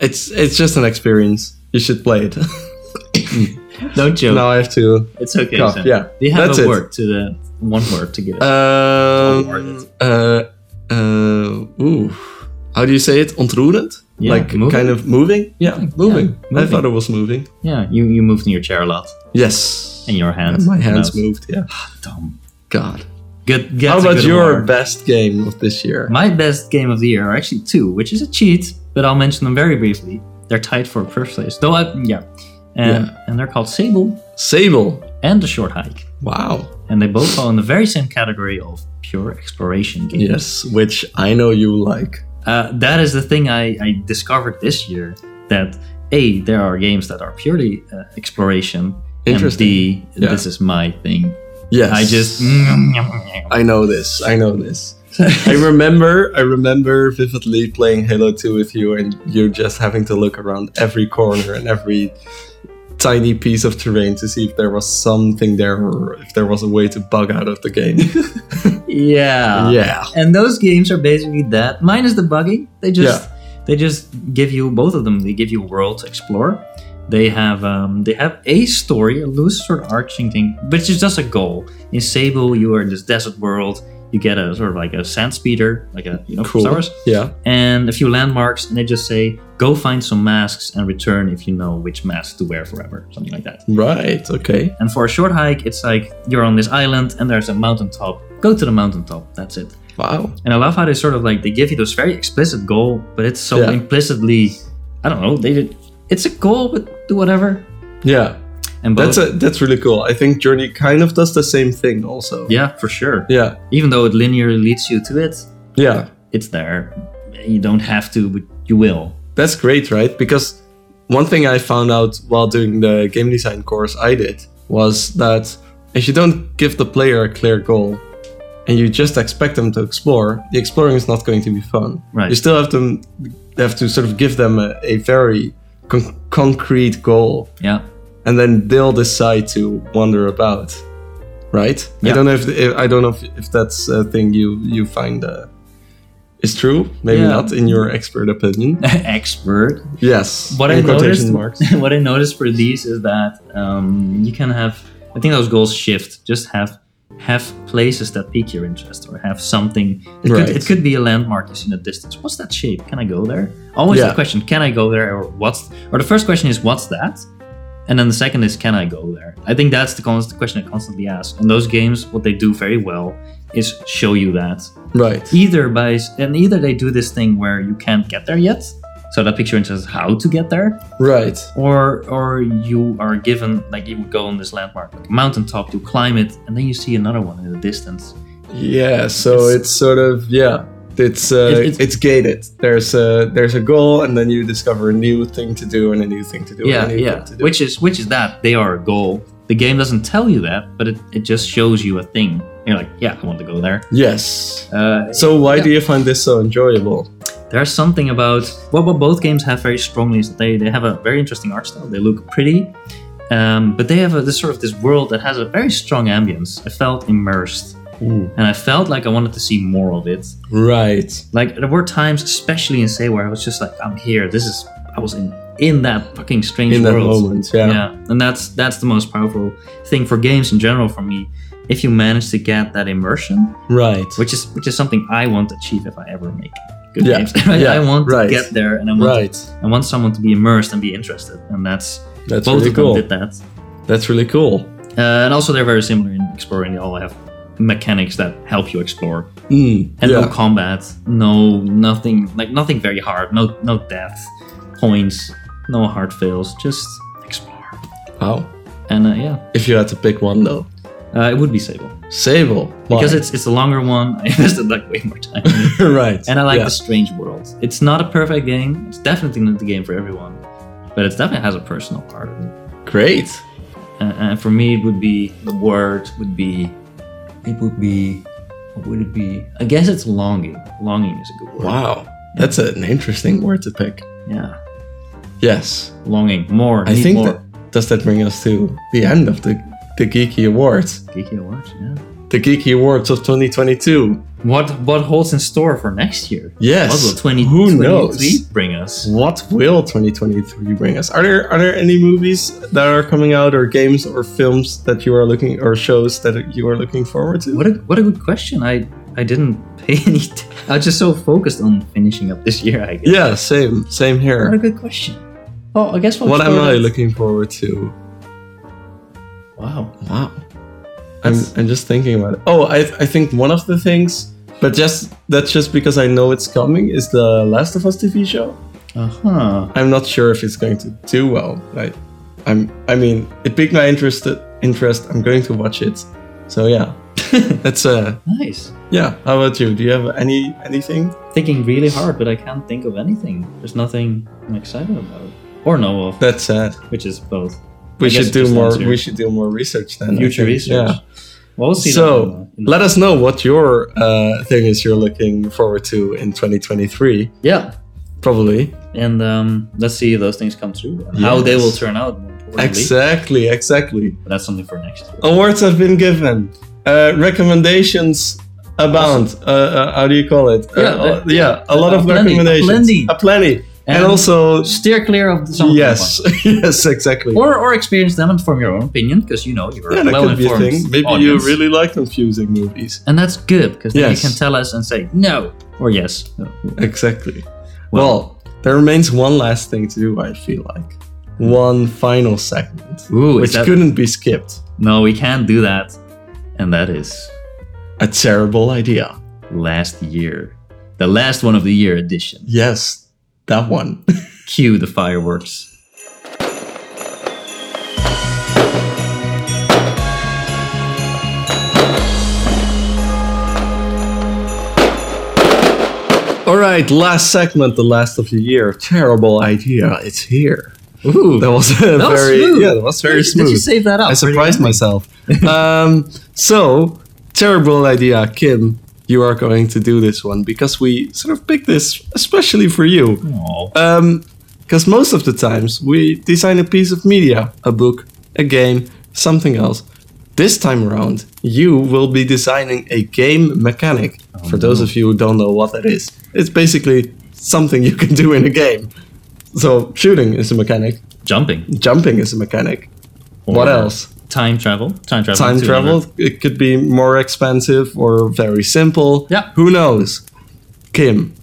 [SPEAKER 2] it's it's just an experience. You should play it.
[SPEAKER 1] Don't joke.
[SPEAKER 2] now I have to.
[SPEAKER 1] It's okay.
[SPEAKER 2] cough,
[SPEAKER 1] Sam.
[SPEAKER 2] yeah,
[SPEAKER 1] They have
[SPEAKER 2] that's
[SPEAKER 1] a
[SPEAKER 2] it.
[SPEAKER 1] word to the one word to give it.
[SPEAKER 2] Um, uh, uh, ooh, how do you say it? Ontroerend?
[SPEAKER 1] Yeah,
[SPEAKER 2] like
[SPEAKER 1] moving.
[SPEAKER 2] kind of moving? Yeah,
[SPEAKER 1] Moving,
[SPEAKER 2] moving.
[SPEAKER 1] yeah,
[SPEAKER 2] I
[SPEAKER 1] moving.
[SPEAKER 2] thought it was moving.
[SPEAKER 1] yeah, you, you moved in your chair a lot
[SPEAKER 2] Yes.
[SPEAKER 1] and your hands.
[SPEAKER 2] my hands
[SPEAKER 1] No.
[SPEAKER 2] moved. Yeah.
[SPEAKER 1] Dumb.
[SPEAKER 2] God.
[SPEAKER 1] Good. Gets
[SPEAKER 2] How
[SPEAKER 1] a
[SPEAKER 2] about
[SPEAKER 1] good
[SPEAKER 2] your
[SPEAKER 1] award.
[SPEAKER 2] best game of this year?
[SPEAKER 1] My best game of the year are actually two, which is a cheat, but I'll mention them very briefly. They're tied for first place, though. I, yeah, and and they're called Sable
[SPEAKER 2] Sable.
[SPEAKER 1] and The Short Hike,
[SPEAKER 2] Wow.
[SPEAKER 1] and they both fall in the very same category of pure exploration games.
[SPEAKER 2] Yes, which I know you like.
[SPEAKER 1] Uh, that is the thing I, I discovered this year that a there are games that are purely uh, exploration.
[SPEAKER 2] Interesting.
[SPEAKER 1] And B,
[SPEAKER 2] Yeah.
[SPEAKER 1] this is my thing.
[SPEAKER 2] Yes.
[SPEAKER 1] I just. mm.
[SPEAKER 2] I know this. I know this. I remember I remember vividly playing Halo 2 with you and you're just having to look around every corner and every tiny piece of terrain to see if there was something there or if there was a way to bug out of the game.
[SPEAKER 1] yeah.
[SPEAKER 2] yeah.
[SPEAKER 1] and those games are basically that minus the bugging they just they just give you both of them they give you world to explore they have um, they have a story a loose sort of arching thing which is just a goal in sable you are in this desert world you get a sort of like a sand speeder like a you know from
[SPEAKER 2] Cool.
[SPEAKER 1] Star Wars,
[SPEAKER 2] Yeah.
[SPEAKER 1] and a few landmarks and they just say go find some masks and return if you know which mask to wear forever something like that
[SPEAKER 2] Right. Okay.
[SPEAKER 1] and for a short hike it's like you're on this island and there's a mountaintop go to the mountaintop that's it
[SPEAKER 2] Wow.
[SPEAKER 1] and I love how they sort of like they give you this very explicit goal, but it's so
[SPEAKER 2] Yeah.
[SPEAKER 1] implicitly, I don't know. They did, it's a goal, but do whatever.
[SPEAKER 2] Yeah.
[SPEAKER 1] And both,
[SPEAKER 2] That's a, that's really cool. I think Journey kind of does the same thing also.
[SPEAKER 1] yeah, for sure.
[SPEAKER 2] Yeah.
[SPEAKER 1] Even though it linearly leads you to it,
[SPEAKER 2] Yeah.
[SPEAKER 1] it's there. You don't have to, but you will.
[SPEAKER 2] That's great, right? Because one thing I found out while doing the game design course I did was that if you don't give the player a clear goal and you just expect them to explore, the exploring is not going to be fun.
[SPEAKER 1] Right.
[SPEAKER 2] You still have to have to sort of give them a, a very con- concrete goal,
[SPEAKER 1] Yeah,
[SPEAKER 2] and then they'll decide to wander about. Right?
[SPEAKER 1] Yeah.
[SPEAKER 2] I don't know if, if I don't know if, if that's a thing you you find uh, is true. Maybe
[SPEAKER 1] Yeah.
[SPEAKER 2] not in your expert opinion.
[SPEAKER 1] expert.
[SPEAKER 2] Yes.
[SPEAKER 1] What
[SPEAKER 2] in
[SPEAKER 1] I noticed,
[SPEAKER 2] quotation marks.
[SPEAKER 1] what I noticed for these is that um, you can have. I think those goals shift. Just have have places that pique your interest, or have something It,
[SPEAKER 2] Right.
[SPEAKER 1] could, it could be a landmark you see in the distance. What's that shape? Can I go there? Always
[SPEAKER 2] Yeah.
[SPEAKER 1] the question, can I go there? Or what's or the first question is what's that? And then the second is can I go there? I think that's the constant question I constantly ask. And those games, what they do very well is show you that.
[SPEAKER 2] right.
[SPEAKER 1] Either by s- and either they do this thing where you can't get there yet. So that picture says how to get there,
[SPEAKER 2] Right.
[SPEAKER 1] or or you are given like you would go on this landmark, like a mountaintop, you climb it, and then you see another one in the distance.
[SPEAKER 2] Yeah. So
[SPEAKER 1] It's-
[SPEAKER 2] it's, sort of yeah. It's uh,
[SPEAKER 1] It-
[SPEAKER 2] it's,
[SPEAKER 1] it's-
[SPEAKER 2] gated. There's a there's a goal, and then you discover a new thing to do, and a new thing to do,
[SPEAKER 1] yeah
[SPEAKER 2] and a new
[SPEAKER 1] yeah
[SPEAKER 2] thing to do.
[SPEAKER 1] which is which is that they are a goal the game doesn't tell you that but it, it just shows you a thing And you're like yeah i want to go there
[SPEAKER 2] yes.
[SPEAKER 1] uh,
[SPEAKER 2] So why
[SPEAKER 1] Yeah.
[SPEAKER 2] do you find this so enjoyable?
[SPEAKER 1] there's something about what, what both games have very strongly is that they, they have a very interesting art style they look pretty um, but they have a, this sort of this world that has a very strong ambience i felt immersed and i felt like i wanted to see more of it
[SPEAKER 2] Right.
[SPEAKER 1] like there were times especially in say where i was just like i'm here this is i was in in that fucking strange
[SPEAKER 2] In that
[SPEAKER 1] world
[SPEAKER 2] moment. Yeah.
[SPEAKER 1] yeah and that's that's the most powerful thing for games in general for me if you manage to get that immersion
[SPEAKER 2] Right.
[SPEAKER 1] which is which is something i want to achieve if i ever make good
[SPEAKER 2] Yeah,
[SPEAKER 1] games I-
[SPEAKER 2] yeah,
[SPEAKER 1] i want
[SPEAKER 2] right.
[SPEAKER 1] to get there and i want,
[SPEAKER 2] Right.
[SPEAKER 1] I want someone to be immersed and be interested and that's
[SPEAKER 2] That's
[SPEAKER 1] both
[SPEAKER 2] really
[SPEAKER 1] of them
[SPEAKER 2] cool.
[SPEAKER 1] did that
[SPEAKER 2] That's really cool.
[SPEAKER 1] uh, and also they're very similar in exploring they all have mechanics that help you explore
[SPEAKER 2] Mm,
[SPEAKER 1] and no
[SPEAKER 2] yeah.
[SPEAKER 1] combat no nothing like nothing very hard no no death points no hard fails just explore
[SPEAKER 2] Wow.
[SPEAKER 1] and uh, yeah
[SPEAKER 2] If you had to pick one though,
[SPEAKER 1] uh, it would be sable
[SPEAKER 2] Sable. Why?
[SPEAKER 1] because it's it's a longer one. I invested like way more time, in it.
[SPEAKER 2] right.
[SPEAKER 1] and I like
[SPEAKER 2] yeah.
[SPEAKER 1] the strange world. It's not a perfect game. It's definitely not the game for everyone, but it definitely has a personal part of it.
[SPEAKER 2] Great.
[SPEAKER 1] And, and for me, it would be the word would be, it would be, what would it be? I guess it's longing. Longing is a good word.
[SPEAKER 2] Wow. That's an interesting word to pick.
[SPEAKER 1] Yeah,
[SPEAKER 2] Yes.
[SPEAKER 1] longing more.
[SPEAKER 2] I
[SPEAKER 1] need
[SPEAKER 2] think
[SPEAKER 1] more.
[SPEAKER 2] that does that bring us to the end of the, the Geeky Awards.
[SPEAKER 1] Geeky awards. Yeah.
[SPEAKER 2] The Geeky Awards of 2022.
[SPEAKER 1] What what holds in store for next year? What will
[SPEAKER 2] Yes.
[SPEAKER 1] twenty
[SPEAKER 2] Who
[SPEAKER 1] twenty three
[SPEAKER 2] knows?
[SPEAKER 1] bring us?
[SPEAKER 2] What will 2023 bring us? Are there are there any movies that are coming out or games or films that you are looking or shows that you are looking forward to?
[SPEAKER 1] What a what a good question. I I didn't pay any. T- I was just so focused on finishing up this year. I guess.
[SPEAKER 2] Yeah, same same
[SPEAKER 1] What a
[SPEAKER 2] here.
[SPEAKER 1] good question. Oh, I guess we'll
[SPEAKER 2] What am
[SPEAKER 1] explore
[SPEAKER 2] I
[SPEAKER 1] that.
[SPEAKER 2] looking forward to?
[SPEAKER 1] Wow.
[SPEAKER 2] Wow. I'm,
[SPEAKER 1] That's-
[SPEAKER 2] I'm just thinking about it. Oh, I, I think one of the things, but just that's just because I know it's coming, is the Last of Us TV show.
[SPEAKER 1] Uh huh.
[SPEAKER 2] I'm not sure if it's going to do well. Like, I'm I mean, it piqued my interest. Interest. I'm going to watch it. So yeah, that's uh
[SPEAKER 1] Nice.
[SPEAKER 2] yeah. How about you? Do you have any anything?
[SPEAKER 1] Thinking really hard, but I can't think of anything. There's nothing I'm excited about or know of,
[SPEAKER 2] That's sad.
[SPEAKER 1] which is both
[SPEAKER 2] uh, We
[SPEAKER 1] I guess
[SPEAKER 2] should
[SPEAKER 1] it
[SPEAKER 2] do
[SPEAKER 1] just
[SPEAKER 2] more.
[SPEAKER 1] ends here.
[SPEAKER 2] We should do more research then. I
[SPEAKER 1] future
[SPEAKER 2] think.
[SPEAKER 1] research.
[SPEAKER 2] Yeah.
[SPEAKER 1] Well, we'll see. that in
[SPEAKER 2] So
[SPEAKER 1] the- in the-
[SPEAKER 2] let us know what your uh, thing is you're looking forward to in 2023.
[SPEAKER 1] yeah,
[SPEAKER 2] Probably.
[SPEAKER 1] and um, let's see those things come through and how they
[SPEAKER 2] Yes.
[SPEAKER 1] will turn out. More importantly.
[SPEAKER 2] Exactly. Exactly.
[SPEAKER 1] But that's something for next year.
[SPEAKER 2] Awards have been given. Uh, recommendations abound. Uh, uh, how do you call it?
[SPEAKER 1] Yeah,
[SPEAKER 2] uh, uh,
[SPEAKER 1] they-
[SPEAKER 2] yeah. A lot
[SPEAKER 1] a
[SPEAKER 2] of
[SPEAKER 1] plenty, a
[SPEAKER 2] recommendations.
[SPEAKER 1] plenty.
[SPEAKER 2] A plenty. And, also.
[SPEAKER 1] steer clear of some of the ones.
[SPEAKER 2] Yes. yes. Exactly.
[SPEAKER 1] or or experience them and form your own opinion because you know you're
[SPEAKER 2] yeah,
[SPEAKER 1] a
[SPEAKER 2] that
[SPEAKER 1] well
[SPEAKER 2] could be a
[SPEAKER 1] informed.
[SPEAKER 2] thing. Maybe you
[SPEAKER 1] audience.
[SPEAKER 2] really like confusing movies.
[SPEAKER 1] and that's good because then
[SPEAKER 2] Yes.
[SPEAKER 1] you can tell us and say no or yes.
[SPEAKER 2] Exactly. Well, there remains one last thing to do, I feel like. One final segment,
[SPEAKER 1] ooh, is
[SPEAKER 2] which
[SPEAKER 1] that,
[SPEAKER 2] couldn't be skipped.
[SPEAKER 1] no, we can't do that, and that is
[SPEAKER 2] A terrible idea.
[SPEAKER 1] last year, the last one of the year edition.
[SPEAKER 2] Yes, that one.
[SPEAKER 1] Cue the fireworks.
[SPEAKER 2] All right, last segment, the last of the year. Terrible idea. It's here.
[SPEAKER 1] Ooh,
[SPEAKER 2] That was a
[SPEAKER 1] That was
[SPEAKER 2] very
[SPEAKER 1] smooth.
[SPEAKER 2] yeah, that was very
[SPEAKER 1] did,
[SPEAKER 2] smooth.
[SPEAKER 1] Did you save that up?
[SPEAKER 2] I surprised myself. um, so, terrible idea, Kim. You are going to do this one because we sort of picked this especially for you.
[SPEAKER 1] Aw.
[SPEAKER 2] Um, because most of the times we design a piece of media, a book, a game, something else. This time around, you will be designing a game mechanic. For those of you who don't know what that is, it's basically something you can do in a game. So shooting is a mechanic,
[SPEAKER 1] jumping.
[SPEAKER 2] jumping is a mechanic. what
[SPEAKER 1] Or
[SPEAKER 2] else?
[SPEAKER 1] Time travel. Time travel.
[SPEAKER 2] Time
[SPEAKER 1] too,
[SPEAKER 2] travel. It could be more expensive or very simple.
[SPEAKER 1] Yeah.
[SPEAKER 2] Who knows? Kim,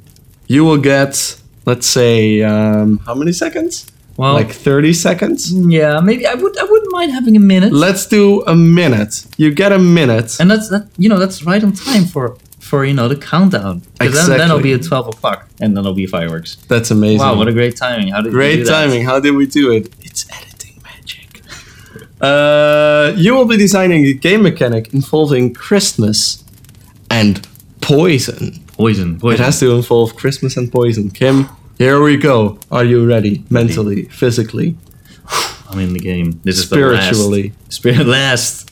[SPEAKER 2] you will get, let's say, um, how many seconds?
[SPEAKER 1] Well,
[SPEAKER 2] like 30 seconds.
[SPEAKER 1] yeah, maybe I would. I wouldn't mind having a minute.
[SPEAKER 2] Let's do a minute. You get a minute.
[SPEAKER 1] And that's that. You know, that's right on time for for you know the countdown. 'Cause Then, then it'll
[SPEAKER 2] Exactly.
[SPEAKER 1] be at twelve o'clock, and then it'll be fireworks.
[SPEAKER 2] That's amazing.
[SPEAKER 1] Wow, what a great timing! How did you
[SPEAKER 2] great
[SPEAKER 1] do that?
[SPEAKER 2] timing. How did we do it? It's editing magic. Uh, you will be designing a game mechanic involving Christmas and poison.
[SPEAKER 1] Poison,
[SPEAKER 2] It
[SPEAKER 1] poison.
[SPEAKER 2] has to involve Christmas and poison. Kim, here we go. Are you ready? Mentally, physically,
[SPEAKER 1] I'm in the game. This is the last,
[SPEAKER 2] spiritually.
[SPEAKER 1] spirit last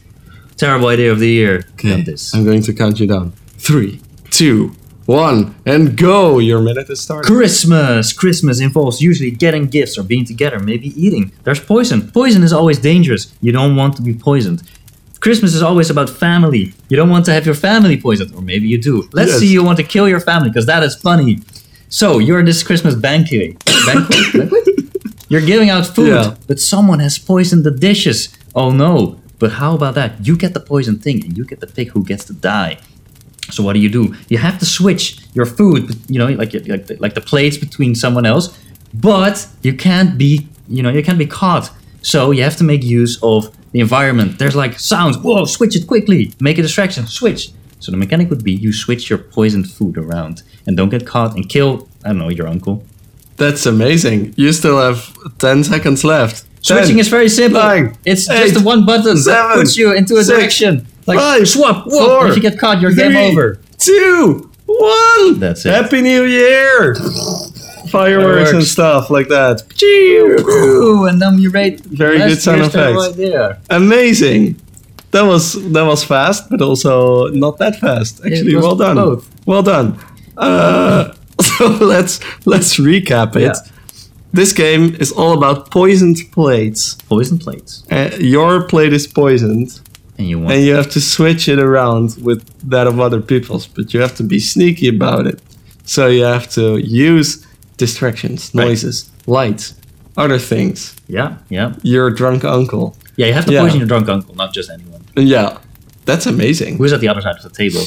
[SPEAKER 1] terrible idea of the year.
[SPEAKER 2] Okay,
[SPEAKER 1] Got this.
[SPEAKER 2] I'm going to count you down. Three, two, one, and go. Your minute is starting.
[SPEAKER 1] Christmas. Christmas involves usually getting gifts or being together, maybe eating. There's poison. Poison is always dangerous. You don't want to be poisoned. Christmas is always about family. You don't want to have your family poisoned, or maybe you do. Let's
[SPEAKER 2] Yes.
[SPEAKER 1] see, you want to kill your family because that is funny. So you're this Christmas banquet. banquet? banquet? You're giving out food,
[SPEAKER 2] Yeah.
[SPEAKER 1] but someone has poisoned the dishes. Oh no! But how about that? You get the poison thing, and you get to pick who gets to die. So what do you do? You have to switch your food, you know, like like the, like the plates between someone else, but you can't be, you know, you can't be caught. So you have to make use of the environment. There's like sounds. Whoa, switch it quickly. Make a distraction. Switch. So the mechanic would be you switch your poisoned food around and don't get caught and kill. I don't know your uncle.
[SPEAKER 2] That's amazing. You still have 10 seconds left.
[SPEAKER 1] Switching
[SPEAKER 2] 10,
[SPEAKER 1] is very simple.
[SPEAKER 2] nine,
[SPEAKER 1] it's
[SPEAKER 2] eight,
[SPEAKER 1] just the one button
[SPEAKER 2] seven,
[SPEAKER 1] that puts you into a
[SPEAKER 2] six,
[SPEAKER 1] direction. Like
[SPEAKER 2] five,
[SPEAKER 1] swap, whoop.
[SPEAKER 2] four,
[SPEAKER 1] and if you get caught, you're game
[SPEAKER 2] three,
[SPEAKER 1] over.
[SPEAKER 2] Two, one.
[SPEAKER 1] That's it.
[SPEAKER 2] Happy New Year. Fireworks, and
[SPEAKER 1] Fireworks.
[SPEAKER 2] stuff like that.
[SPEAKER 1] Ooh, and then you rate.
[SPEAKER 2] Very good sound effects.
[SPEAKER 1] Idea.
[SPEAKER 2] Amazing. That was that was fast, but also not that fast. Actually,
[SPEAKER 1] was
[SPEAKER 2] well done.
[SPEAKER 1] both.
[SPEAKER 2] Well done. Uh, so let's let's recap it.
[SPEAKER 1] Yeah.
[SPEAKER 2] This game is all about poisoned plates.
[SPEAKER 1] Poison plates,
[SPEAKER 2] Uh, your plate is poisoned.
[SPEAKER 1] and you want.
[SPEAKER 2] and you have to switch it around with that of other people's, but you have to be sneaky about it. So you have to use distractions,
[SPEAKER 1] Right.
[SPEAKER 2] noises, lights, other things.
[SPEAKER 1] yeah, yeah,
[SPEAKER 2] Your drunk uncle.
[SPEAKER 1] yeah. You have to
[SPEAKER 2] Yeah.
[SPEAKER 1] poison your drunk uncle, not just anyone
[SPEAKER 2] And yeah, that's amazing.
[SPEAKER 1] who's at the other side of the table.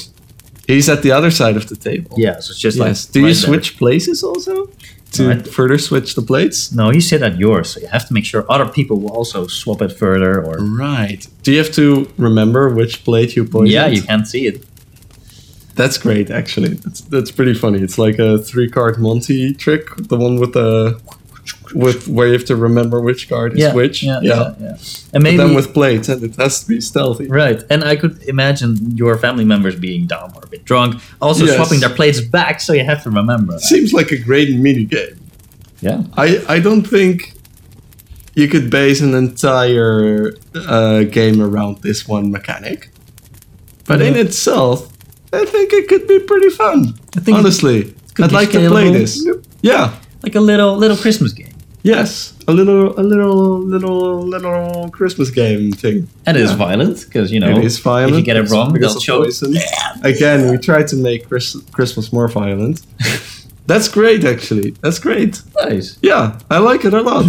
[SPEAKER 2] He's at the other side of the table.
[SPEAKER 1] Yeah, so it's just
[SPEAKER 2] Yes.
[SPEAKER 1] like.
[SPEAKER 2] Do you
[SPEAKER 1] right there.
[SPEAKER 2] switch places also? to
[SPEAKER 1] Alright.
[SPEAKER 2] further switch the plates?
[SPEAKER 1] No, you said that yours, so you have to make sure other people will also swap it further or
[SPEAKER 2] Right. Do you have to remember which plate you poisoned?
[SPEAKER 1] Yeah, you can't see it.
[SPEAKER 2] That's great, actually. That's, that's pretty funny. It's like a three-card Monty trick, the one with the with where you have to remember which card is
[SPEAKER 1] yeah,
[SPEAKER 2] which.
[SPEAKER 1] Yeah, yeah. yeah. And
[SPEAKER 2] But
[SPEAKER 1] maybe
[SPEAKER 2] then with plates, and it has to be stealthy.
[SPEAKER 1] Right, and I could imagine your family members being dumb or a bit drunk, also
[SPEAKER 2] Yes.
[SPEAKER 1] swapping their plates back, so you have to remember.
[SPEAKER 2] Seems like a great mini game.
[SPEAKER 1] Yeah.
[SPEAKER 2] I I don't think you could base an entire uh, game around this one mechanic, but in
[SPEAKER 1] Yeah.
[SPEAKER 2] itself, I think it could be pretty fun.
[SPEAKER 1] I think
[SPEAKER 2] Honestly,
[SPEAKER 1] could
[SPEAKER 2] I'd
[SPEAKER 1] be
[SPEAKER 2] like to play
[SPEAKER 1] scalable.
[SPEAKER 2] this. Yeah.
[SPEAKER 1] like a little little Christmas game.
[SPEAKER 2] Yes, a little, a little, little, little Christmas game thing.
[SPEAKER 1] And it is
[SPEAKER 2] Yeah.
[SPEAKER 1] violent because you know
[SPEAKER 2] it is violent.
[SPEAKER 1] if you get it
[SPEAKER 2] It's
[SPEAKER 1] wrong,
[SPEAKER 2] because
[SPEAKER 1] they'll show.
[SPEAKER 2] of poison. Again, we tried to make Chris- Christmas more violent. That's great, actually. That's great.
[SPEAKER 1] Nice
[SPEAKER 2] Yeah, I like it a lot.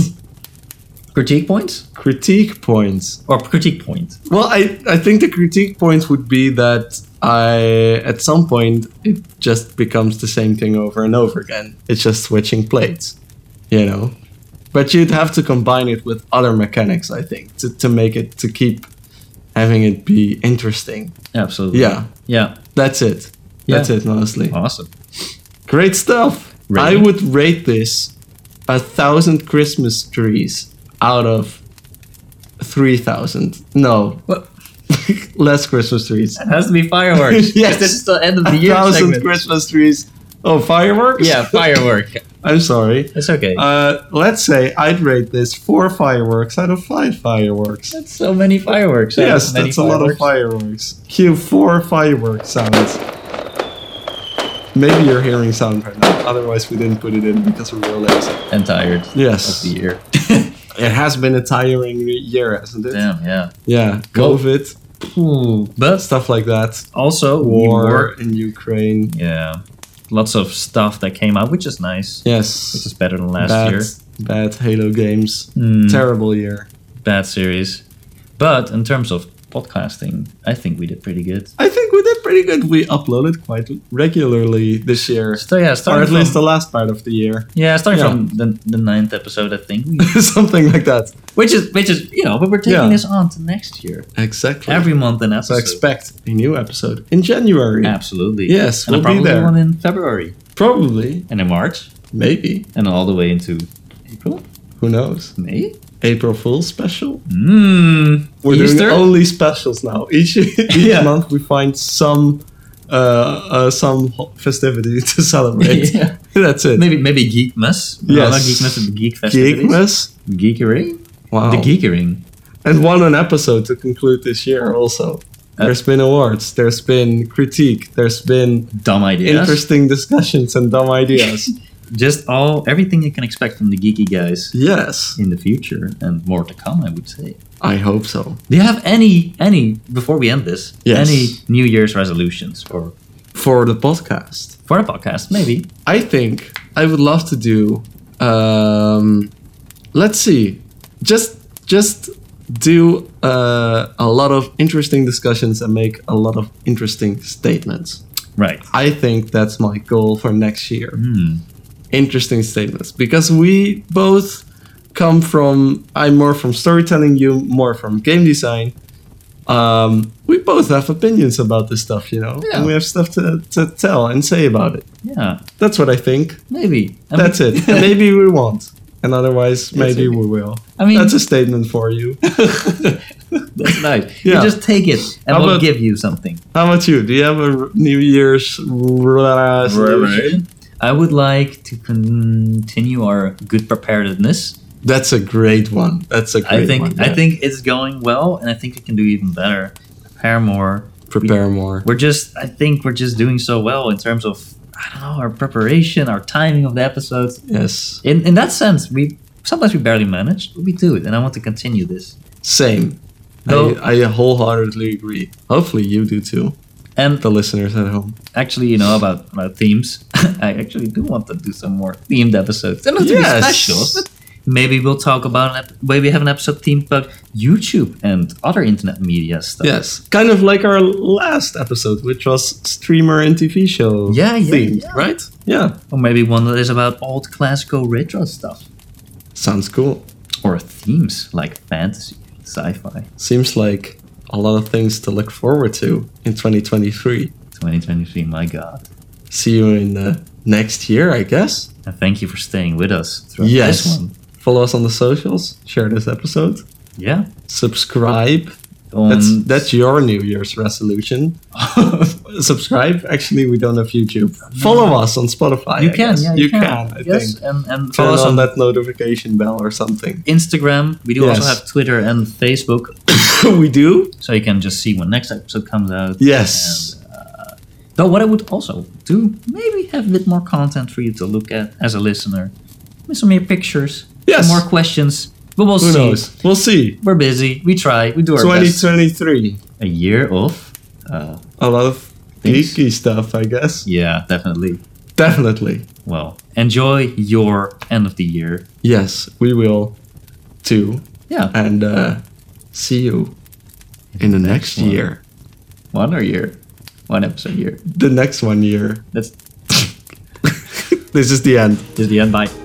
[SPEAKER 1] critique points
[SPEAKER 2] critique points.
[SPEAKER 1] or critique point.
[SPEAKER 2] Well, I, I think the critique point would be that I at some point it just becomes the same thing over and over again. It's just switching plates, you know. But you'd have to combine it with other mechanics, I think, to, to make it to keep having it be interesting.
[SPEAKER 1] Absolutely.
[SPEAKER 2] Yeah,
[SPEAKER 1] Yeah.
[SPEAKER 2] that's it. That's
[SPEAKER 1] Yeah.
[SPEAKER 2] it, honestly.
[SPEAKER 1] Awesome.
[SPEAKER 2] Great stuff. I
[SPEAKER 1] Rating?
[SPEAKER 2] would rate this a thousand Christmas trees out of three thousand. No,
[SPEAKER 1] What?
[SPEAKER 2] less Christmas trees.
[SPEAKER 1] It has to be fireworks.
[SPEAKER 2] Yes.
[SPEAKER 1] This is the end of the
[SPEAKER 2] A
[SPEAKER 1] year
[SPEAKER 2] thousand
[SPEAKER 1] segment.
[SPEAKER 2] Christmas trees. Oh, fireworks?
[SPEAKER 1] yeah, firework.
[SPEAKER 2] I'm sorry.
[SPEAKER 1] It's okay.
[SPEAKER 2] Uh, let's say I'd rate this four fireworks out of five fireworks.
[SPEAKER 1] that's so many fireworks. So
[SPEAKER 2] yes,
[SPEAKER 1] many
[SPEAKER 2] that's a lot of
[SPEAKER 1] fireworks.
[SPEAKER 2] fireworks. Cue four firework sounds. Maybe you're hearing sound right now. Otherwise, we didn't put it in because we're real lazy.
[SPEAKER 1] And tired of
[SPEAKER 2] Yes.
[SPEAKER 1] the year.
[SPEAKER 2] It has been a tiring year, hasn't it?
[SPEAKER 1] Damn. Yeah.
[SPEAKER 2] Yeah,
[SPEAKER 1] Well-
[SPEAKER 2] COVID,
[SPEAKER 1] But
[SPEAKER 2] stuff like that.
[SPEAKER 1] also
[SPEAKER 2] War,
[SPEAKER 1] war.
[SPEAKER 2] in Ukraine.
[SPEAKER 1] Yeah. Lots of stuff that came out, which is nice. Which
[SPEAKER 2] Yes.
[SPEAKER 1] is better than last
[SPEAKER 2] bad,
[SPEAKER 1] year.
[SPEAKER 2] bad Halo games.
[SPEAKER 1] Mm,
[SPEAKER 2] Terrible year.
[SPEAKER 1] bad series. But in terms of podcasting, I think we did pretty good.
[SPEAKER 2] I think we did pretty good. We uploaded quite regularly this year,
[SPEAKER 1] So yeah,
[SPEAKER 2] or
[SPEAKER 1] starting
[SPEAKER 2] at
[SPEAKER 1] from,
[SPEAKER 2] least the last part of the year,
[SPEAKER 1] yeah, starting
[SPEAKER 2] yeah.
[SPEAKER 1] from the, the ninth episode, I think. we-
[SPEAKER 2] something like that.
[SPEAKER 1] which is which is you know, but we're taking
[SPEAKER 2] Yeah.
[SPEAKER 1] this on to next year.
[SPEAKER 2] Exactly.
[SPEAKER 1] Every month an
[SPEAKER 2] so
[SPEAKER 1] episode.
[SPEAKER 2] expect a new episode in January.
[SPEAKER 1] Absolutely.
[SPEAKER 2] Yes,
[SPEAKER 1] And then
[SPEAKER 2] we'll be
[SPEAKER 1] probably
[SPEAKER 2] there.
[SPEAKER 1] one in February
[SPEAKER 2] Probably,
[SPEAKER 1] and in March
[SPEAKER 2] maybe,
[SPEAKER 1] and all the way into April,
[SPEAKER 2] who knows?
[SPEAKER 1] May.
[SPEAKER 2] April Fool's special.
[SPEAKER 1] Mm.
[SPEAKER 2] We're
[SPEAKER 1] Easter.
[SPEAKER 2] doing only specials now. Each each
[SPEAKER 1] Yeah.
[SPEAKER 2] month we find some uh, uh, some ho- festivity to celebrate.
[SPEAKER 1] Yeah.
[SPEAKER 2] That's it.
[SPEAKER 1] Maybe maybe Geekmas. No,
[SPEAKER 2] Yes.
[SPEAKER 1] not Geekmas, but the Geek Festivities.
[SPEAKER 2] Geekmas.
[SPEAKER 1] Geekering?
[SPEAKER 2] Wow.
[SPEAKER 1] The Geekering.
[SPEAKER 2] and one an episode to conclude this year also there's been awards there's been critique there's been
[SPEAKER 1] dumb ideas.
[SPEAKER 2] interesting discussions and dumb ideas
[SPEAKER 1] Just all everything you can expect from the geeky guys
[SPEAKER 2] yes
[SPEAKER 1] in the future, and more to come. I would say.
[SPEAKER 2] i hope so
[SPEAKER 1] Do you have any any before we end this?
[SPEAKER 2] Yes.
[SPEAKER 1] Any New Year's resolutions or
[SPEAKER 2] for the podcast
[SPEAKER 1] for the podcast? Maybe.
[SPEAKER 2] i think i would love to do um let's see just just do uh, a lot of interesting discussions and make a lot of interesting statements
[SPEAKER 1] Right.
[SPEAKER 2] i think that's my goal for next year
[SPEAKER 1] Hmm.
[SPEAKER 2] interesting statements because we both come from I'm more from storytelling, you more from game design. Um, we both have opinions about this stuff, you know,
[SPEAKER 1] Yeah.
[SPEAKER 2] and we have stuff to, to tell and say about it.
[SPEAKER 1] Yeah.
[SPEAKER 2] That's what I think.
[SPEAKER 1] Maybe. I
[SPEAKER 2] That's
[SPEAKER 1] mean-
[SPEAKER 2] it. And maybe we won't, and otherwise, maybe
[SPEAKER 1] okay.
[SPEAKER 2] we will.
[SPEAKER 1] I mean,
[SPEAKER 2] That's
[SPEAKER 1] that's,
[SPEAKER 2] a statement for you.
[SPEAKER 1] nice.
[SPEAKER 2] Yeah.
[SPEAKER 1] You just take it, and
[SPEAKER 2] How
[SPEAKER 1] we'll
[SPEAKER 2] about-
[SPEAKER 1] give you something.
[SPEAKER 2] How about you? Do you have a r- New Year's resolution?
[SPEAKER 1] I would like to continue our good preparedness.
[SPEAKER 2] That's a great one. That's a great
[SPEAKER 1] I think
[SPEAKER 2] one.
[SPEAKER 1] I
[SPEAKER 2] yeah.
[SPEAKER 1] think it's going well, and I think we can do even better. Prepare more.
[SPEAKER 2] prepare more.
[SPEAKER 1] we're just i think we're just doing so well in terms of i don't know our preparation our timing of the episodes
[SPEAKER 2] Yes.
[SPEAKER 1] in in that sense we sometimes we barely manage but we do it and i want to continue this
[SPEAKER 2] Same.
[SPEAKER 1] Though-
[SPEAKER 2] I, I wholeheartedly agree. Hopefully, you do too,
[SPEAKER 1] and
[SPEAKER 2] the listeners at home.
[SPEAKER 1] actually you know about, about themes i actually do want to do some more themed episodes they're not to be
[SPEAKER 2] Yes.
[SPEAKER 1] specials but Maybe we'll talk about an ep- maybe have an episode themed about YouTube and other internet media stuff.
[SPEAKER 2] Yes, kind of like our last episode, which was streamer and TV show.
[SPEAKER 1] Yeah, yeah,
[SPEAKER 2] themed,
[SPEAKER 1] yeah.
[SPEAKER 2] right? Yeah,
[SPEAKER 1] Or maybe one that is about old classical retro stuff
[SPEAKER 2] sounds cool.
[SPEAKER 1] or themes like fantasy, sci-fi,
[SPEAKER 2] Seems like a lot of things to look forward to in 2023.
[SPEAKER 1] 2023. My God.
[SPEAKER 2] See you in uh, next year, I guess.
[SPEAKER 1] And thank you for staying with us throughout this
[SPEAKER 2] Yes.
[SPEAKER 1] one.
[SPEAKER 2] Follow us on the socials. Share this episode.
[SPEAKER 1] Yeah. Um,
[SPEAKER 2] Subscribe.
[SPEAKER 1] On
[SPEAKER 2] That's that's your New Year's resolution. Subscribe. Actually, we don't have YouTube. Follow us on Spotify.
[SPEAKER 1] you
[SPEAKER 2] I
[SPEAKER 1] can,
[SPEAKER 2] guess.
[SPEAKER 1] yeah,
[SPEAKER 2] you,
[SPEAKER 1] you,
[SPEAKER 2] can. I
[SPEAKER 1] yes,
[SPEAKER 2] think.
[SPEAKER 1] and and
[SPEAKER 2] Turn
[SPEAKER 1] follow us
[SPEAKER 2] on
[SPEAKER 1] on
[SPEAKER 2] that notification bell or something.
[SPEAKER 1] Instagram. We do also
[SPEAKER 2] Yes.
[SPEAKER 1] have Twitter and Facebook,
[SPEAKER 2] we do.
[SPEAKER 1] so you can just see when next episode comes out.
[SPEAKER 2] Yes.
[SPEAKER 1] And, uh, though what I would also do, maybe have a bit more content for you to look at as a listener. With some more pictures,
[SPEAKER 2] Yes.
[SPEAKER 1] some more questions. But we'll
[SPEAKER 2] Who
[SPEAKER 1] see.
[SPEAKER 2] knows? We'll see.
[SPEAKER 1] We're busy. We try. We do our best.
[SPEAKER 2] 2023.
[SPEAKER 1] A year of, uh,
[SPEAKER 2] A lot of
[SPEAKER 1] Thanks.
[SPEAKER 2] geeky stuff, I guess.
[SPEAKER 1] yeah, definitely.
[SPEAKER 2] Definitely.
[SPEAKER 1] Well, enjoy your end of the year.
[SPEAKER 2] Yes, we will too.
[SPEAKER 1] Yeah,
[SPEAKER 2] And uh, see you in the next
[SPEAKER 1] one.
[SPEAKER 2] year.
[SPEAKER 1] one or year, one episode a year.
[SPEAKER 2] The next one year.
[SPEAKER 1] That's
[SPEAKER 2] this is the end.
[SPEAKER 1] this is the end. Bye.